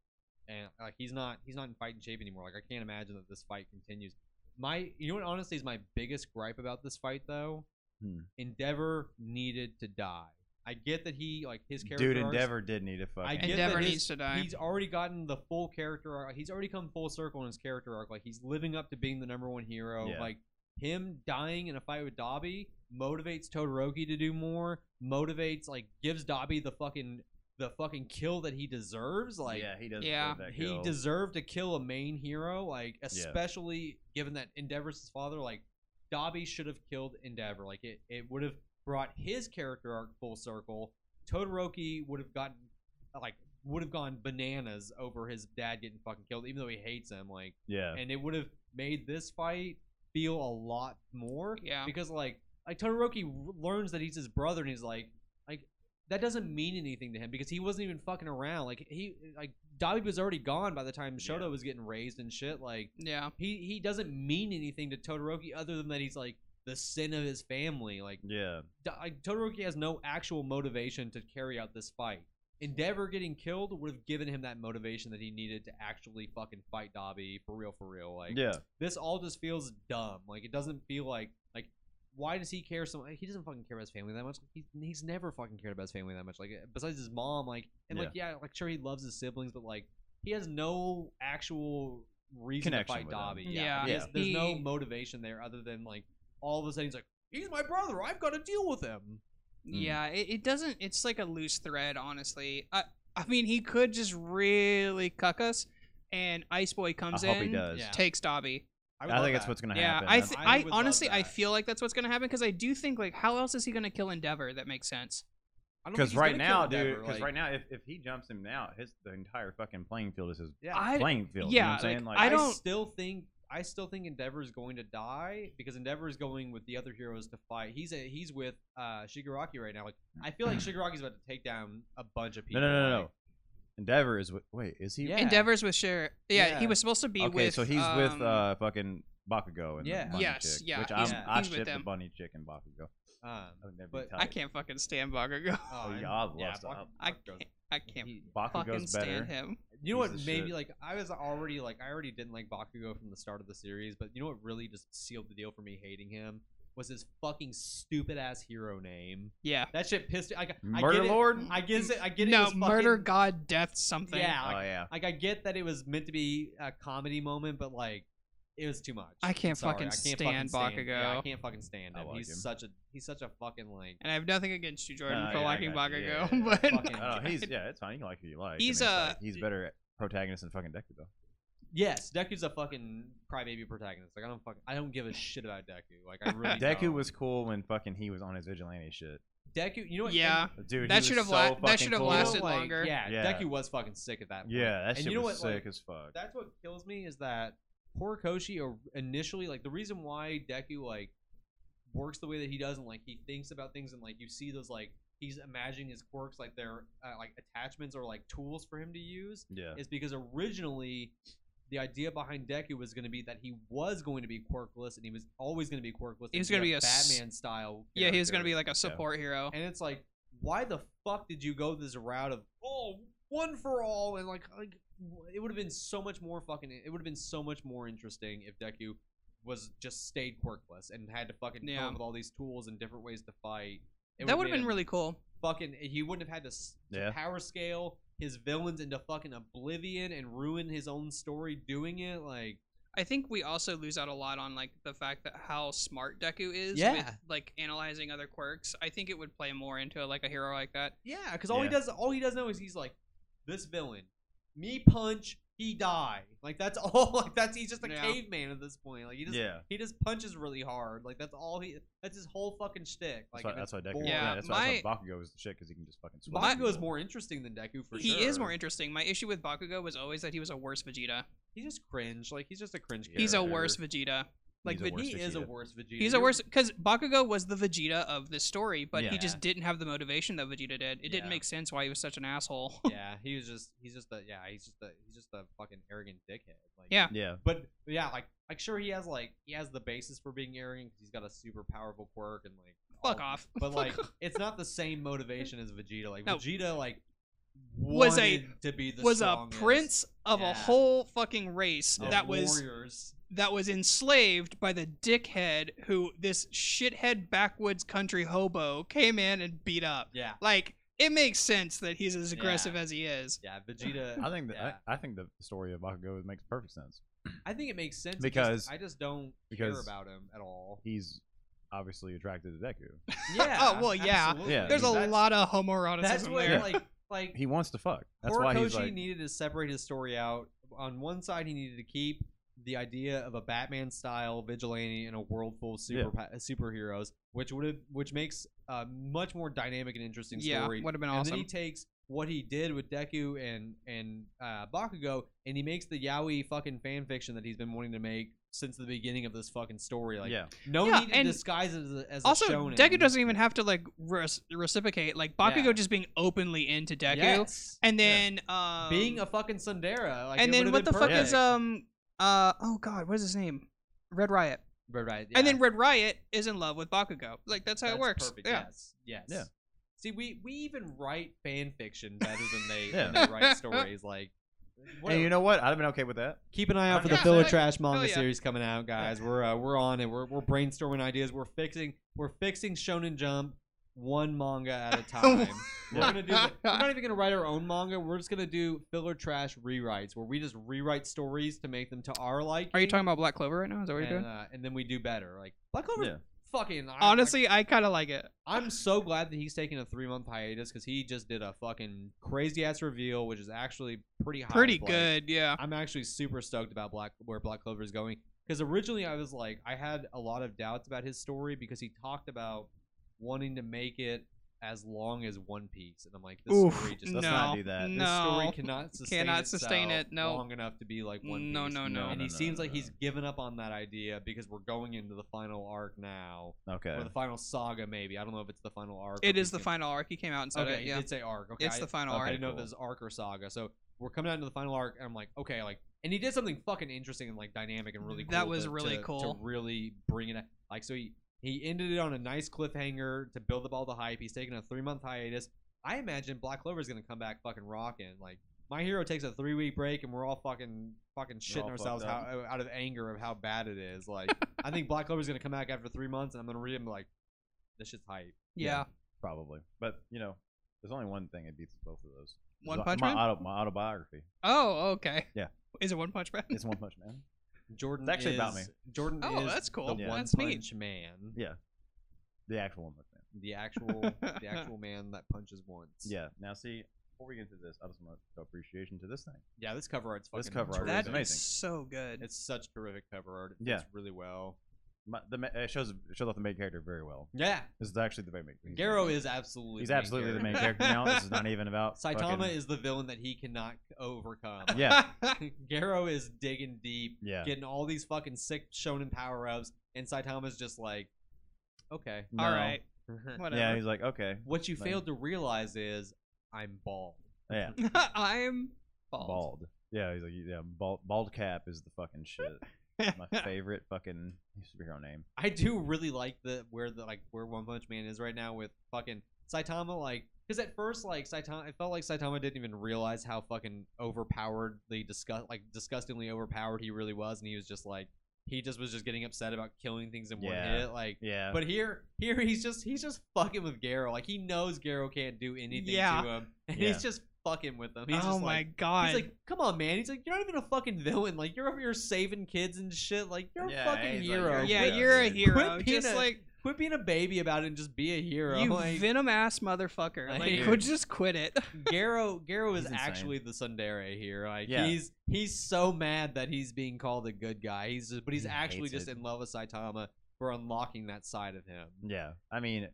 S1: and like he's not he's not in fighting shape anymore. Like I can't imagine that this fight continues. My you know what honestly is my biggest gripe about this fight though.
S2: Hmm.
S1: Endeavor needed to die. I get that he like his character.
S2: Dude,
S1: arcs-
S2: Endeavor did need a
S1: I
S2: fucking.
S1: get
S3: endeavor
S1: that his-
S3: needs to die
S1: He's already gotten the full character arc. He's already come full circle in his character arc. Like he's living up to being the number one hero.
S2: Yeah.
S1: Like him dying in a fight with Dobby motivates Todoroki to do more, motivates like gives Dobby the fucking the fucking kill that he deserves. Like
S2: yeah, he does.
S3: Yeah.
S2: deserve that
S1: he
S2: kill.
S1: deserved to kill a main hero, like especially given that Endeavor's his father. Like Dobby should have killed Endeavor. Like it, it would have brought his character arc full circle. Todoroki would have gotten like would have gone bananas over his dad getting fucking killed, even though he hates him. Like,
S2: Yeah,
S1: and it would have made this fight feel a lot more
S3: Yeah.
S1: because like like Todoroki r- learns that he's his brother and he's like like that doesn't mean anything to him because he wasn't even fucking around like he like Dobby was already gone by the time Shoto
S2: Yeah.
S1: was getting raised and shit like
S3: Yeah.
S1: he he doesn't mean anything to Todoroki other than that he's like the sin of his family like
S2: yeah,
S1: Do- like, Todoroki has no actual motivation to carry out this fight Endeavor getting killed would have given him that motivation that he needed to actually fucking fight Dobby for real for real like
S2: yeah.
S1: this all just feels dumb. Like it doesn't feel like like why does he care so? He doesn't fucking care about his family that much. He, he's never fucking cared about his family that much. Like besides his mom, like and like yeah, like sure he loves his siblings, but like he has no actual reason
S2: Connection
S1: to fight
S2: with them.
S1: Dobby.
S3: Yeah.
S1: He has-
S2: Yeah.
S1: there's no
S3: He-
S1: motivation there other than like all of a sudden he's like he's my brother. I've got to deal with him.
S2: Mm.
S3: Yeah, it, it doesn't. It's like a loose thread, honestly. I I mean, he could just really cuck us, and Ice Boy comes
S2: I hope he
S3: in,
S2: does.
S1: Yeah.
S3: takes Dobby.
S1: I, would
S2: I
S1: love
S2: think that's
S1: that.
S2: what's gonna
S3: Yeah,
S2: happen.
S3: I th-
S1: I
S3: I,
S1: would love
S3: honestly I
S1: that.
S3: feel like that's what's gonna happen because I do think like how else is he gonna kill Endeavor? That makes sense.
S1: I don't think
S2: because
S1: he's
S2: right
S1: gonna
S2: now,
S1: kill
S2: dude.
S1: Endeavor,
S2: Because
S1: like-
S2: right now, if, if he jumps him now, his the entire fucking playing field is his
S1: yeah.
S3: I
S2: playing field.
S3: yeah,
S2: you know what I'm saying? Like,
S3: like, I don't-
S1: still think I still think Endeavor is going to die because Endeavor is going with the other heroes to fight. He's a, he's with uh, Shigaraki right now. Like I feel like Shigaraki's about to take down a bunch of
S2: no,
S1: people.
S2: no, no, no.
S1: like-
S2: no. Endeavor is with. Wait, is he?
S1: Yeah.
S3: Endeavor's with Share. Yeah,
S1: Yeah.
S3: he was supposed to be
S2: okay,
S3: with.
S2: so he's with
S3: um,
S2: uh fucking Bakugo and
S1: Yeah.
S2: the bunny
S3: Yes,
S2: chick,
S3: yeah,
S2: which I'm,
S1: he's-
S2: I
S3: he's with
S2: ship the
S3: them.
S2: bunny chick and Bakugo.
S1: Um,
S2: I would never
S1: But-
S2: be
S3: I
S2: tight.
S3: can't fucking stand Bakugo.
S1: oh,
S2: yeah,
S1: and-
S2: I love
S1: yeah,
S2: stuff.
S1: Bak-
S3: I
S1: Bakugo's-
S3: can't. I can't
S1: he-
S2: Bakugo's
S3: fucking
S2: better.
S3: stand him.
S1: you know what?
S2: He's the
S1: Maybe
S2: shit.
S1: like I was already like I already didn't like Bakugo from the start of the series, but you know what really just sealed the deal for me hating him was his fucking stupid ass hero name.
S3: Yeah.
S1: That shit pissed me. I, I
S2: Murder
S1: get it.
S2: Lord.
S1: I get it. I get it.
S3: no,
S1: was fucking-
S3: murder, god, death, something.
S1: Yeah, like,
S2: oh yeah.
S1: Like I get that it was meant to be a comedy moment, but like it was too much.
S3: I can't
S1: Sorry,
S3: fucking
S1: I can't
S3: stand
S1: fucking
S3: Bakugo.
S1: Yeah, I can't fucking stand
S2: I
S1: him.
S2: like
S1: he's
S2: him.
S1: such a he's such a fucking like
S3: And I have nothing against you, Jordan,
S2: No,
S3: for
S2: yeah, I
S3: liking
S2: got you. Yeah,
S3: Bakugo,
S2: yeah, yeah.
S3: but
S1: Fucking-
S2: I don't know. Oh, He's
S3: God.
S2: yeah. It's fine. You can like who you like. I
S3: He's,
S2: mean, it's
S3: uh,
S2: like, he's better at protagonist than fucking Deku though.
S1: yes. Deku's a fucking crybaby protagonist. Like I don't fucking I don't give a shit about Deku. Like I really
S2: Deku
S1: don't.
S2: was cool when fucking he was on his vigilante shit.
S1: Deku. You know what?
S3: yeah.
S2: Dude,
S3: That
S2: he
S3: should
S2: was
S3: have la-
S2: so
S3: that
S2: fucking
S3: should have
S1: and, you know,
S2: cool.
S3: lasted
S1: like,
S3: longer.
S1: Yeah,
S2: Yeah.
S1: Deku was fucking sick at that. Point.
S2: Yeah, that
S1: And
S2: shit
S1: you know
S2: was
S1: what, like,
S2: sick as fuck.
S1: that's what kills me is that poor Koshi or- initially like the reason why Deku like works the way that he does and like he thinks about things and like you see those like he's imagining his quirks like they're uh, like attachments or like tools for him to use
S2: yeah.
S1: is because originally the idea behind Deku was going to be that he was going to be quirkless and he was always going to be quirkless.
S3: He
S1: and
S3: was gonna be a s-
S1: Batman style.
S3: Yeah, he was gonna
S1: character.
S3: be like a support hero.
S1: And it's like, why the fuck did you go this route of oh one for all and like like it would have been so much more fucking it would have been so much more interesting if Deku was just stayed quirkless and had to fucking come
S3: Yeah.
S1: up with all these tools and different ways to fight. It would've
S3: that would have been
S1: made
S3: really cool.
S1: a fucking. He wouldn't have had to, s- to
S2: Yeah.
S1: power scale his villains into fucking oblivion and ruin his own story doing it. Like
S3: I think we also lose out a lot on like the fact that how smart Deku is with
S1: Yeah.
S3: like analyzing other quirks. I think it would play more into like a hero like that.
S1: yeah, because all he
S2: Yeah.
S1: does all he does know is he's like this villain. Me punch, he die. Like that's all. Like that's he's just a
S3: Yeah.
S1: caveman at this point. Like he just
S2: yeah.
S1: He just punches really hard. Like that's all he. That's his whole fucking shtick. Like
S2: that's why,
S1: and
S2: that's
S1: it's
S2: why Deku.
S1: boring.
S2: Yeah,
S3: Yeah,
S2: that's why, that's
S3: my-
S2: why Bakugo is the shit because he can just fucking. swing
S1: Bakugo is
S2: people.
S1: more interesting than Deku for
S3: he
S1: sure.
S3: is more interesting. My issue with Bakugo was always that he was a worse Vegeta.
S1: He's just cringe. Like he's just a cringe.
S2: Yeah,
S3: he's a
S2: fair.
S1: character.
S3: worse Vegeta. Like
S2: He's a
S3: Ve-
S2: worse
S1: He is a
S2: Vegeta.
S1: worse Vegeta.
S3: He's a
S1: You're-
S3: worse because Bakugo was the Vegeta of this story, but
S2: Yeah.
S3: he just didn't have the motivation that Vegeta did. It
S1: Yeah.
S3: didn't make sense why he was such an asshole.
S1: yeah, he was just. He's just a. Yeah, he's just a. He's just a fucking arrogant dickhead. Like,
S3: Yeah.
S2: Yeah.
S1: But yeah, like like sure he has like he has the basis for being arrogant because he's got a super powerful quirk and like
S3: Fuck
S1: all-
S3: off.
S1: But like it's not the same motivation as Vegeta. Like
S3: No.
S1: Vegeta like
S3: Was a-
S1: wanted to be the
S3: was
S1: strongest.
S3: a prince of
S1: Yeah.
S3: a whole fucking race
S1: of
S3: that was
S1: warriors.
S3: that was enslaved by the dickhead who this shithead backwoods country hobo came in and beat up.
S1: Yeah.
S3: Like it makes sense that he's as aggressive
S1: Yeah.
S3: as he is.
S1: Yeah, Vegeta.
S2: I think the,
S1: yeah.
S2: I, I think the story of Bakugo makes perfect sense.
S1: I think it makes sense
S2: Because-
S1: I just don't care
S2: because-
S1: about him at all.
S2: He's obviously attracted to Deku.
S1: Yeah.
S3: Oh, well, yeah.
S1: absolutely.
S2: Yeah, I
S3: There's
S2: mean,
S3: a
S1: That's-
S3: lot of
S1: That's
S3: homoeroticism
S1: what
S3: there.
S1: like like
S2: He wants to fuck. That's
S1: Horikoshi
S2: why he's like.
S1: needed to separate his story out. On one side, he needed to keep the idea of a Batman style vigilante in a world full of super superheroes, which would have which makes a much more dynamic and interesting
S3: yeah,
S1: story.
S3: would have been
S1: and then he
S3: awesome.
S1: takes what he did with Deku and and uh, Bakugo, and he makes the yaoi fucking fan fiction that he's been wanting to make since the beginning of this fucking story. Like,
S2: yeah,
S1: no
S3: Yeah,
S1: need to
S3: and
S1: disguise it as a, as
S3: Also,
S1: a shonen.
S3: Deku doesn't even have to like res- reciprocate. Like Bakugo
S1: Yeah.
S3: just being openly into Deku,
S1: Yes.
S3: and then um,
S1: being a fucking Sundera. Like,
S3: and
S1: it would've
S3: then what the
S1: been
S3: fuck is
S1: perfect.
S3: um uh oh god what is his name Red Riot
S1: Right, right,
S3: and
S1: yeah.
S3: then Red Riot is in love with Bakugo like that's how it
S1: That's
S3: works
S1: Perfect.
S3: yeah
S1: Yes. Yes.
S2: Yeah.
S1: See, we we even write fan fiction better than they,
S2: Yeah.
S1: than they write stories. Like,
S2: and you know what? I'd have been okay with that.
S1: keep an eye out for the
S3: Yeah,
S1: filler
S3: like-
S1: trash manga
S3: yeah.
S1: series coming out, guys. We're uh, we're on it. We're we're brainstorming ideas. We're fixing we're fixing Shonen Jump one manga at a time. we're gonna do. the- We're not even gonna write our own manga. We're just gonna do filler trash rewrites where we just rewrite stories to make them to our liking.
S3: are you talking about Black Clover right now is that what
S1: And,
S3: you're doing
S1: Uh, and then we do better. Like Black Clover,
S2: Yeah.
S1: fucking I- I
S3: honestly I kind of like it
S1: I'm so glad that he's taking a three month hiatus because he just did a fucking crazy ass reveal, which is actually pretty high
S3: pretty
S1: play.
S3: good yeah
S1: I'm actually super stoked about Black where Black Clover is going because originally I was like I had a lot of doubts about his story because he talked about wanting to make it as long as One Piece, and I'm like, this
S3: Oof,
S1: story just
S2: Let's
S3: no
S1: doesn't.
S2: not do that.
S1: This
S3: no
S1: story cannot sustain
S3: Cannot sustain
S1: itself
S3: it, no.
S1: long enough to be like One
S3: no
S1: Piece.
S3: no
S2: No,
S3: no
S1: And
S2: no.
S1: he seems like he's given up on that idea because we're going into the final arc now
S2: Okay.
S1: or the final saga, maybe. I don't know if it's the final arc. or
S3: it
S1: if
S3: is
S1: he's
S3: the
S1: gonna-
S3: final arc he came out and said
S1: Okay,
S3: it
S1: he
S3: yeah
S1: did say arc. Okay,
S3: it's
S1: I-
S3: the final
S1: I
S3: arc
S1: didn't know if
S2: cool.
S1: there's arc or saga. So we're coming out into the final arc, and I'm like, okay, like, and he did something fucking interesting and like dynamic and really cool.
S3: That was
S1: to-
S3: really
S1: to-
S3: cool.
S1: to really bring it. Like, so he he ended it on a nice cliffhanger to build up all the hype. He's taking a three month hiatus. I imagine Black Clover is gonna come back fucking rocking. Like, my hero takes a three week break, and we're all fucking fucking
S2: We're
S1: shitting
S2: all
S1: ourselves
S2: fucked up.
S1: how, out of anger of how bad it is. Like, I think Black Clover is gonna come back after three months, and I'm gonna read him like, this shit's hype.
S3: yeah
S2: probably. But you know, there's only one thing that beats both of those.
S3: One
S2: My-
S3: Punch
S2: my
S3: Man?
S2: Auto, my autobiography.
S3: oh okay
S2: Yeah.
S3: is it One Punch Man
S2: It's One Punch Man.
S1: Jordan
S2: It's actually
S1: is,
S2: about
S1: Jordan
S3: Oh,
S1: is
S3: that's cool.
S1: the
S2: Yeah.
S1: One
S3: That's neat.
S1: Punch Man.
S2: Yeah. The actual One Punch Man.
S1: The actual the actual man that punches once.
S2: Yeah. Now see, before we get into this, I just want to show appreciation to this thing.
S1: Yeah, this cover art's fucking
S2: This cover art is
S1: terrific.
S3: that
S2: amazing.
S3: is so good
S1: It's such terrific cover art. It
S2: Yeah.
S1: fits really well.
S2: My, the ma- it shows it shows off the main character very well.
S1: Yeah.
S2: This is actually the main. he's-
S1: Garo is absolutely
S2: He's
S1: the main
S2: absolutely the main
S1: character.
S2: character now. This is not even about
S1: Saitama
S2: fucking-
S1: is the villain that he cannot overcome.
S2: Yeah.
S1: Garo is digging deep,
S2: Yeah.
S1: getting all these fucking sick shonen power ups, and Saitama's just like, okay.
S2: No.
S3: all right whatever
S2: Yeah. He's like, okay.
S1: what you
S2: Like-
S1: failed to realize is I'm bald.
S2: Yeah.
S3: I'm bald.
S2: Bald. Yeah. He's like, yeah. Bald. Bald cap is the fucking shit. My favorite fucking superhero name.
S1: I do really like the where the like where One Punch Man is right now with fucking Saitama like because at first like Saitama it felt like Saitama didn't even realize how fucking overpoweredly disgust like disgustingly overpowered he really was and he was just like he just was just getting upset about killing things in one
S2: Yeah.
S1: hit like
S2: Yeah.
S1: but here here he's just he's just fucking with Garo like he knows Garo can't do anything
S3: Yeah.
S1: to him and
S2: Yeah.
S1: he's just fucking with him he's
S3: oh
S1: just
S3: my
S1: like
S3: god.
S1: He's like, come on, man. He's like, you're not even a fucking villain. Like, you're over here saving kids and shit. Like, you're
S2: Yeah,
S1: a fucking
S2: he's like,
S1: hero.
S2: "You're
S3: yeah,
S2: Yeah,
S3: you're a
S2: dude.
S3: hero.
S1: Quit being
S3: Just
S1: a
S3: like
S1: Quit being a baby about it and just be a hero.
S3: you
S1: like,
S3: venom ass motherfucker.
S1: Like,
S3: Like,
S1: dude.
S3: could just quit it.
S1: Garo, Garo is
S2: He's insane.
S1: actually the Sundere here. Like,
S2: Yeah.
S1: he's he's so mad that he's being called a good guy. He's just, but he's
S2: He
S1: actually
S2: hates
S1: just
S2: it.
S1: in love with Saitama for unlocking that side of him.
S2: Yeah, I mean,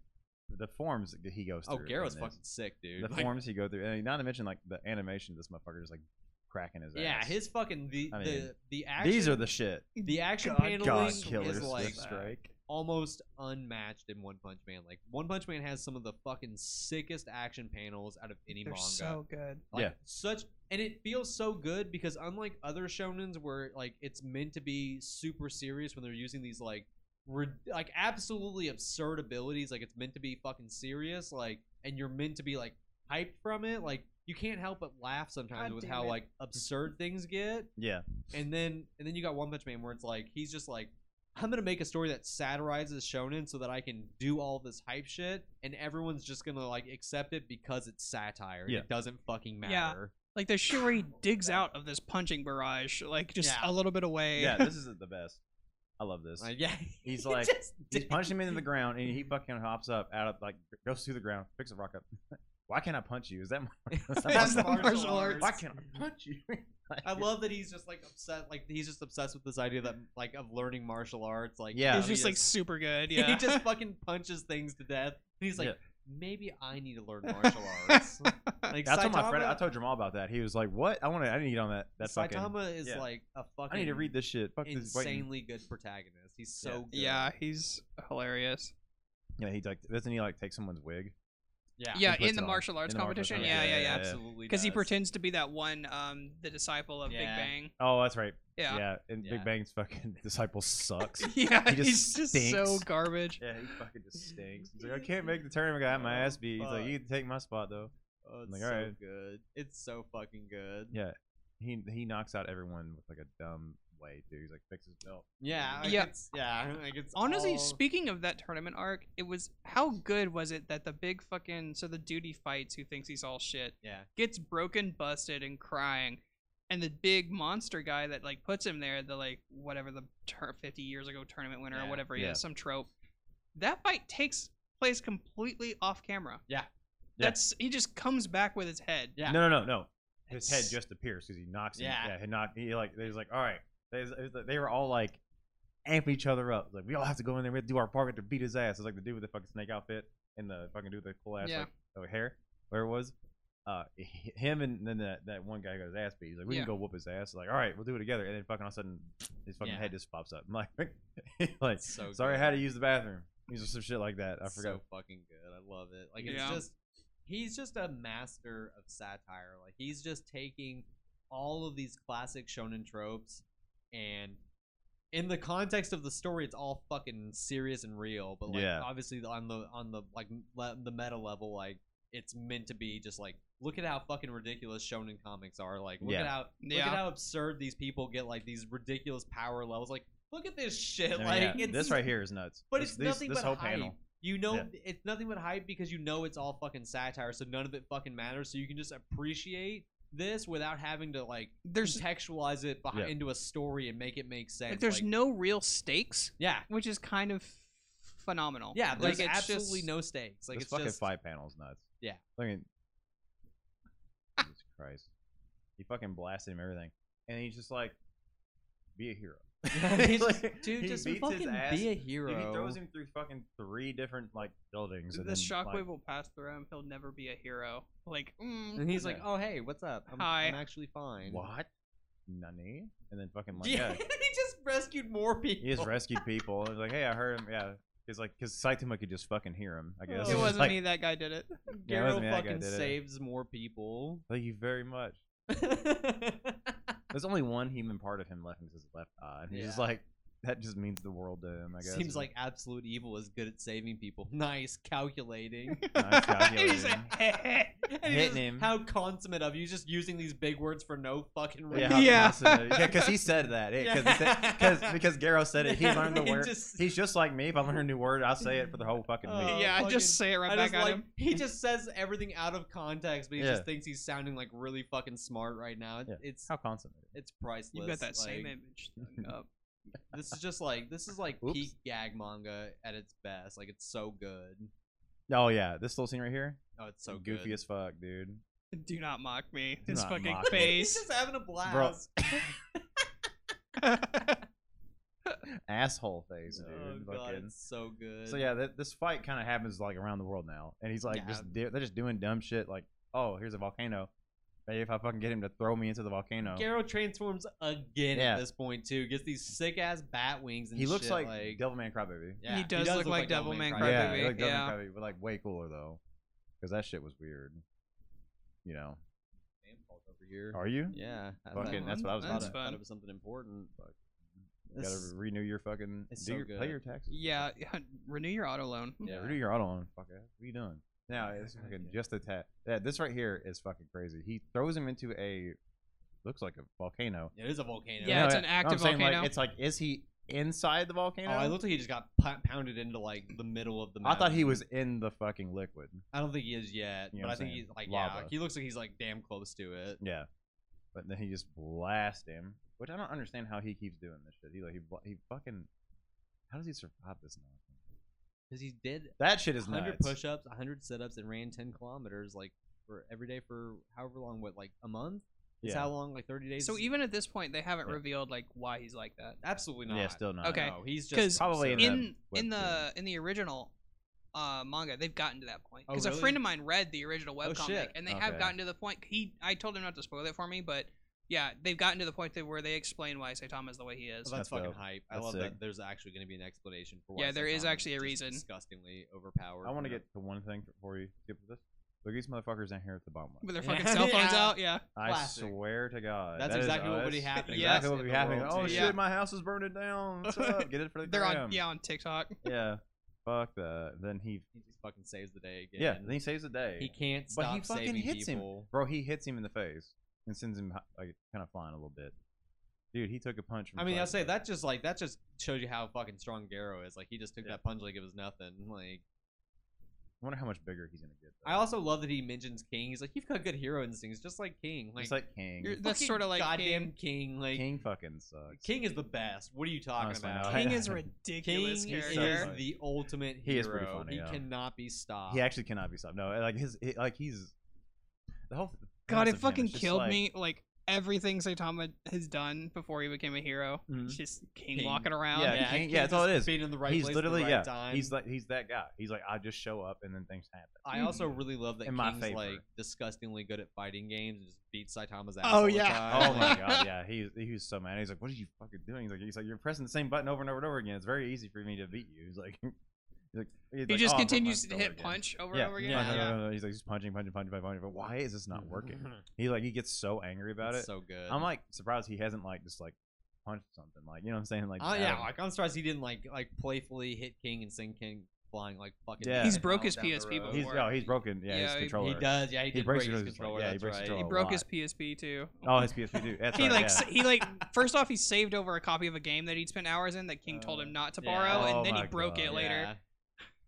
S2: the forms that he goes
S1: Oh,
S2: through. in
S1: Garo's
S2: this-
S1: fucking sick, dude.
S2: The
S1: Like,
S2: forms he go through, and not to mention like the animation. This motherfucker is like cracking his
S1: yeah,
S2: ass.
S1: his fucking the
S2: I
S1: the
S2: mean,
S1: the action.
S2: these are the shit.
S1: the action
S3: God,
S1: paneling
S2: God
S1: is
S2: killers. with
S1: like
S2: strike.
S1: almost unmatched in One Punch Man. Like One Punch Man has some of the fucking sickest action panels out of any
S3: They're
S1: manga.
S3: so good.
S1: Like,
S2: Yeah.
S1: Such and it feels so good because unlike other shonens where like it's meant to be super serious when they're using these like rid- like absolutely absurd abilities like it's meant to be fucking serious like and you're meant to be like hyped from it like you can't help but laugh sometimes
S3: God
S1: with
S3: damn
S1: how
S3: it.
S1: like absurd things get
S2: Yeah,
S1: and then and then you got One Punch Man where it's like he's just like I'm gonna make a story that satirizes shonen so that I can do all this hype shit, and everyone's just gonna like accept it because it's satire. and
S2: Yeah.
S1: It doesn't fucking
S3: Yeah.
S1: matter.
S3: Like the shit where he digs out of this punching barrage, like just
S1: Yeah.
S3: a little bit away.
S2: Yeah, this is the best. I love this.
S1: Like, yeah.
S2: He's
S1: he
S2: like-
S1: just
S2: He's
S1: did.
S2: punching him into the ground, and he fucking hops up out of like goes through the ground, picks a rock up. Why can't I punch you? Is that my
S1: That's the
S3: martial
S1: martial arts.
S3: arts.
S2: Why can't I punch you? Like,
S1: I love that he's just like upset. Like he's just obsessed with this idea that like of learning martial arts. Like
S2: Yeah.
S3: He's
S1: he
S3: just like
S1: is-
S3: super good. Yeah.
S1: he just fucking punches things to death. And he's like,
S2: Yeah.
S1: maybe I need to learn martial arts. like
S2: I told my friend. I
S1: Saitama-
S2: told Jamal about that. He was like, "What? I want to. I need to get on that. That fucking.
S1: Saitama is
S2: yeah.
S1: like a fucking.
S2: I need to read this shit. Fuck this. wait."
S1: Insanely good protagonist. He's so good.
S3: yeah, he's hilarious.
S2: Yeah, he like doesn't he like take someone's wig?
S1: Yeah.
S3: Yeah,
S2: puts
S3: in the
S2: it on.
S3: martial arts
S2: In the martial
S3: competition.
S2: arts
S3: yeah, yeah,
S2: competition.
S3: yeah.
S2: yeah.
S1: Absolutely.
S3: Because he
S1: does.
S3: pretends to be that one, um, the disciple of
S1: Yeah.
S3: Big Bang.
S2: Oh, that's right.
S3: Yeah.
S2: Yeah, and
S1: Yeah.
S2: Big Bang's fucking disciple sucks.
S3: Yeah,
S2: He just
S3: he's just so
S2: stinks.
S3: garbage.
S2: yeah, he fucking just stinks. He's like, I can't make the tournament. I got my ass beat. He's like, you can take my spot though.
S1: Oh, it's
S2: Like,
S1: so
S2: alright.
S1: good. It's so fucking good.
S2: Yeah, he he knocks out everyone with like a dumb way too. He's like, fix his belt.
S1: Yeah. Like
S3: Yeah.
S1: It's, yeah. Like it's
S3: Honestly,
S1: all-
S3: speaking of that tournament arc, it was how good was it that the big fucking so the duty fights who thinks he's all shit
S1: Yeah.
S3: gets broken, busted, and crying, and the big monster guy that like puts him there, the like whatever the tur- fifty years ago tournament winner
S1: Yeah,
S3: or whatever he
S2: yeah.
S3: is, some trope. That fight takes place completely off camera.
S1: Yeah.
S2: Yeah.
S3: That's he just comes back with his head.
S1: Yeah.
S2: No, no, no, no. His head
S3: It's-
S2: just appears because he knocks. Him.
S1: Yeah.
S2: Yeah, he knocked. He like they was like, all right. They, was- it was- they were all like, amping each other up. Like we all have to go in there. We have to do our part. We have to beat his ass. It's like the dude with the fucking snake outfit and the fucking dude with the cool ass
S3: Yeah.
S2: like oh, hair. Where it was, uh, h- him and then that, that one guy got his ass beat. He's like, we
S3: Yeah.
S2: can go whoop his ass. Like, all right, we'll do it together. And then fucking all of a sudden, his fucking
S1: Yeah.
S2: head just pops up. I'm like, like
S1: It's so
S2: sorry,
S1: good.
S2: I had to use the bathroom. Use some shit like that. I
S1: It's
S2: forgot.
S1: So fucking good. I love it. Like it's
S3: Yeah.
S1: just he's just a master of satire. Like he's just taking all of these classic shonen tropes and in the context of the story it's all fucking serious and real, but like
S2: Yeah.
S1: obviously on the on the like le- the meta level like it's meant to be just like look at how fucking ridiculous shonen comics are. Like look at
S2: Yeah.
S1: how
S3: Yeah.
S1: look at how absurd these people get like these ridiculous power levels. Like look at this shit.
S2: I mean,
S1: like
S2: yeah,
S1: it's
S2: this right here is nuts.
S1: but
S2: This-
S1: it's
S2: these-
S1: nothing
S2: this
S1: but
S2: whole
S1: hype.
S2: panel.
S1: You know,
S2: Yeah.
S1: it's nothing but hype because you know it's all fucking satire, so none of it fucking matters. So you can just appreciate this without having to like
S3: There's
S1: contextualize it behi-
S2: Yeah.
S1: into a story and make it make sense.
S3: like there's
S1: Like,
S3: no real stakes,
S1: yeah,
S3: which is kind of phenomenal.
S1: yeah.
S3: like
S1: There's
S3: it's
S1: absolutely
S3: just,
S1: no stakes. Like
S2: this
S1: it's
S2: fucking
S1: just
S2: five panels nuts.
S1: Yeah.
S2: I mean, Jesus Christ, he fucking blasted him everything, and he's just like, be a hero.
S1: He's just-
S2: Like,
S1: dude,
S2: he
S1: just
S2: beats his
S1: fucking
S2: ass.
S1: be a
S2: Dude,
S1: hero.
S2: he throws him through fucking three different like buildings.
S3: The
S2: and then,
S3: shockwave
S2: like,
S3: will pass through him. He'll never be a hero. Like,
S1: and
S3: mm,
S1: he's like,
S2: Yeah.
S1: "Oh hey, what's up? I'm,
S3: Hi.
S1: I'm actually fine."
S2: What? Nani? And then fucking like,
S1: yeah,
S2: yeah,
S1: he just rescued more people.
S2: he just rescued people. He's like, hey, I heard him. Yeah, he's like, because Saitama could just fucking hear him. I guess
S1: It
S3: it
S2: He's
S3: wasn't
S2: like,
S3: me. That guy did it.
S2: Yeah, it
S1: Gero
S2: wasn't me, that guy
S1: fucking
S2: did it.
S1: saves more people.
S2: Thank you very much. There's only one human part of him left, and it's his left eye. And he's just
S1: Yeah.
S2: like, that just means the world to him, I guess.
S1: Seems like absolute evil is good at saving people. Nice calculating.
S2: Nice
S3: He's
S2: calculating.
S3: like, "Eh."
S1: And he's
S2: Hitting
S1: just-
S2: him.
S1: How consummate of you, just using these big words for no fucking
S2: yeah,
S1: reason.
S2: how
S3: Yeah.
S2: fascinating. yeah, because he said that. Yeah, 'cause he said- 'cause- because Garo said it. He learned the
S1: He
S2: word.
S1: just-
S2: He's just like me. If I learn a new word, I'll say it for the whole fucking week.
S1: Oh,
S3: yeah, I
S1: fucking-
S3: just say it right
S1: I
S3: back
S1: just
S3: at
S1: like,
S3: him.
S1: he just says everything out of context, but he
S2: Yeah.
S1: just thinks he's sounding like really fucking smart right now. It-
S2: Yeah.
S1: It's
S2: How consummated.
S1: it's priceless.
S3: You got that same
S1: Like,
S3: image. thing up.
S1: This is just like this is like
S2: Oops.
S1: peak gag manga at its best. Like it's so good.
S2: Oh, yeah. This little scene right here.
S1: Oh, it's so
S2: goofy
S1: good.
S2: as fuck, dude.
S3: Do not mock me.
S2: Do
S3: His
S2: not
S3: fucking
S2: mock me.
S1: He's
S3: face.
S1: just having a blast.
S2: Asshole face, dude.
S1: oh god,
S2: fucking.
S1: it's so good.
S2: So yeah, th- this fight kind of happens like around the world now, and he's like
S1: Yeah.
S2: just do- they're just doing dumb shit like, oh, here's a volcano. Maybe if I fucking get him to throw me into the volcano,
S1: Garo transforms again
S2: Yeah.
S1: at this point too. Gets these sick ass bat wings and
S2: he looks
S1: shit,
S2: like,
S1: like
S2: Devilman Crybaby.
S1: Yeah,
S3: He does look like Devilman
S2: Yeah,
S3: Crybaby,
S2: he looked Devilman
S3: yeah.
S2: Crybaby, but like way cooler though, because that shit was weird. You know?
S1: over here.
S2: Are you?
S1: Yeah, I
S2: Fucking-
S1: thought-
S2: that's what I was
S1: I thought
S2: about to-
S1: it-
S3: That's
S1: thought
S3: fun.
S1: it was something important. But
S2: You gotta
S1: this,
S2: renew your fucking do
S1: it's so
S2: your
S1: good.
S2: pay your taxes.
S3: Yeah, yeah, renew your auto loan.
S1: yeah.
S2: Yeah, renew your auto loan. Fuck ass. What are you doing? Now it's fucking just a tat. Yeah, this right here is fucking crazy. He throws him into a looks like a volcano.
S1: it is a volcano.
S3: Yeah,
S2: No,
S3: it's
S2: yeah.
S3: an
S2: No,
S3: active
S2: I'm saying, like,
S3: volcano.
S2: it's like, is he inside the volcano?
S1: Oh, it looked like he just got p- pounded into like the middle of the.
S2: I
S1: Mountain.
S2: thought he was in the fucking liquid.
S1: I don't think he is yet,
S2: You know
S1: but
S2: what
S1: I
S2: I'm
S1: think
S2: saying?
S1: he's like yeah.
S2: Lava.
S1: He looks like he's like damn close to it.
S2: Yeah, but then he just blasted him, which I don't understand how he keeps doing this shit. He like he, bla- he fucking how does he survive this? Nonsense?
S1: Because he did
S2: That shit is
S1: 100
S2: nuts.
S1: push-ups, 100 sit-ups, and ran 10 kilometers like for every day for however long. What like a month? Is
S2: Yeah.
S1: how long? Like 30 days?
S3: So even at this point, they haven't
S2: Yeah.
S3: revealed like why he's like that.
S1: absolutely not.
S2: yeah, still not.
S3: Okay.
S1: No, he's
S3: 'Cause
S1: just
S2: Probably
S1: absurd.
S2: that
S3: in in the
S2: webtoon.
S3: in the original uh, manga, they've gotten to that point
S1: Oh,
S3: because
S1: really?
S3: a friend of mine read the original
S1: Oh,
S3: webcomic
S1: shit.
S3: and they have
S2: Okay.
S3: gotten to the point. He I told him not to spoil it for me, but yeah, they've gotten to the point that where they explain why Saitama's the way he
S1: Oh,
S3: is.
S1: that's
S2: That's
S1: fucking
S2: dope.
S1: hype. I
S2: That's
S1: love
S2: sick.
S1: that. There's actually going to be an explanation for. Why
S3: Yeah, there is
S1: Saitama
S3: actually a
S1: just
S3: reason.
S1: Disgustingly overpowered.
S2: I want to
S1: for no-
S2: get to one thing before you skip this. Look, these motherfuckers in here at the bottom. left.
S3: With their
S1: Yeah.
S3: fucking cell phones
S1: Yeah.
S3: out, yeah.
S2: I
S1: Classic.
S2: swear to God,
S1: That's
S2: that is-
S1: exactly
S2: oh,
S1: what would
S2: that's
S1: happen.
S2: Exactly what
S1: Yes.
S2: would be happening.
S1: In the
S2: Oh
S1: world,
S2: shit,
S3: too.
S2: my house is burning down. What's up? Get it for the
S3: They're on
S2: gram.
S3: yeah on TikTok.
S2: Yeah. Fuck that. Then he.
S1: He just fucking saves the day again.
S2: Yeah. Then he saves the day.
S1: He can't
S2: But
S1: stop
S2: he fucking
S1: saving
S2: hits him.
S1: people.
S2: Bro, he hits him in the face and sends him hi- like kind of flying a little bit. Dude, he took a punch. From
S1: I mean, I'll say
S2: Cyborg.
S1: that just like that just shows you how fucking strong Garo is. Like he just took
S2: Yeah.
S1: that punch like it was nothing. Like
S2: I wonder how much bigger he's gonna get. though.
S1: I also love that he mentions King. He's like, you've got good hero instincts, just like King. Like,
S2: It's like King.
S3: You're- That's
S1: fucking
S3: sorta like
S1: goddamn King. Like King,
S2: King fucking sucks.
S1: is the best. What are you talking
S2: Honestly,
S1: about?
S2: no.
S3: King is
S2: King
S1: Oh, King
S3: ridiculous
S1: is
S3: character.
S2: funny.
S1: the ultimate hero.
S2: He is pretty funny,
S1: he
S2: yeah.
S1: cannot be stopped.
S2: He actually cannot be stopped. No, like his, he- like he's the whole.
S3: God,
S2: premise
S3: it
S2: of him
S3: fucking
S2: is just
S3: killed
S2: like-
S3: me. Like everything Saitama has done before he became a hero,
S1: Mhm.
S3: it's just King,
S1: King.
S3: walking around.
S2: Yeah, King- yeah, that's all it
S1: just
S2: is.
S1: Being in the right
S2: he's
S1: place at the
S2: literally
S1: right
S2: yeah.
S1: time.
S2: He's like he's that guy. He's like I just show up and then things happen.
S1: I also really love that
S2: In my
S1: King's
S2: favor.
S1: like disgustingly good at fighting games and just beats Saitama's ass.
S3: Oh,
S1: all the
S3: yeah.
S1: time.
S2: Oh my god, yeah, he was- he was so mad. He's like, "What are you fucking doing?" He's like, "He's like, you're pressing the same button over and over and over again. It's very easy for me to beat you." He's like, he's like he's
S3: He
S2: like,
S3: just
S2: "Oh, I broke my
S3: continues to
S2: controller
S3: hit
S2: again."
S3: punch over
S2: yeah,
S3: and over again.
S2: punch,
S1: Yeah.
S2: over and over. He's like, just punching, punching, punching, punching, punching. But why is this not working? He like he gets so angry about
S1: It's
S2: it.
S1: So good.
S2: I'm like surprised he hasn't like just like punched something. Like you know what I'm saying? Like
S1: Oh
S2: just out
S1: yeah,
S2: of-
S1: like I'm surprised he didn't like like playfully hit King and send King flying like fucking.
S2: Yeah.
S1: 10
S2: He's
S3: broke
S1: miles
S3: his
S1: down the
S3: PSP
S1: road.
S2: he's
S3: before.
S2: oh he's broken. Yeah,
S3: Yeah,
S2: his
S3: he- he
S2: controller.
S1: He does, yeah. He, did
S2: breaks
S1: break
S2: his
S1: his controller.
S2: controller. Yeah, he
S1: that's
S2: breaks his
S1: right.
S3: He
S2: controller.
S3: broke
S2: lot.
S3: his PSP too.
S2: Oh, his PSP too. That's
S3: he
S2: right,
S3: like
S2: yeah.
S3: sa- he like first off he saved over a copy of a game that he'd spent hours in that King told him not to
S1: Uh, Yeah.
S3: borrow,
S2: Oh
S3: and then he
S2: my
S3: broke
S2: God.
S3: it later.
S1: Yeah.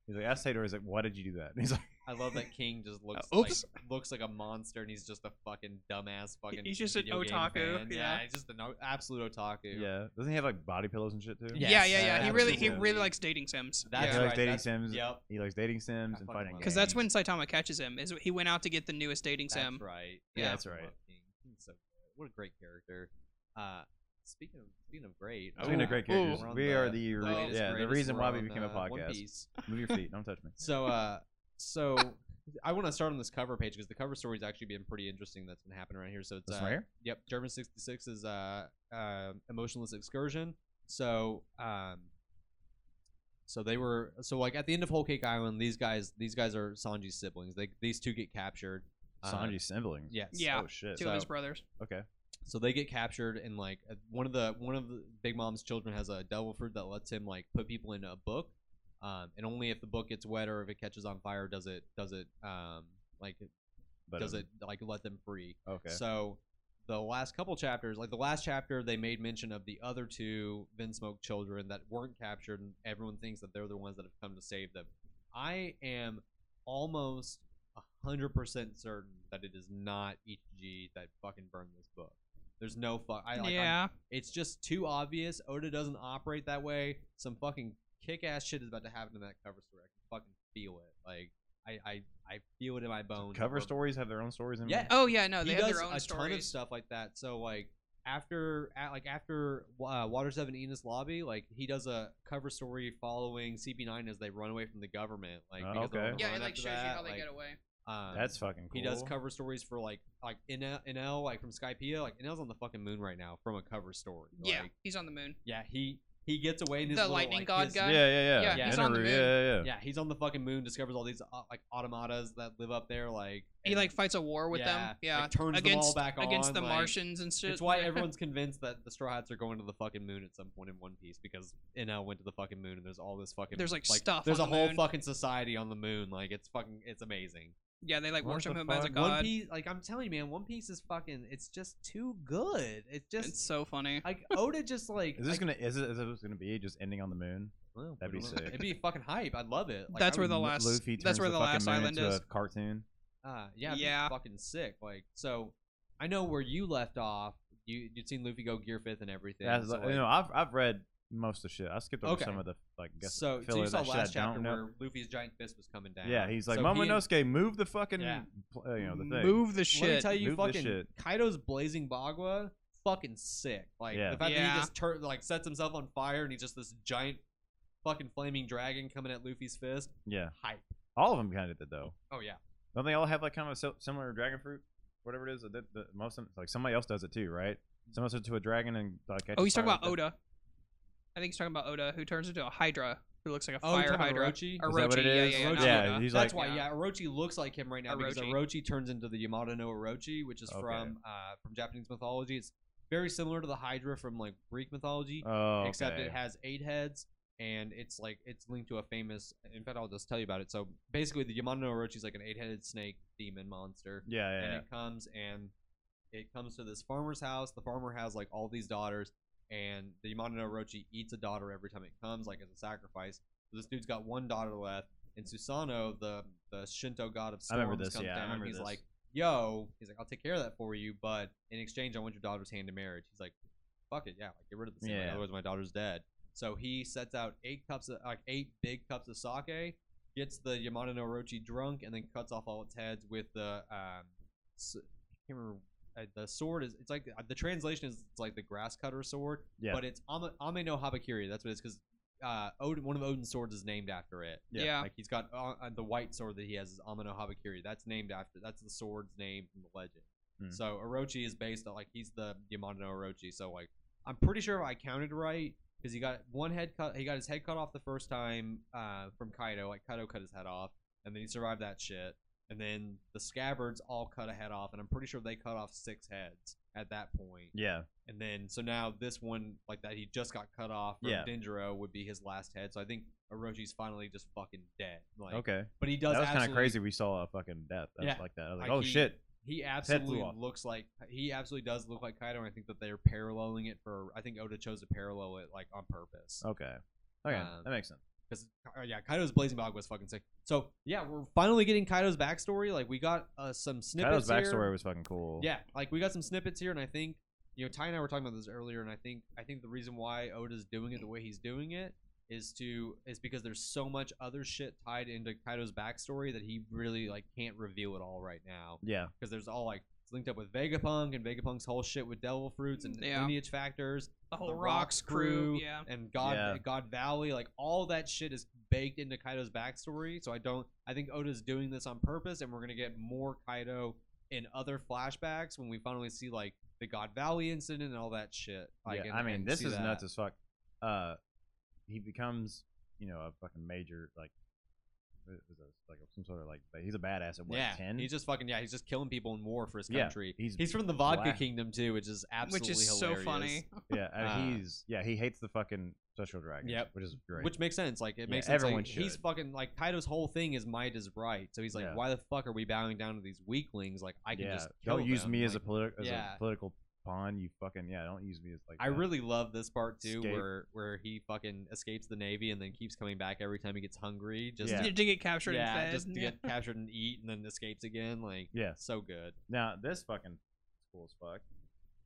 S2: He's like, I say to her, he's like, why did you do that? And he's like,
S1: I love that King just looks
S3: Uh, oops.
S1: like looks like a monster, and he's just a fucking dumbass. Fucking
S3: He's just an
S1: video game
S3: otaku,
S1: fan.
S3: yeah.
S1: he's just an o- absolute otaku.
S2: yeah. Doesn't he have like body pillows and shit too?
S1: Yes.
S3: yeah, yeah, yeah.
S1: that
S3: He
S1: was
S3: really
S1: his
S3: he
S1: movie.
S3: really likes dating sims.
S1: That's
S2: he
S3: yeah.
S2: likes
S1: right,
S2: dating
S1: that's-
S2: sims.
S1: Yep.
S2: He likes dating sims
S1: I
S2: and
S1: fucking
S2: fighting
S1: love
S2: games.
S3: Because that's when Saitama catches him. Is he went out to get the newest dating sim?
S1: That's right. I
S2: Yeah, that's
S1: love
S2: right.
S1: King. He's so good. What a great character. Uh, speaking of speaking of great,
S2: Speaking
S1: uh,
S2: of great
S3: Ooh.
S2: characters,
S1: we're on
S2: we are the, re-
S1: latest,
S2: yeah the
S1: greatest.
S2: reason
S1: We're
S2: why we
S1: on,
S2: became a
S1: uh, One
S2: podcast.
S1: Piece.
S2: Move your feet, don't touch me.
S1: So, uh, so I want to start on this cover page because the cover story's actually been pretty interesting. That's been happening around here. So it's
S2: This
S1: uh,
S2: one right here.
S1: Yep, German sixty six is uh, uh, emotionless excursion. So, um, so they were so like at the end of Whole Cake Island, these guys these guys are Sanji's siblings. They these two get captured. Uh,
S2: Sanji's siblings.
S1: Yes.
S3: Yeah,
S2: Oh shit.
S3: two of his
S2: So-
S3: brothers.
S2: okay.
S1: So they get captured and like uh, one of the one of the Big Mom's children has a devil fruit that lets him like put people in a book, um, and only if the book gets wet or if it catches on fire does it does it um like
S2: But
S1: does
S2: um,
S1: it like let them free.
S2: Okay.
S1: So the last couple chapters, like the last chapter, they made mention of the other two Vinsmoke children that weren't captured, and everyone thinks that they're the ones that have come to save them. I am almost hundred percent certain that it is not Ichiji that fucking burned this book. There's no fuck. I like. I'm-
S3: yeah,
S1: it's just too obvious. Oda doesn't operate that way. Some fucking kick-ass shit is about to happen in that cover story. I can fucking feel it. Like I, I, I feel it in my bones.
S2: Cover
S1: from-
S2: stories have their own stories in
S1: Yeah.
S3: Oh yeah, no,
S1: he
S3: they
S1: does
S3: have their own
S1: a
S3: stories.
S1: ton of stuff like that. So like after at, like after uh, Water Seven Enos Lobby, like he does a cover story following CP9 as they run away from the government. Like
S2: Oh,
S1: because they're
S2: okay.
S1: on the
S3: Yeah,
S1: run
S3: it like
S1: after
S3: shows
S1: that,
S3: you how they
S1: like,
S3: get away.
S1: um,
S2: That's fucking cool.
S1: He does cover stories for like like NL, NL like from Skypea. Like NL's on the fucking moon right now from a cover story.
S3: Yeah,
S1: Like,
S3: he's on the moon.
S1: yeah. He he gets away in his
S3: The
S1: little,
S3: lightning
S1: like,
S3: god
S1: his-
S2: Yeah,
S3: guy?
S2: yeah, yeah.
S3: Yeah,
S1: he's
S2: Inner
S3: on the
S2: Ru-
S3: moon.
S2: Yeah, yeah, yeah.
S1: Yeah, he's on the fucking moon. Discovers all these uh, like automatas that live up there. Like
S3: He like fights a war with them. Yeah,
S1: like, turns them all
S3: against
S1: back
S3: against
S1: on,
S3: the
S1: like,
S3: Martians and shit.
S1: It's why everyone's convinced that the Straw Hats are going to the fucking moon at some point in One Piece because NL went to the fucking moon and there's all this fucking
S3: There's, like, stuff
S1: There's
S3: on
S1: a
S3: the
S1: whole
S3: moon.
S1: fucking society on the moon. Like it's fucking it's amazing.
S3: Yeah, they like
S2: What
S3: worship
S2: the
S3: him as a
S2: fuck?
S1: One
S3: god.
S1: Piece, like I'm telling you, man, One Piece is fucking. It's just too good. It's just
S3: It's so funny.
S1: like Oda just like.
S2: Is this
S1: I-
S2: gonna is it, is this gonna be just ending on the moon?
S1: well,
S2: That'd be
S1: we don't know.
S2: sick.
S1: It'd be fucking hype. I'd love it. Like,
S3: That's
S1: I
S3: where
S1: would
S3: the
S2: M-
S3: last-
S2: Luffy
S3: that's
S2: turns
S3: where the
S2: fucking
S3: last
S2: moon
S3: island
S2: into
S3: is.
S2: a cartoon.
S1: Uh, yeah, it'd be
S3: Yeah.
S1: fucking sick. Like, so I know where you left off. You you'd seen Luffy go gear fifth and everything.
S2: That's
S1: so,
S2: like- you know, I've I've read most of the shit. I skipped over
S1: Okay.
S2: some of the like
S1: like,
S2: guess
S1: so, so
S2: filler
S1: you saw
S2: that shit
S1: last
S2: I
S1: chapter
S2: don't know.
S1: where Luffy's giant fist was coming down.
S2: Yeah, he's like
S1: So he and-
S2: Momonosuke, move the fucking
S1: Yeah.
S2: pl- uh, you know the thing.
S3: Move
S1: Let
S3: the
S1: me
S3: shit.
S1: tell you,
S2: Move this
S1: fucking
S2: shit.
S1: Kaido's blazing Bagua, fucking sick. Like
S2: Yeah.
S1: the fact that
S3: Yeah.
S1: he just tur- like sets himself on fire and he's just this giant fucking flaming dragon coming at Luffy's fist.
S2: Yeah,
S1: Hype.
S2: all of them kind of did though.
S1: Oh yeah.
S2: Don't they all have like kind of a sil- similar dragon fruit, whatever it is? that that- that most of them, like somebody else does it too, right?
S1: Mm-hmm.
S2: Someone else to a dragon and like. catches
S3: oh, he's talking
S2: fire
S3: about
S2: with it.
S3: Oda. I think he's talking about Oda, who turns into a Hydra, who looks like a
S1: Oh, you're
S3: fire
S1: talking
S3: Hydra.
S1: about Orochi?
S2: Is that what
S3: Orochi,
S2: it
S3: yeah,
S2: is?
S3: yeah, yeah, not
S2: Yeah,
S3: Oda.
S2: he's
S1: That's
S2: like-
S1: why, yeah. Orochi looks like him right now because
S3: Orochi.
S1: Orochi turns into the Yamato no Orochi, which is
S2: Okay.
S1: from uh, from Japanese mythology. It's very similar to the Hydra from like Greek mythology,
S2: Oh,
S1: except it
S2: okay.
S1: has eight heads and it's like it's linked to a famous. In fact, I'll just tell you about it. So basically, the Yamato no Orochi is like an eight-headed snake demon monster.
S2: Yeah, yeah,
S1: and
S2: yeah.
S1: it comes and it comes to this farmer's house. The farmer has like all these daughters, and the Yamato no Orochi eats a daughter every time it comes, like as a sacrifice. So this dude's got one daughter left, and Susano, the the Shinto god of
S2: I
S1: storms,
S2: remember this,
S1: comes
S2: yeah, I
S1: down.
S2: remember
S1: he's
S2: this.
S1: like, "Yo," he's like, "I'll take care of that for you, but in exchange, I want your daughter's hand in marriage." He's like, "Fuck it, yeah, like, get rid of this, thing, like,
S2: Yeah.
S1: otherwise my daughter's dead." So he sets out eight cups, of, like eight big cups of sake, gets the Yamato no Orochi drunk, and then cuts off all its heads with the um, s- I can't remember. Uh, the sword is it's like uh, the translation is it's like the grass cutter sword,
S2: Yeah.
S1: but it's Ame, Ame no Habakiri. That's what it's because uh, Odin, one of Odin's swords is named after it.
S2: Yeah,
S3: Yeah.
S1: Like he's got uh, uh, the white sword that he has is Amano Habakiri. That's named after that's the sword's name from the legend.
S2: Hmm.
S1: So Orochi is based on like he's the Yamato no Orochi. So like I'm pretty sure if I counted right because he got one head cut. He got his head cut off the first time uh, from Kaido. Like Kaido cut his head off, and then he survived that shit. And then the scabbards all cut a head off, and I'm pretty sure they cut off six heads at that point.
S2: yeah,
S1: And then so now this one like that he just got cut off from
S2: Yeah.
S1: Dendro would be his last head. So I think Orochi's finally just fucking dead. Like,
S2: okay.
S1: but he does.
S2: That was kind of
S1: absolutely-
S2: crazy. We saw a fucking death that was
S1: Yeah.
S2: like that. I was
S1: Like,
S2: like, oh
S1: he-
S2: shit.
S1: He
S2: flew
S1: absolutely
S2: off.
S1: looks like he absolutely does look like Kaido. And I think that they're paralleling it for. I think Oda chose to parallel it like on purpose.
S2: Okay, okay,
S1: Um,
S2: that makes sense.
S1: Because yeah, Kaido's blazing bog was fucking sick. So yeah, we're finally getting Kaido's backstory. Like we got uh, some snippets.
S2: Kaido's backstory
S1: here.
S2: was fucking cool.
S1: Yeah, like we got some snippets here, and I think you know Ty and I were talking about this earlier, and I think I think the reason why Oda's doing it the way he's doing it is to is because there's so much other shit tied into Kaido's backstory that he really like can't reveal it all right now
S2: yeah.
S1: because there's all like it's linked up with Vegapunk and Vegapunk's whole shit with Devil Fruits and
S3: Yeah.
S1: lineage factors
S3: the whole
S1: the Rocks
S3: rocks, crew.
S1: crew,
S3: Yeah,
S1: and God
S2: Yeah.
S1: God Valley, like all that shit is baked into Kaido's backstory. So I don't I think Oda's doing this on purpose and we're gonna get more Kaido in other flashbacks when we finally see like the God Valley incident and all that shit. Like,
S2: yeah,
S1: and-
S2: I mean,
S1: and
S2: this
S1: see
S2: is
S1: that.
S2: nuts as fuck. Uh, he becomes, you know, a fucking major like, what is this? like some sort of like. but He's a badass at what
S1: yeah,
S2: ten?
S1: he's just fucking yeah, he's just killing people in war for his
S2: Yeah,
S1: country.
S2: he's
S1: he's from the Vodka
S2: black.
S1: Kingdom too, which is
S3: which
S1: absolutely
S3: is so
S1: hilarious.
S3: funny.
S2: yeah, and
S1: uh,
S2: he's yeah. He hates the fucking special dragon.
S1: Yep.
S2: which is great.
S1: Which makes sense. Like it
S2: Yeah,
S1: makes sense.
S2: everyone
S1: like, he's
S2: should.
S1: fucking like Kaido's whole thing is might is right. So he's like,
S2: Yeah.
S1: why the fuck are we bowing down to these weaklings? Like I can
S2: yeah,
S1: just kill
S2: don't use
S1: them.
S2: me as a
S1: Like,
S2: political as
S1: yeah.
S2: a political pawn. You fucking yeah. Don't use me as like.
S1: I
S2: that.
S1: really love this part too,
S2: Escape.
S1: where where he fucking escapes the navy and then keeps coming back every time he gets hungry, just
S2: Yeah.
S1: to,
S3: You did get captured
S1: yeah,
S3: and fed.
S1: just to
S3: yeah.
S1: get captured and eat, and then escapes again. Like
S2: yeah.
S1: so good.
S2: Now this fucking is cool as fuck.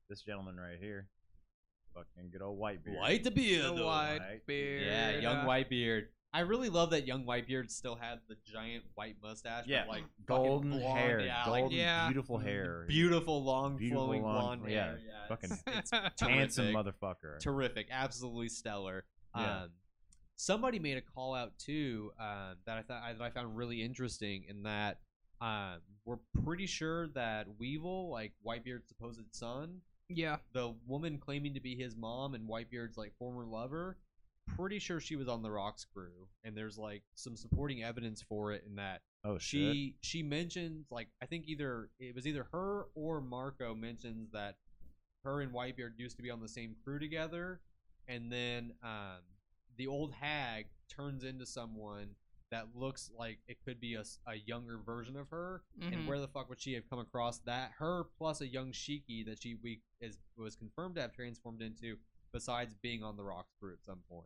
S2: This gentleman right here, fucking good old white beard.
S1: White the beard,
S3: the
S2: wide
S3: white
S2: beard.
S3: beard.
S1: yeah,
S3: uh,
S1: young Whitebeard. I really love that young Whitebeard still had the giant white mustache,
S2: Yeah,
S1: but like fucking
S2: golden
S1: blonde,
S2: hair,
S1: yeah, Mm-hmm. like,
S2: golden
S3: Yeah.
S2: beautiful hair,
S1: beautiful long
S2: Beautiful
S1: flowing
S2: long-
S1: blonde
S2: yeah,
S1: hair. Yeah,
S2: fucking-
S1: it's- it's
S2: handsome
S1: terrific.
S2: motherfucker.
S1: terrific, absolutely stellar.
S2: Yeah.
S1: Um, somebody made a call out too um, that I thought that I found really interesting in that um, we're pretty sure that Weevil, like Whitebeard's supposed son,
S3: yeah,
S1: the woman claiming to be his mom and Whitebeard's like former lover, pretty sure she was on the Rocks crew, and there's like some supporting evidence for it in that
S2: oh shit.
S1: she she mentions like I think either it was either her or Marco mentions that her and Whitebeard used to be on the same crew together, and then um, the old hag turns into someone that looks like it could be a, s- a younger version of her.
S3: Mhm.
S1: And where the fuck would she have come across that? Her plus a young Shiki that she we is was confirmed to have transformed into, besides being on the rocks crew at some point.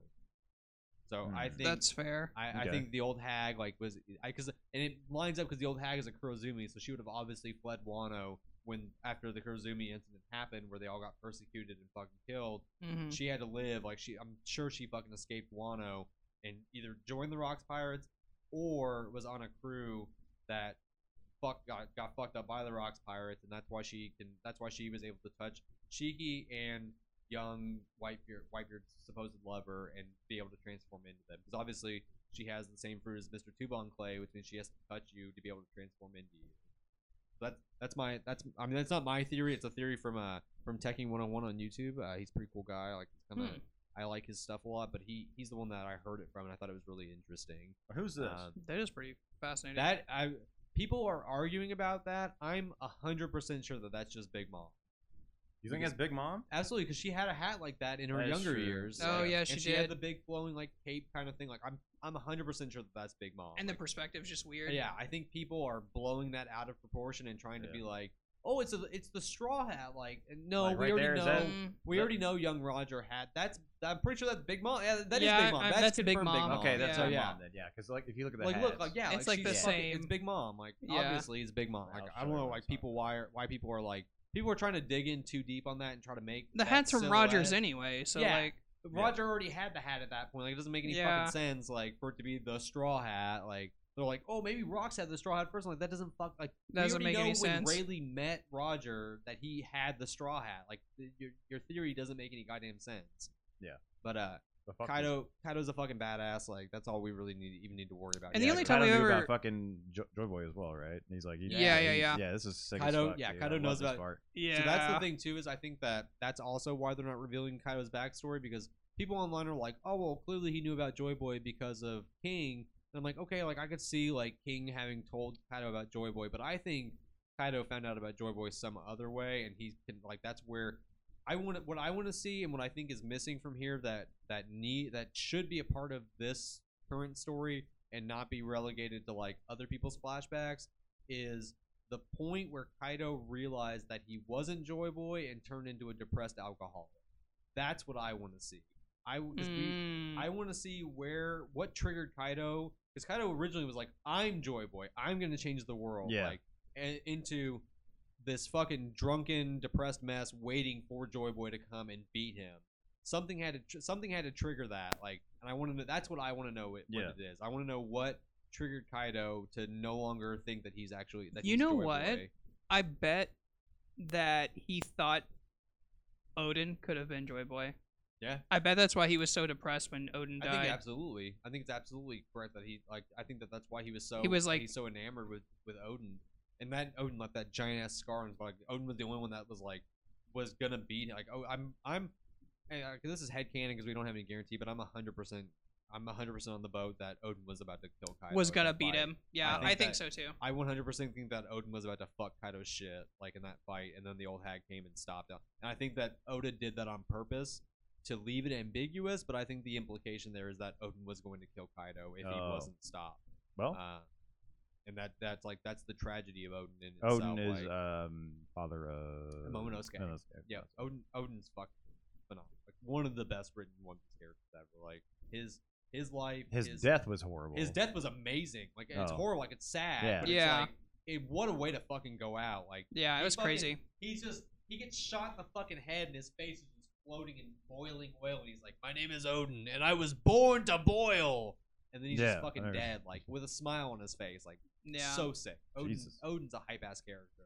S1: So I
S2: Hmm.
S1: think
S3: That's fair.
S1: I, I
S2: Okay.
S1: think the old hag like was I because and it lines up because the old hag is a Kurozumi, so she would have obviously fled Wano when after the Kurozumi incident happened, where they all got persecuted and fucking killed.
S3: hmm
S1: She had to live like she. I'm sure she fucking escaped Wano and either joined the Rocks Pirates or was on a crew that fuck got got fucked up by the Rocks Pirates, and that's why she can. That's why she was able to touch Shiki and young Whitebeard, Whitebeard's supposed lover, and be able to transform into them. Because obviously she has the same fruit as Mister Tubon Clay, which means she has to touch you to be able to transform into you. So that's that's my that's I mean that's not my theory. It's a theory from uh from Teching 101 on YouTube. Uh, he's a pretty cool guy. Like he's kind of
S3: Hmm.
S1: I like his stuff a lot, but he he's the one that I heard it from, and I thought it was really interesting.
S2: Who's this?
S1: Um,
S3: That is pretty fascinating.
S1: that I people are arguing about that. I'm hundred percent sure that that's just Big Mom.
S2: you think it's Big Mom?
S1: Absolutely, because she had a hat like that in her
S2: That is
S1: younger
S2: true.
S1: years.
S2: Oh,
S1: like,
S3: yeah, she
S1: and she had
S3: did.
S1: the big flowing like cape kind of thing. Like I'm I'm hundred percent sure that that's Big Mom.
S3: and the
S1: Like,
S3: perspective's just weird.
S1: yeah, I think people are blowing that out of proportion and trying to
S2: Yeah.
S1: be like, oh, it's a, it's the straw hat. Like no,
S2: Like,
S1: we
S2: right
S1: already
S2: there,
S1: know
S2: is that-
S3: Mm,
S1: we
S2: that-
S1: already know young Roger had. That's I'm pretty sure that's Big Mom. Yeah, that is
S3: Yeah,
S1: Big Mom.
S3: I-
S1: that's,
S3: that's Big
S1: confirmed
S3: Mom.
S2: Okay, that's
S1: So,
S2: Big
S1: yeah.
S2: Mom then. Yeah, because like if you look at the
S1: Like
S2: hats,
S1: look, like yeah,
S3: It's, like,
S1: she's
S3: the
S1: fucking- It's
S3: same-
S1: Big Mom. Like
S3: Yeah.
S1: obviously, it's Big Mom. Like
S2: I'll
S1: I don't
S2: show
S1: know
S2: you
S1: why
S2: outside.
S1: people why are- why people are like people are trying to dig in too deep on that and try to make
S3: the
S1: that
S3: hat's from Rogers
S1: silhouette.
S3: anyway, so
S1: Yeah.
S3: like
S1: But Roger already had the hat at that point. Like it doesn't make any
S3: Yeah.
S1: fucking sense. Like for it to be the straw hat. Like they're like, oh, maybe Rox had the straw hat first. I'm Like that doesn't fuck. Like we
S3: Doesn't
S1: already
S3: make
S1: know
S3: any
S1: when
S3: sense.
S1: Rayleigh met Roger that he had the straw hat. Like th- your your theory doesn't make any goddamn sense.
S2: Yeah.
S1: But uh,
S2: the fuck was-
S1: Kaido Kaido's a fucking badass. Like that's all we really need even need to worry about.
S3: And the
S1: Yeah,
S3: only
S1: Kaido-
S3: time
S2: Kaido
S3: we
S2: knew
S3: ever-
S2: about fucking jo- Joy Boy as well, right? And he's like,
S3: Yeah, yeah,
S2: he-
S3: yeah.
S2: Yeah, this is sick.
S1: Kaido-
S2: as fuck,
S1: yeah,
S2: dude.
S1: Kaido
S2: I love
S1: knows
S2: this
S1: about-
S2: part.
S3: yeah.
S1: So that's the thing too is I think that that's also why they're not revealing Kaido's backstory because people online are like, oh well, clearly he knew about Joy Boy because of King. And I'm like, okay, like I could see like King having told Kaido about Joy Boy, but I think Kaido found out about Joy Boy some other way, and he can like that's where I want what I want to see and what I think is missing from here that that need that should be a part of this current story and not be relegated to like other people's flashbacks is the point where Kaido realized that he wasn't Joy Boy and turned into a depressed alcoholic. That's what I want to see. I because we
S3: Mm,
S1: I want to see where what triggered Kaido because Kaido originally was like, "I'm Joy Boy. I'm going to change the world."
S2: Yeah.
S1: Like a- into this fucking drunken, depressed mess, waiting for Joy Boy to come and beat him. Something had to tr- something had to trigger that. Like, and I want to. know That's what I want to know. It, what
S2: Yeah.
S1: it is. I want to know what triggered Kaido to no longer think that he's actually that
S3: You
S1: he's
S3: know
S1: Joy
S3: what?
S1: Boy.
S3: I bet that he thought Odin could have been Joy Boy.
S1: Yeah.
S3: I bet that's why he was so depressed when Odin
S1: I think
S3: died.
S1: absolutely. I think it's absolutely correct that he like. I think that that's why he was so.
S3: He was, like-
S1: he's so enamored with with Odin, and that Odin left that giant ass scar on his body. Odin was the only one that was like was gonna beat him. Like oh I'm I'm. Hey, uh, 'cause this is headcanon because we don't have any guarantee, but I'm hundred percent. I'm hundred percent on the boat that Odin was about to kill Kaido.
S3: was
S1: in
S3: gonna
S1: that
S3: beat
S1: fight.
S3: him. Yeah, I
S1: think
S3: think,
S1: that-
S3: so too.
S1: I 100% think that Odin was about to fuck Kaido's shit, like in that fight, and then the old hag came and stopped him. And I think that Oda did that on purpose to leave it ambiguous, but I think the implication there is that Odin was going to kill Kaido if he
S2: Oh.
S1: wasn't stopped.
S2: Well,
S1: Uh, and that that's like that's the tragedy of Odin in itself.
S2: Odin is
S1: like,
S2: um father of
S1: Momonosuke. yeah, Odin Odin's fucking phenomenal. Like one of the best written One Piece characters ever. Like his his life,
S2: His, death was horrible.
S1: his death was amazing. Like it's
S2: Oh.
S1: horrible. Like it's sad.
S2: Yeah.
S1: But it's
S3: Yeah.
S1: like, it, what a way to fucking go out. Like
S3: Yeah,
S1: he
S3: it was
S1: fucking-
S3: crazy.
S1: he's just he gets shot in the fucking head and his face is just floating in boiling oil and he's like, My name is Odin and I was born to boil and then he's
S2: Yeah,
S1: just
S2: I
S1: fucking
S2: remember.
S1: dead, like with a smile on his face. Like
S3: Yeah.
S1: so sick. Odin,
S2: Jesus.
S1: Odin's a hype ass character.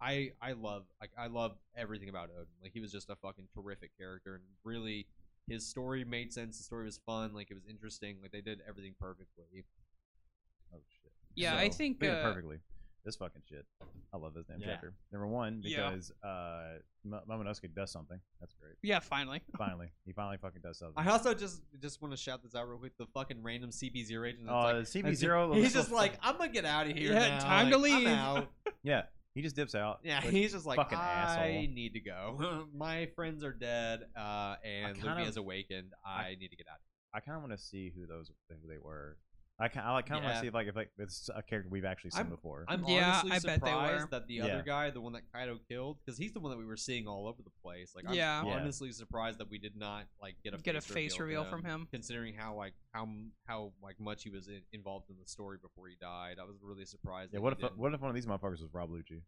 S1: I I love like I love everything about Odin. Like he was just a fucking terrific character and really his story made sense. The story was fun. Like it was interesting. Like they did everything perfectly.
S2: Oh shit.
S3: Yeah, I
S2: So,
S3: think,
S2: speaking of
S3: uh,
S2: perfectly. This fucking shit. I love this damn
S1: Yeah.
S2: chapter. Number one
S3: Yeah.
S2: because uh, Mo- Momonosuke does something. That's great.
S3: yeah, finally.
S2: Finally, he finally fucking does something.
S1: I also just just want to shout this out real quick. The fucking random CP0 agent. that's
S2: Oh,
S1: like,
S2: the CP0.
S1: He's
S2: looks
S1: just
S2: so-
S1: like, I'm gonna get out of here.
S3: Yeah,
S1: now.
S3: time to
S1: Like, I'm
S3: leave."
S1: out."
S2: yeah. He just dips out.
S1: Yeah,
S2: which-
S1: he's just like,
S2: fucking
S1: I
S2: asshole."
S1: need to go. My friends are dead, uh, and
S2: kind
S1: Luffy
S2: of-
S1: has awakened. I, need to get out.
S2: I kind of want to see who those who they were I kind I like kind of want
S1: Yeah.
S2: to see if like if like it's a character we've actually seen
S1: I'm-
S2: before.
S1: I'm
S3: Yeah,
S1: honestly
S3: I bet
S1: surprised
S3: they were.
S1: that the
S2: Yeah.
S1: other guy, the one that Kaido killed, because he's the one that we were seeing all over the place. Like, I'm
S3: Yeah.
S2: Yeah.
S1: honestly surprised that we did not like get a
S3: Get a
S1: face
S3: face reveal from him.
S1: Considering how like how m- how like much he was in, involved in the story before he died, I was really surprised.
S2: yeah,
S1: that
S2: what
S1: he
S2: if uh,
S1: didn't.
S2: what if one of these motherfuckers was Rob Lucci?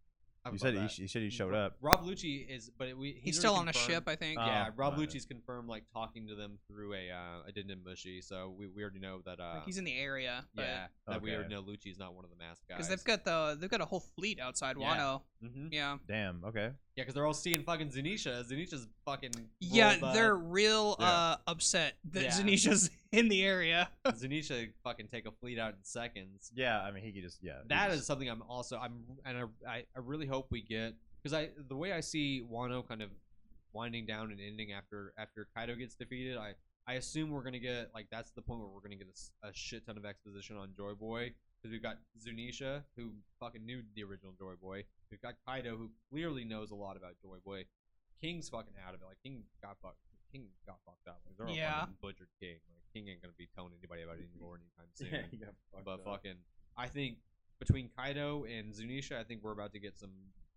S1: I
S2: You
S1: would
S2: said
S1: love
S2: he,
S1: that.
S2: sh- you said he showed up.
S1: Rob Lucci is, but it, we,
S3: He's,
S1: already
S3: still on a
S1: confirmed-
S3: ship, I think.
S2: Uh,
S1: yeah,
S2: Oh,
S1: Rob
S2: might have.
S1: Lucci's confirmed like talking to them through a uh, a Dindin Mushy, so we, we already know that uh,
S3: like he's in the area. But,
S1: yeah that we already
S2: Okay.
S1: know Lucci's not one of the masked guys.
S3: Because they've got the they've got a whole fleet outside
S1: Yeah.
S3: Wano.
S1: Mhm.
S3: Yeah.
S2: Damn. Okay.
S1: Yeah, because they're all seeing fucking Zenisha. Zenisha's fucking. rolled
S3: Yeah,
S1: up.
S3: they're real
S2: Yeah.
S3: uh upset that
S1: Yeah.
S3: Zanisha's in the area.
S1: Zenisha could fucking take a fleet out in seconds.
S2: Yeah. I mean, he could just yeah. he
S1: That
S2: just-
S1: is something I'm also I'm and I I, I really hope we get because I the way I see Wano kind of winding down and ending after after Kaido gets defeated. I I assume we're gonna get like that's the point where we're gonna get a s- a, shit ton of exposition on Joy Boy because we've got Zunisha who fucking knew the original Joy Boy. We've got Kaido who clearly knows a lot about Joy Boy. King's fucking out of it. Like King got fucked. King got fucked up. Like, they're all
S3: Yeah.
S1: fucking butchered King. Like King ain't gonna be telling anybody about it anymore anytime soon
S2: Yeah, he got fucked
S1: but
S2: up.
S1: fucking, I think between Kaido and Zunisha, I think we're about to get some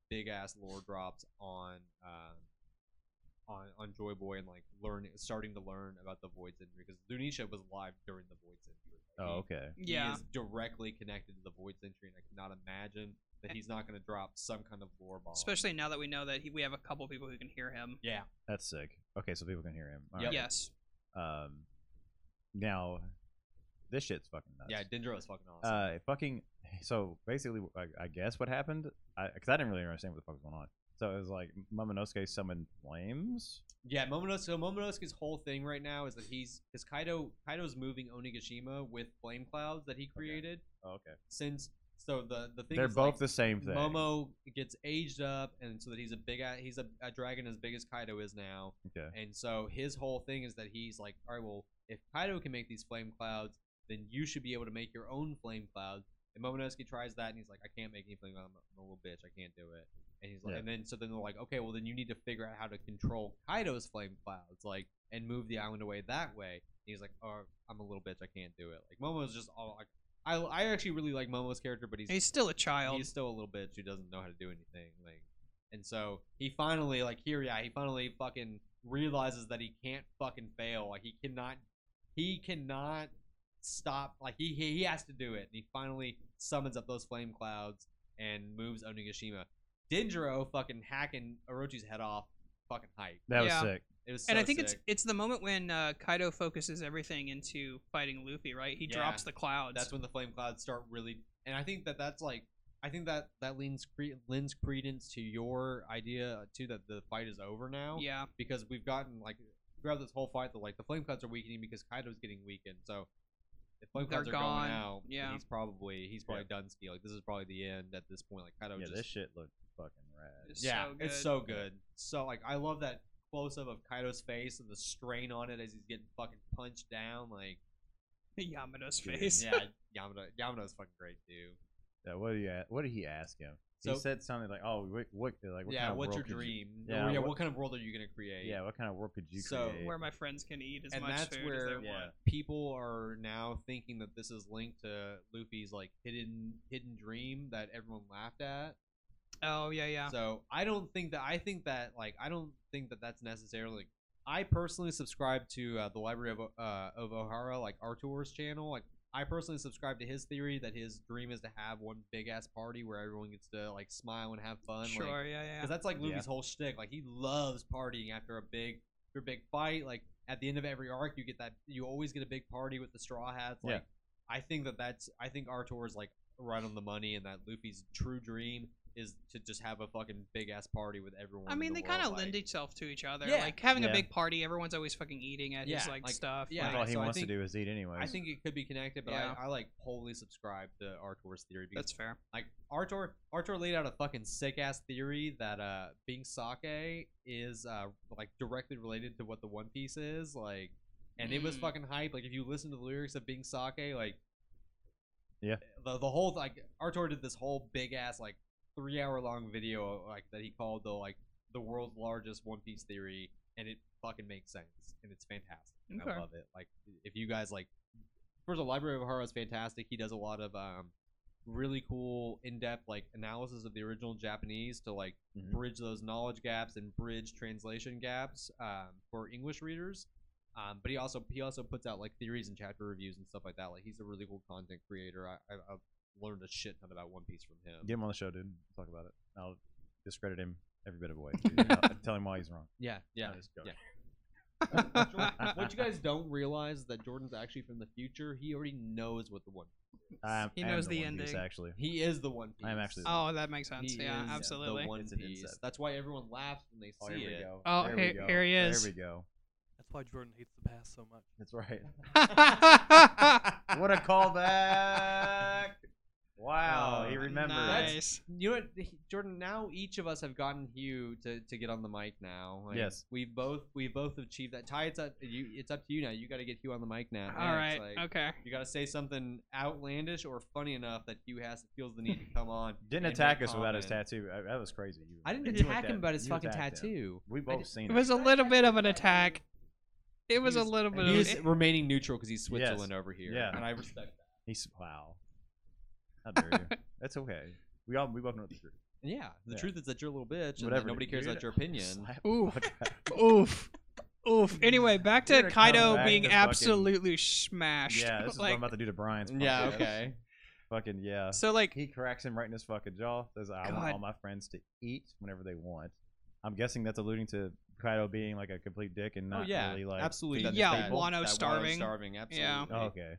S1: big ass lore drops on um, on on Joy Boy and like learn starting to learn about the Void Sentry because Zunisha was live during the Void Sentry. Like,
S2: Oh,
S1: he-
S2: okay.
S1: He
S3: Yeah.
S1: is directly connected to the Void Sentry, and I cannot imagine that he's not going to drop some kind of lore bomb.
S3: Especially now that we know that he, we have a couple people who can hear him.
S1: yeah,
S2: That's sick. Okay, so people can hear him. All
S1: Yep.
S2: right.
S3: Yes.
S2: Um. Now, this shit's fucking nuts.
S1: yeah. Dendro is fucking awesome.
S2: Uh, fucking. So basically, I, I guess what happened, I because I, didn't really understand what the fuck was going on. So it was like Momonosuke summoned flames.
S1: Yeah, Momonosuke. So Momonosuke's whole thing right now is that he's because Kaido Kaido's moving Onigashima with flame clouds that he created.
S2: Oh, okay.
S1: since so the the thing
S2: They're
S1: is,
S2: both
S1: like,
S2: the same thing.
S1: Momo gets aged up, and so that he's a big a- he's a, a dragon as big as Kaido is now,
S2: Okay.
S1: and so his whole thing is that he's like, all right, well, if Kaido can make these flame clouds, then you should be able to make your own flame clouds. And Momonosuke tries that, and he's like, I can't make any flame clouds. I'm a little bitch. I can't do it. And he's like,
S2: Yeah.
S1: and then so then they're like, okay, well then you need to figure out how to control Kaido's flame clouds, like, and move the island away that way. And he's like, oh, I'm a little bitch. I can't do it. Like Momo's just all like, I I actually really like Momo's character, but he's
S3: He's still a child.
S1: He's still a little bitch who doesn't know how to do anything. Like, and so he finally, like, here, yeah, he finally fucking realizes that he can't fucking fail. Like, he cannot, he cannot stop. Like, he he, he has to do it. And he finally summons up those flame clouds and moves Onigashima. Dendro fucking hacking Orochi's head off. Fucking hype.
S2: That
S3: Yeah.
S2: was sick.
S1: It was. So
S3: and I think it's
S1: sick.
S3: it's the moment when uh, Kaido focuses everything into fighting Luffy, right? He
S1: Yeah.
S3: drops the clouds.
S1: that's when the flame clouds start really and i think that that's like i think that that leans cre- lends credence to your idea too that the fight is over now
S3: yeah.
S1: because we've gotten like throughout this whole fight that like the flame clouds are weakening because kaido's getting weakened so if flame
S3: They're
S1: clouds are
S3: gone,
S1: going out then
S3: yeah.
S1: he's probably he's probably done ski like this is probably the end at this point like kaido
S2: Yeah,
S1: just
S2: this shit looked fucking rad.
S3: It's
S1: yeah
S3: so
S1: it's
S3: good.
S1: so good so like i love that close up of kaido's face and the strain on it as he's getting fucking punched down like
S3: Yamada's
S2: Dude,
S3: face.
S1: yeah yamada yamada's fucking great too
S2: Yeah, Uh, what do you? a- What did he ask him?
S1: So-
S2: he said something like, "Oh, what? what like, what
S1: yeah,
S2: kind of
S1: what's
S2: world
S1: your
S2: could you-
S1: dream? Or,
S2: yeah,
S1: yeah, what,
S2: what-
S1: kind of world are you gonna create?
S2: yeah, what kind of world could you
S1: So-
S2: create?
S3: Where my friends can eat as
S1: and
S3: much
S1: that's
S3: food as
S1: where
S3: they
S2: Yeah.
S3: want.
S1: people are now thinking that this is linked to Luffy's like hidden hidden dream that everyone laughed at.
S3: Oh yeah, yeah.
S1: So I don't think that I think that like I don't think that that's necessarily. I personally subscribe to uh, the Library of O- uh, of O'Hara, like Artur's channel. Like I personally subscribe to his theory that his dream is to have one big ass party where everyone gets to like smile and have fun.
S3: sure,
S1: Like,
S3: yeah, yeah.
S1: because that's like
S2: Yeah.
S1: Luffy's whole shtick. Like he loves partying after a big, after a big fight. Like at the end of every arc, you get that. You always get a big party with the straw hats. Like
S2: Yeah.
S1: I think that that's. I think Artor is like right on the money, and that Luffy's true dream is to just have a fucking big ass party with everyone.
S3: I
S1: in
S3: mean,
S1: the
S3: they kind of
S1: world,
S3: lend
S1: like-
S3: itself to each other.
S1: Yeah.
S3: Like having a
S2: Yeah.
S3: big party, everyone's always fucking eating at his
S1: Yeah,
S3: like,
S1: like-
S3: stuff.
S1: yeah,
S2: That's
S3: like-
S2: all he
S1: so I
S2: wants
S1: think-
S2: to do is eat, anyways.
S1: I think it could be connected, but
S3: Yeah.
S1: I, I like wholly subscribe to Artor's theory because
S3: that's fair.
S1: Like Artor, Artor laid out a fucking sick ass theory that uh, being sake is uh, like directly related to what the One Piece is like, and it was
S3: Mm.
S1: fucking hype. Like if you listen to the lyrics of being sake, like eh,
S2: Yeah.
S1: the the whole like Artor did this whole big ass like three hour long video like that he called the like the world's largest One Piece theory, and it fucking makes sense and it's fantastic. And
S3: Okay.
S1: I love it. Like if you guys like first of all, Library of Horror is fantastic. He does a lot of um, really cool, in-depth like analysis of the original Japanese to like
S2: Mhm.
S1: bridge those knowledge gaps and bridge translation gaps um, for English readers. Um, but he also he also puts out like theories and chapter reviews and stuff like that. Like he's a really cool content creator. I, I, I've learned a shit ton about One Piece from him.
S2: Get him on the show, dude. Talk about it. I'll discredit him every bit of the way. dude. I'll tell him why he's wrong.
S1: Yeah, yeah.
S2: No, just joking.
S1: yeah. what you guys don't realize is that Jordan's actually from the future. He already knows what the one.
S2: I'm-
S3: He
S2: Um, I am
S3: knows
S2: the,
S3: the
S2: one piece,
S3: ending.
S2: actually.
S1: He is the one. Piece.
S2: I am actually the
S3: Oh, that makes sense.
S1: He
S3: yeah,
S1: is
S3: absolutely.
S1: The one
S2: It's an
S1: piece.
S2: incept.
S1: That's why everyone laughs when they
S2: Oh,
S1: see
S2: here we
S1: it.
S2: go.
S3: Oh,
S2: There we
S3: here-
S2: go.
S3: here he is.
S2: There we go.
S4: That's why Jordan hates the past so much.
S2: That's right.
S3: what
S2: what a callback! Wow,
S1: Oh,
S2: he remembers.
S3: Nice.
S1: You know what, he- Jordan? Now each of us have gotten Hugh to, to get on the mic now. Like,
S2: Yes.
S1: we both we both achieved that. Ty, it's up you. It's up to you now. You got to get Hugh on the mic now.
S3: All
S1: Yeah,
S3: right.
S1: it's like,
S3: okay.
S1: You got to say something outlandish or funny enough that Hugh has feels the need to come on.
S2: Didn't
S1: and
S2: attack
S1: make
S2: us without his
S1: comment.
S2: tattoo. I, that was crazy. You-
S1: I didn't
S2: you
S1: attack
S2: attacked-
S1: him about his
S2: you
S1: fucking
S2: attacked him.
S1: tattoo.
S2: We
S1: I
S2: both
S1: did-
S2: seen
S3: It was a little bit of an attack. It was a
S1: He's-
S3: little bit of.
S1: He's
S3: it-
S1: remaining neutral because he's Switzerland over here.
S2: Yeah.
S1: and I respect that.
S2: He's wow. How dare you? That's okay. We all we both know the truth.
S1: And yeah, the
S2: Yeah.
S1: truth is that you're a little bitch, and that
S2: Whatever,
S1: nobody cares
S2: dude.
S1: about your opinion.
S2: Slap
S3: Ooh.
S2: the fuck out.
S3: Oof. Oof. Anyway, back
S2: We're
S3: to
S2: gonna
S3: Kaido
S2: come back
S3: being
S2: to fucking-
S3: absolutely smashed.
S2: Yeah, this is what
S3: like,
S2: I'm about to do to Brian's.
S1: Yeah,
S2: podcast.
S1: okay.
S2: Fucking yeah.
S3: so like
S2: He cracks him right in his fucking jaw. Says, "I
S3: God.
S2: want all my friends to eat whenever they want." I'm guessing that's alluding to Kaido being like a complete dick and not
S1: oh yeah,
S2: really like
S1: absolutely.
S2: feeding
S1: that-
S2: his
S3: Yeah,
S1: that-
S2: people.
S3: Wano
S1: that
S3: starving.
S1: starving, absolutely.
S3: Yeah.
S2: Oh, okay.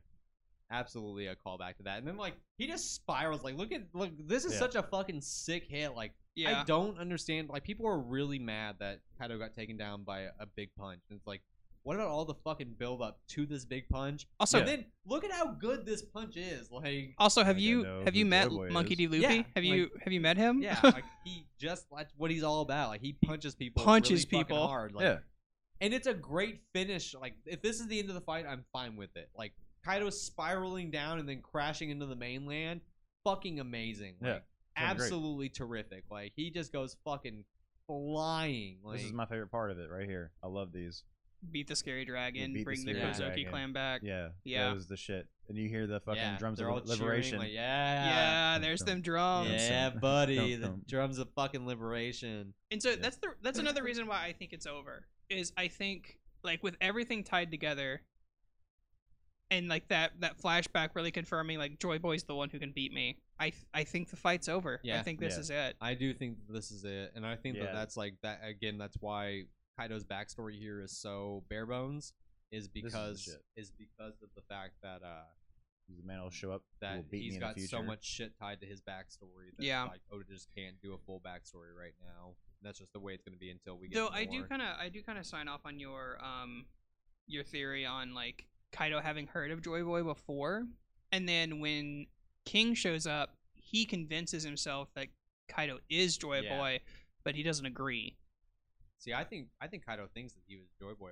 S1: absolutely a callback to that. And then like he just spirals. Like look at look, this is
S2: Yeah.
S1: such a fucking sick hit. Like I
S3: yeah.
S1: don't understand. Like people are really mad that Kaido got taken down by a, a big punch. And it's like, what about all the fucking build up to this big punch?
S3: Also,
S1: And then look at how good this punch is. Like
S3: also have
S2: Like, I
S3: you
S2: know
S3: have
S2: who
S3: you met
S2: Playboy
S3: Monkey
S2: is.
S3: D. Luffy?
S1: Yeah,
S3: have you have you met
S2: Mm-hmm.
S3: him?
S1: yeah, like he just that's what he's all about. Like he punches people. really
S3: punches
S1: fucking
S3: people.
S1: hard. Like,
S2: Yeah.
S1: and it's a great finish. Like if this is the end of the fight, I'm fine with it. Like Kaido spiraling down and then crashing into the mainland, fucking amazing. Like,
S2: Yeah, sounds great.
S1: absolutely terrific. Like he just goes fucking flying. Like
S2: This is my favorite part of it right here. I love these.
S3: beat the scary dragon,
S2: beat the
S3: bring the,
S1: scary
S3: Kozuki
S2: dragon.
S3: clan back. Yeah,
S2: Yeah.
S3: Yeah.
S2: That was the shit. And you hear the fucking
S1: yeah,
S2: drums
S1: they're
S2: of
S1: all
S2: li- liberation.
S1: Cheering, like, yeah,
S3: there's
S2: Dum,
S3: them
S1: yeah,
S3: drums.
S2: Dum, dum,
S1: buddy. the
S2: dum.
S1: drums of fucking liberation.
S3: And so
S2: Yeah.
S3: that's the that's another reason why I think it's over. Is I think like with everything tied together and like that that flashback really confirming like Joy Boy's the one who can beat me. I th- I think the fight's over. I
S1: Yeah.
S3: think this
S2: Yeah.
S3: is it.
S1: I do think that this is it, and I think that
S2: Yeah.
S1: that's like that again. That's why Kaido's backstory here is so bare bones, is
S2: is the
S1: because
S2: shit.
S1: is because of the fact that uh
S2: He's The man will show up. That
S1: that
S2: will beat me
S1: he's
S2: in
S1: got
S2: the future.
S1: so much shit tied to his backstory that
S3: Yeah.
S1: like Oda just can't do a full backstory right now. And that's just the way it's going to be until we get.
S3: Though I do
S1: more.
S3: kind of I do kind of sign off on your um your theory on like Kaido having heard of Joy Boy before, and then when King shows up, he convinces himself that Kaido is Joy
S1: Yeah.
S3: Boy, but he doesn't agree.
S1: see. I think I think Kaido thinks that he was Joy Boy.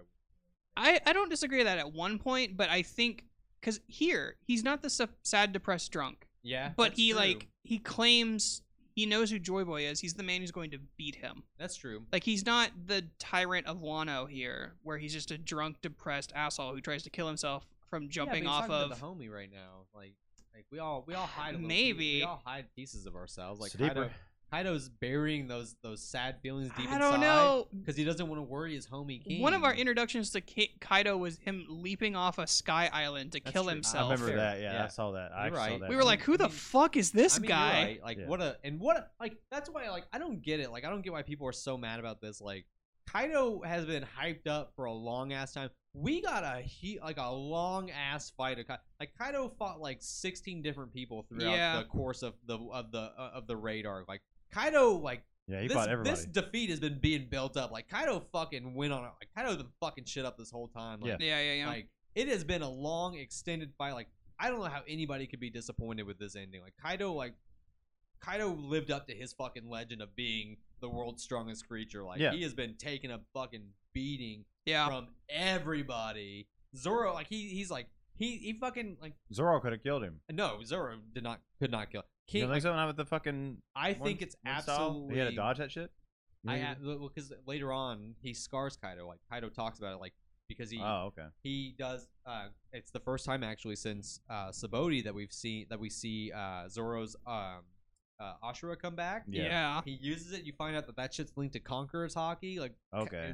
S3: I, I don't disagree with that at one point, but I think because here he's not the su- sad, depressed drunk,
S1: Yeah,
S3: but
S1: that's
S3: he
S1: true.
S3: like he claims he knows who Joy Boy is. He's the man who's going to beat him.
S1: that's true.
S3: Like he's not the tyrant of Wano here, where he's just a drunk, depressed asshole who tries to kill himself from
S1: Yeah, but
S3: jumping
S1: he's
S3: off
S1: talking to
S3: of.
S1: the homie right now. Like like we all we all hide a little piece-
S3: Maybe.
S1: we all hide pieces of ourselves. Like
S2: So
S1: Kaido,
S2: deeper-
S1: Kaido's burying those those sad feelings deep
S3: I don't know.
S1: because he doesn't want to worry his homie King.
S3: One of our introductions to Ki- Kaido was him leaping off a sky island to
S1: That's
S3: kill
S1: true. I
S2: I
S3: himself.
S2: remember
S1: Fair.
S2: that. Yeah,
S1: Yeah.
S2: I saw that. I
S1: You're
S2: saw
S1: right.
S2: that.
S3: we were like, "Who the
S1: I mean-
S3: fuck is this
S1: I mean, you're
S3: guy?"
S1: right. Like
S2: Yeah.
S1: what a and what a like that's why like I don't get it. Like I don't get why people are so mad about this. Like Kaido has been hyped up for a long ass time. We got a he like a long ass fight. Of Kai- like Kaido fought like sixteen different people throughout
S3: Yeah.
S1: the course of the of the uh, of the radar. Like Kaido like
S2: yeah, he
S1: this,
S2: fought everybody.
S1: this defeat has been being built up. Like Kaido fucking went on it. Like Kaido's been fucking shit up this whole time. Like,
S2: Yeah.
S3: Yeah, yeah, yeah.
S1: Like it has been a long, extended fight. Like I don't know how anybody could be disappointed with this ending. Like Kaido, like Kaido lived up to his fucking legend of being the world's strongest creature. Like
S2: Yeah.
S1: he has been taking a fucking beating
S3: yeah.
S1: from everybody. Zoro, like he he's like he he fucking like
S2: Zoro could have killed him.
S1: no Zoro did not could not kill
S2: you
S1: King.
S2: know,
S1: like,
S2: like something with the fucking.
S1: I
S2: one-
S1: think it's
S2: one style?
S1: absolutely.
S2: He had to dodge that shit. You
S1: I
S2: think-
S1: because later on he scars Kaido. Like Kaido talks about it. Like because he
S2: Oh, okay.
S1: he does. Uh, it's the first time actually since uh, Sabaody that we've seen that we see uh, Zoro's um, uh, Ashura come back.
S2: Yeah.
S3: Yeah.
S1: He uses it. You find out that that shit's linked to Conqueror's hockey. Like Ca-
S2: Okay.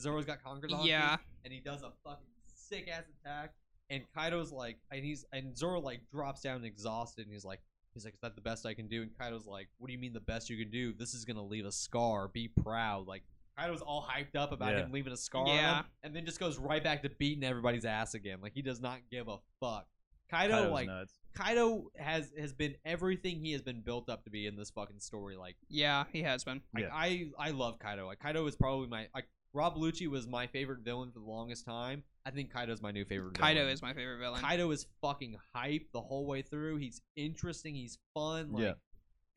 S1: Zoro's got Conqueror's hockey.
S3: Yeah.
S1: and he does a fucking sick ass attack. And Kaido's like, and he's and Zoro like drops down exhausted, and he's like, he's like, is that the best I can do? And Kaido's like, what do you mean the best you can do? This is gonna leave a scar. Be proud. Like Kaido's all hyped up about
S2: Yeah.
S1: him leaving a scar, on
S3: Yeah.
S1: him, and then just goes right back to beating everybody's ass again. Like he does not give a fuck. Kaido
S2: Kaido's
S1: like
S2: nuts.
S1: Kaido has has been everything he has been built up to be in this fucking story. Like.
S3: Yeah, he has been.
S1: Like,
S2: Yeah.
S1: I I love Kaido. Like Kaido is probably my like Rob Lucci was my favorite villain for the longest time. I think Kaido's my new favorite.
S3: Kaido
S1: villain.
S3: is my favorite villain.
S1: Kaido is fucking hype the whole way through. He's interesting. He's fun. Like
S2: Yeah.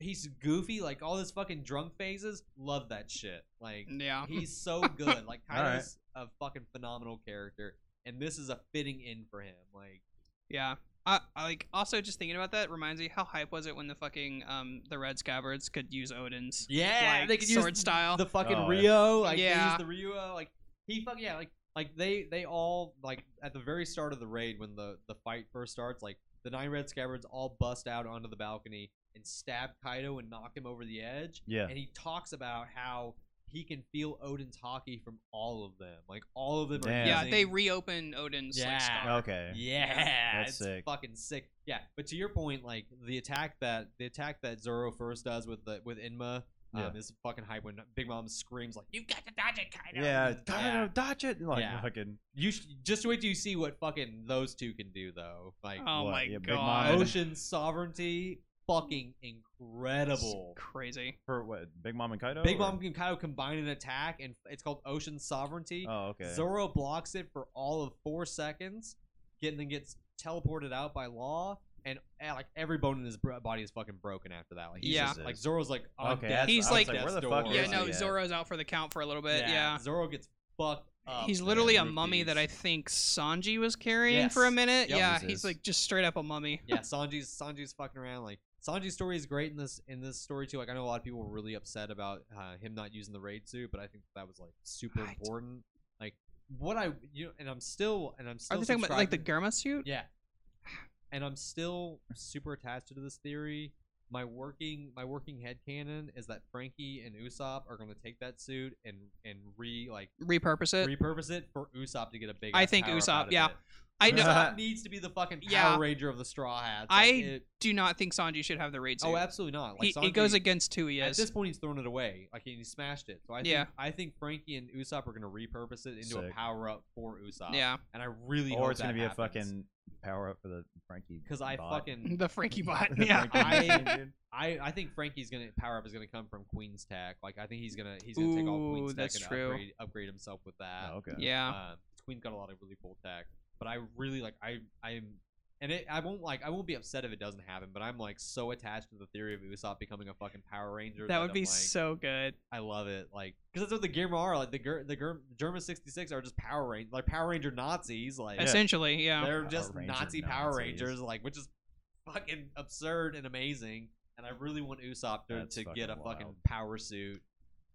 S1: he's goofy. Like all his fucking drunk phases. Love that shit. Like
S3: yeah.
S1: he's so good. Like
S2: Alright.
S1: Kaido's a fucking phenomenal character, and this is a fitting in for him. Like
S3: Yeah. I, I like also just thinking about that reminds me how hype was it when the fucking um the red scabards could use Odin's
S1: yeah,
S3: like,
S1: they could
S3: sword
S1: use
S3: style.
S1: the fucking
S2: Oh, yeah.
S1: Rio, like they
S3: Yeah.
S1: used the Rio, like he fuck yeah, like like they they all like at the very start of the raid when the the fight first starts, like the nine red scabbards all bust out onto the balcony and stab Kaido and knock him over the edge,
S2: Yeah.
S1: and he talks about how he can feel Odin's hockey from all of them, like all of them are
S2: Damn.
S3: yeah,
S1: using-
S3: they reopen Odin's
S1: Yeah.
S3: like scar.
S2: Okay.
S1: yeah,
S2: That's
S1: it's
S2: sick.
S1: fucking sick. Yeah, but to your point, like the attack that the attack that Zoro first does with the with Inma um,
S2: Yeah.
S1: is fucking hype. When Big Mom screams like, "You've got to dodge it, Kaido!"
S2: Yeah. Kaido,
S1: Yeah.
S2: dodge it. Like
S1: Yeah.
S2: fucking.
S1: You sh- just wait till you see what fucking those two can do, though. Like
S3: Oh
S2: What?
S3: my
S2: Yeah, Big
S3: god.
S2: Mom.
S1: ocean sovereignty, fucking
S3: It's
S1: incredible.
S3: crazy.
S2: For what? Big Mom and Kaido.
S1: Big
S2: or-
S1: Mom can kind of combine an attack, and it's called Ocean Sovereignty.
S2: Oh, okay.
S1: Zoro blocks it for all of four seconds, get, then gets teleported out by Law, and eh, like every bone in his bro- body is fucking broken after that. Like, he's
S3: Yeah.
S1: just- like Zoro's like on
S2: Okay,
S1: death-
S2: that's-
S3: He's
S1: on
S3: like-
S1: death's
S2: where the
S1: door.
S2: fuck is
S3: Yeah,
S2: he
S3: no,
S2: at?
S3: Zoro's out for the count for a little bit. Yeah.
S1: Zoro gets fucked up.
S3: He's
S1: man,
S3: literally a
S1: with
S3: mummy
S1: these-
S3: that I think Sanji was carrying for a
S1: Yes.
S3: minute.
S1: Yep.
S3: Yeah,
S2: Jesus.
S3: he's like just straight up a mummy.
S1: yeah, Sanji's Sanji's fucking around. Like Sanji's story is great in this in this story too. Like I know a lot of people were really upset about uh, him not using the raid suit, but I think that was like super
S3: Right.
S1: important. Like what I you know, and I'm still and I'm still
S3: Are they talking about like the
S1: subscribing-
S3: Germa suit?
S1: Yeah. And I'm still super attached to this theory. My working my working headcanon is that Frankie and Usopp are gonna take that suit and and re like
S3: Repurpose it.
S1: repurpose it for Usopp to get a big
S3: Uh, I
S1: ass
S3: think
S1: power up
S3: Usopp,
S1: out of
S3: yeah.
S1: it.
S3: I know.
S1: Usopp needs to be the fucking Power
S3: Yeah.
S1: Ranger of the Straw Hats. Like,
S3: I
S1: it-
S3: do not think Sanji should have the raid suit.
S1: oh absolutely not. Like
S3: he, it goes
S1: Sanji-
S3: against who he
S1: at
S3: is.
S1: this point he's thrown it away. Like he smashed it. So I
S3: Yeah.
S1: think I think Frankie and Usopp are gonna repurpose it into a
S2: Sick.
S1: power up for Usopp.
S3: yeah,
S1: And I really
S2: Or
S1: hope
S2: it's gonna
S1: that
S2: be a
S1: happens.
S2: fucking power up for the Frankie.
S1: because I
S2: bot.
S1: fucking
S3: the Frankie bot.
S2: The
S3: yeah,
S2: Frankie
S1: I-
S2: bot, dude.
S1: I, I think Frankie's gonna power up is gonna come from Queen's Tech. Like I think he's gonna he's gonna take all
S3: Ooh,
S1: Queen's Tech
S3: that's
S1: and
S3: true.
S1: upgrade upgrade himself with that.
S2: Oh, okay.
S3: yeah.
S1: Um, Queen's got a lot of really cool tech, but I really like I I'm and it I won't like I won't be upset if it doesn't happen. But I'm like so attached to the theory of Usopp becoming a fucking Power Ranger.
S3: That would
S1: I'm,
S3: be
S1: like,
S3: so good.
S1: I love it. Like because that's what the Germa are. Like the Ger- the Germ Germa 66 are just Power Ranger like Power Ranger Nazis. Like
S3: Essentially, yeah.
S1: they're
S2: Power
S1: just
S2: Ranger
S1: Nazi Power
S2: Nazis.
S1: Rangers, like which is fucking absurd and amazing. And I really want Usopp to,
S2: That's
S1: to get a
S2: fucking
S1: fucking
S2: wild.
S1: power suit.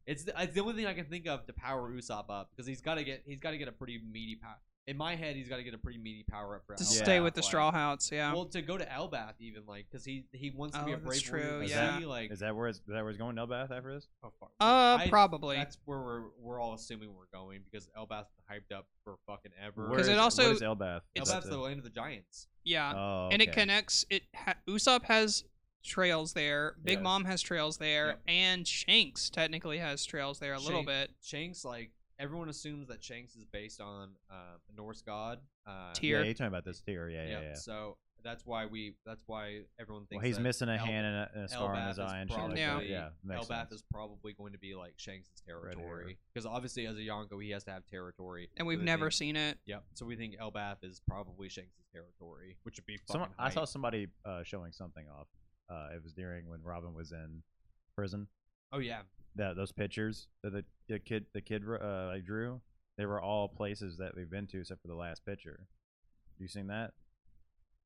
S1: It's the, it's the only thing I can think of to power Usopp up because he's got to get he's got to get a pretty meaty power. In my head, he's got to get a pretty meaty power up for
S3: to
S1: Elbath,
S3: stay with the
S1: like-
S3: Straw Hats. Yeah.
S1: Well, to go to Elbath even like because he he wants to be
S3: Oh,
S1: a
S3: that's
S1: brave warrior.
S3: true,
S1: Is
S2: yeah.
S1: he, like
S2: Is that where it's, is that where it's going? Nelbath after this?
S1: oh, fuck.
S3: uh,
S1: I-
S3: probably.
S1: That's where we're we're all assuming we're going because Elbath's been hyped up for fucking ever.
S2: Where
S3: 'Cause it
S2: is-
S3: also-
S2: what is Elbath?
S3: it's-
S1: Elbath's
S2: That's
S1: the
S2: it.
S1: land of the giants.
S3: Yeah.
S2: Oh,
S3: And it
S2: okay.
S3: connects. It ha- Usopp has trails there. Big
S2: Yeah.
S3: Mom has trails there,
S1: Yep.
S3: and Shanks technically has trails there a little bit.
S1: Shanks, like everyone assumes that Shanks is based on um, a Norse god. Uh,
S2: Yeah,
S3: Tyr. here.
S2: you're talking about this tier. Yeah, yeah,
S1: yep,
S2: yeah.
S1: So that's why we. That's why everyone thinks.
S2: Well, he's
S1: that
S2: missing a
S1: El-
S2: hand and a, and a scar on
S1: Elbath
S2: his
S1: is
S2: eye and shit like that.
S3: probably-
S2: Yeah, makes
S1: Elbath
S2: sense.
S1: is probably going to be like Shanks'
S2: hair.
S1: territory because obviously as a Yonko he has to have territory,
S3: And we've
S1: So they
S3: never
S1: think-
S3: seen it.
S1: Yep. So we think Elbath is probably Shanks' territory, which would be fucking.
S2: Someone, I saw
S1: hype.
S2: somebody uh, showing something off. Uh, it was during when Robin was in prison.
S1: Oh yeah.
S2: That those pictures that the, the kid the kid uh, I drew, they were all places that we've been to except for the last picture. You seen that?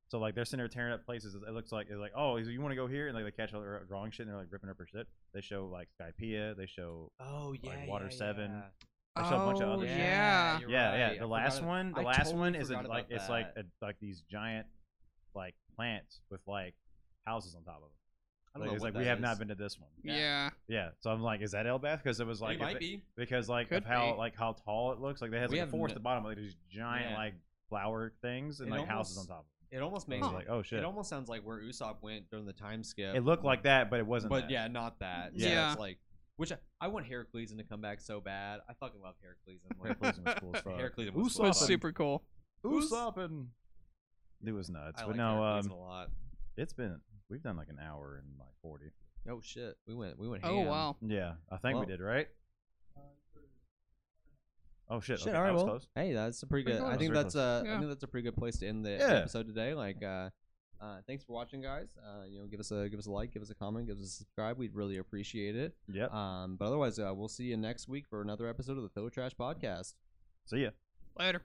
S2: So like they're sitting there tearing up places. It looks like it's like oh you want to go here and like they catch all the r- wrong shit and they're like ripping up her shit. They show like Skypea. They show
S1: Oh yeah.
S2: Water
S1: yeah,
S2: Seven.
S1: yeah.
S2: I saw a bunch of
S3: Oh,
S2: other shit.
S3: yeah.
S1: You're
S2: yeah,
S1: right. I
S2: yeah. The last
S1: forgot-
S2: one, the
S1: I
S2: last
S1: totally
S2: one is a,
S1: forgot
S2: like
S1: about
S2: it's like
S1: that.
S2: a, like these giant like plants with like houses on top of them.
S1: I don't
S2: Like,
S1: know
S2: it's
S1: what
S2: like we
S1: that
S2: have not
S1: is.
S2: been to this one.
S3: Yeah.
S2: Yeah. So I'm like, is that Elbath? Because it was like
S1: it
S2: if
S1: might
S2: it-
S1: be.
S2: because like
S3: Could
S2: of how
S3: be.
S2: like how tall it looks. Like they has
S1: We
S2: like a
S1: have
S2: forest
S1: no-
S2: at the bottom, like these giant
S1: Yeah.
S2: like flower things and
S1: It
S2: like houses
S1: almost-
S2: on top. of
S1: It almost
S2: them.
S1: makes
S2: I was like, oh shit.
S1: it almost sounds like where Usopp went during the time skip.
S2: It looked like that, but it wasn't.
S1: but
S2: that.
S1: yeah, not that. So
S3: Yeah.
S1: it's like which I, I want Heracles to come back so bad. I fucking love Heracles.
S2: Heracles was cool as fuck.
S1: Heracles was
S3: But
S1: Awesome.
S3: it's super cool.
S2: Usopp and it was nuts.
S1: I
S2: but
S1: like
S2: no,
S1: Heracles
S2: um,
S1: a lot.
S2: it's been we've done like an hour and like forty.
S1: Oh shit, we went we went.
S3: Oh
S1: ham.
S3: wow.
S2: Yeah, I think
S1: Well-
S2: we did right. Oh shit!
S1: Shit,
S2: okay,
S1: all right,
S2: that was
S1: well,
S2: close.
S1: hey, that's a pretty
S3: Pretty
S1: good.
S3: close.
S1: I think
S2: Very
S1: that's a, I
S2: close.
S3: Yeah.
S1: think that's a pretty good place to end the, the
S2: Yeah.
S1: episode today. Like, uh, uh, thanks for watching, guys. Uh, you know, give us a give us a like, give us a comment, give us a subscribe. We'd really appreciate it.
S2: Yep.
S1: uh, Um, but otherwise, uh, we'll see you next week for another episode of the Philly Trash Podcast.
S2: See ya.
S3: Later.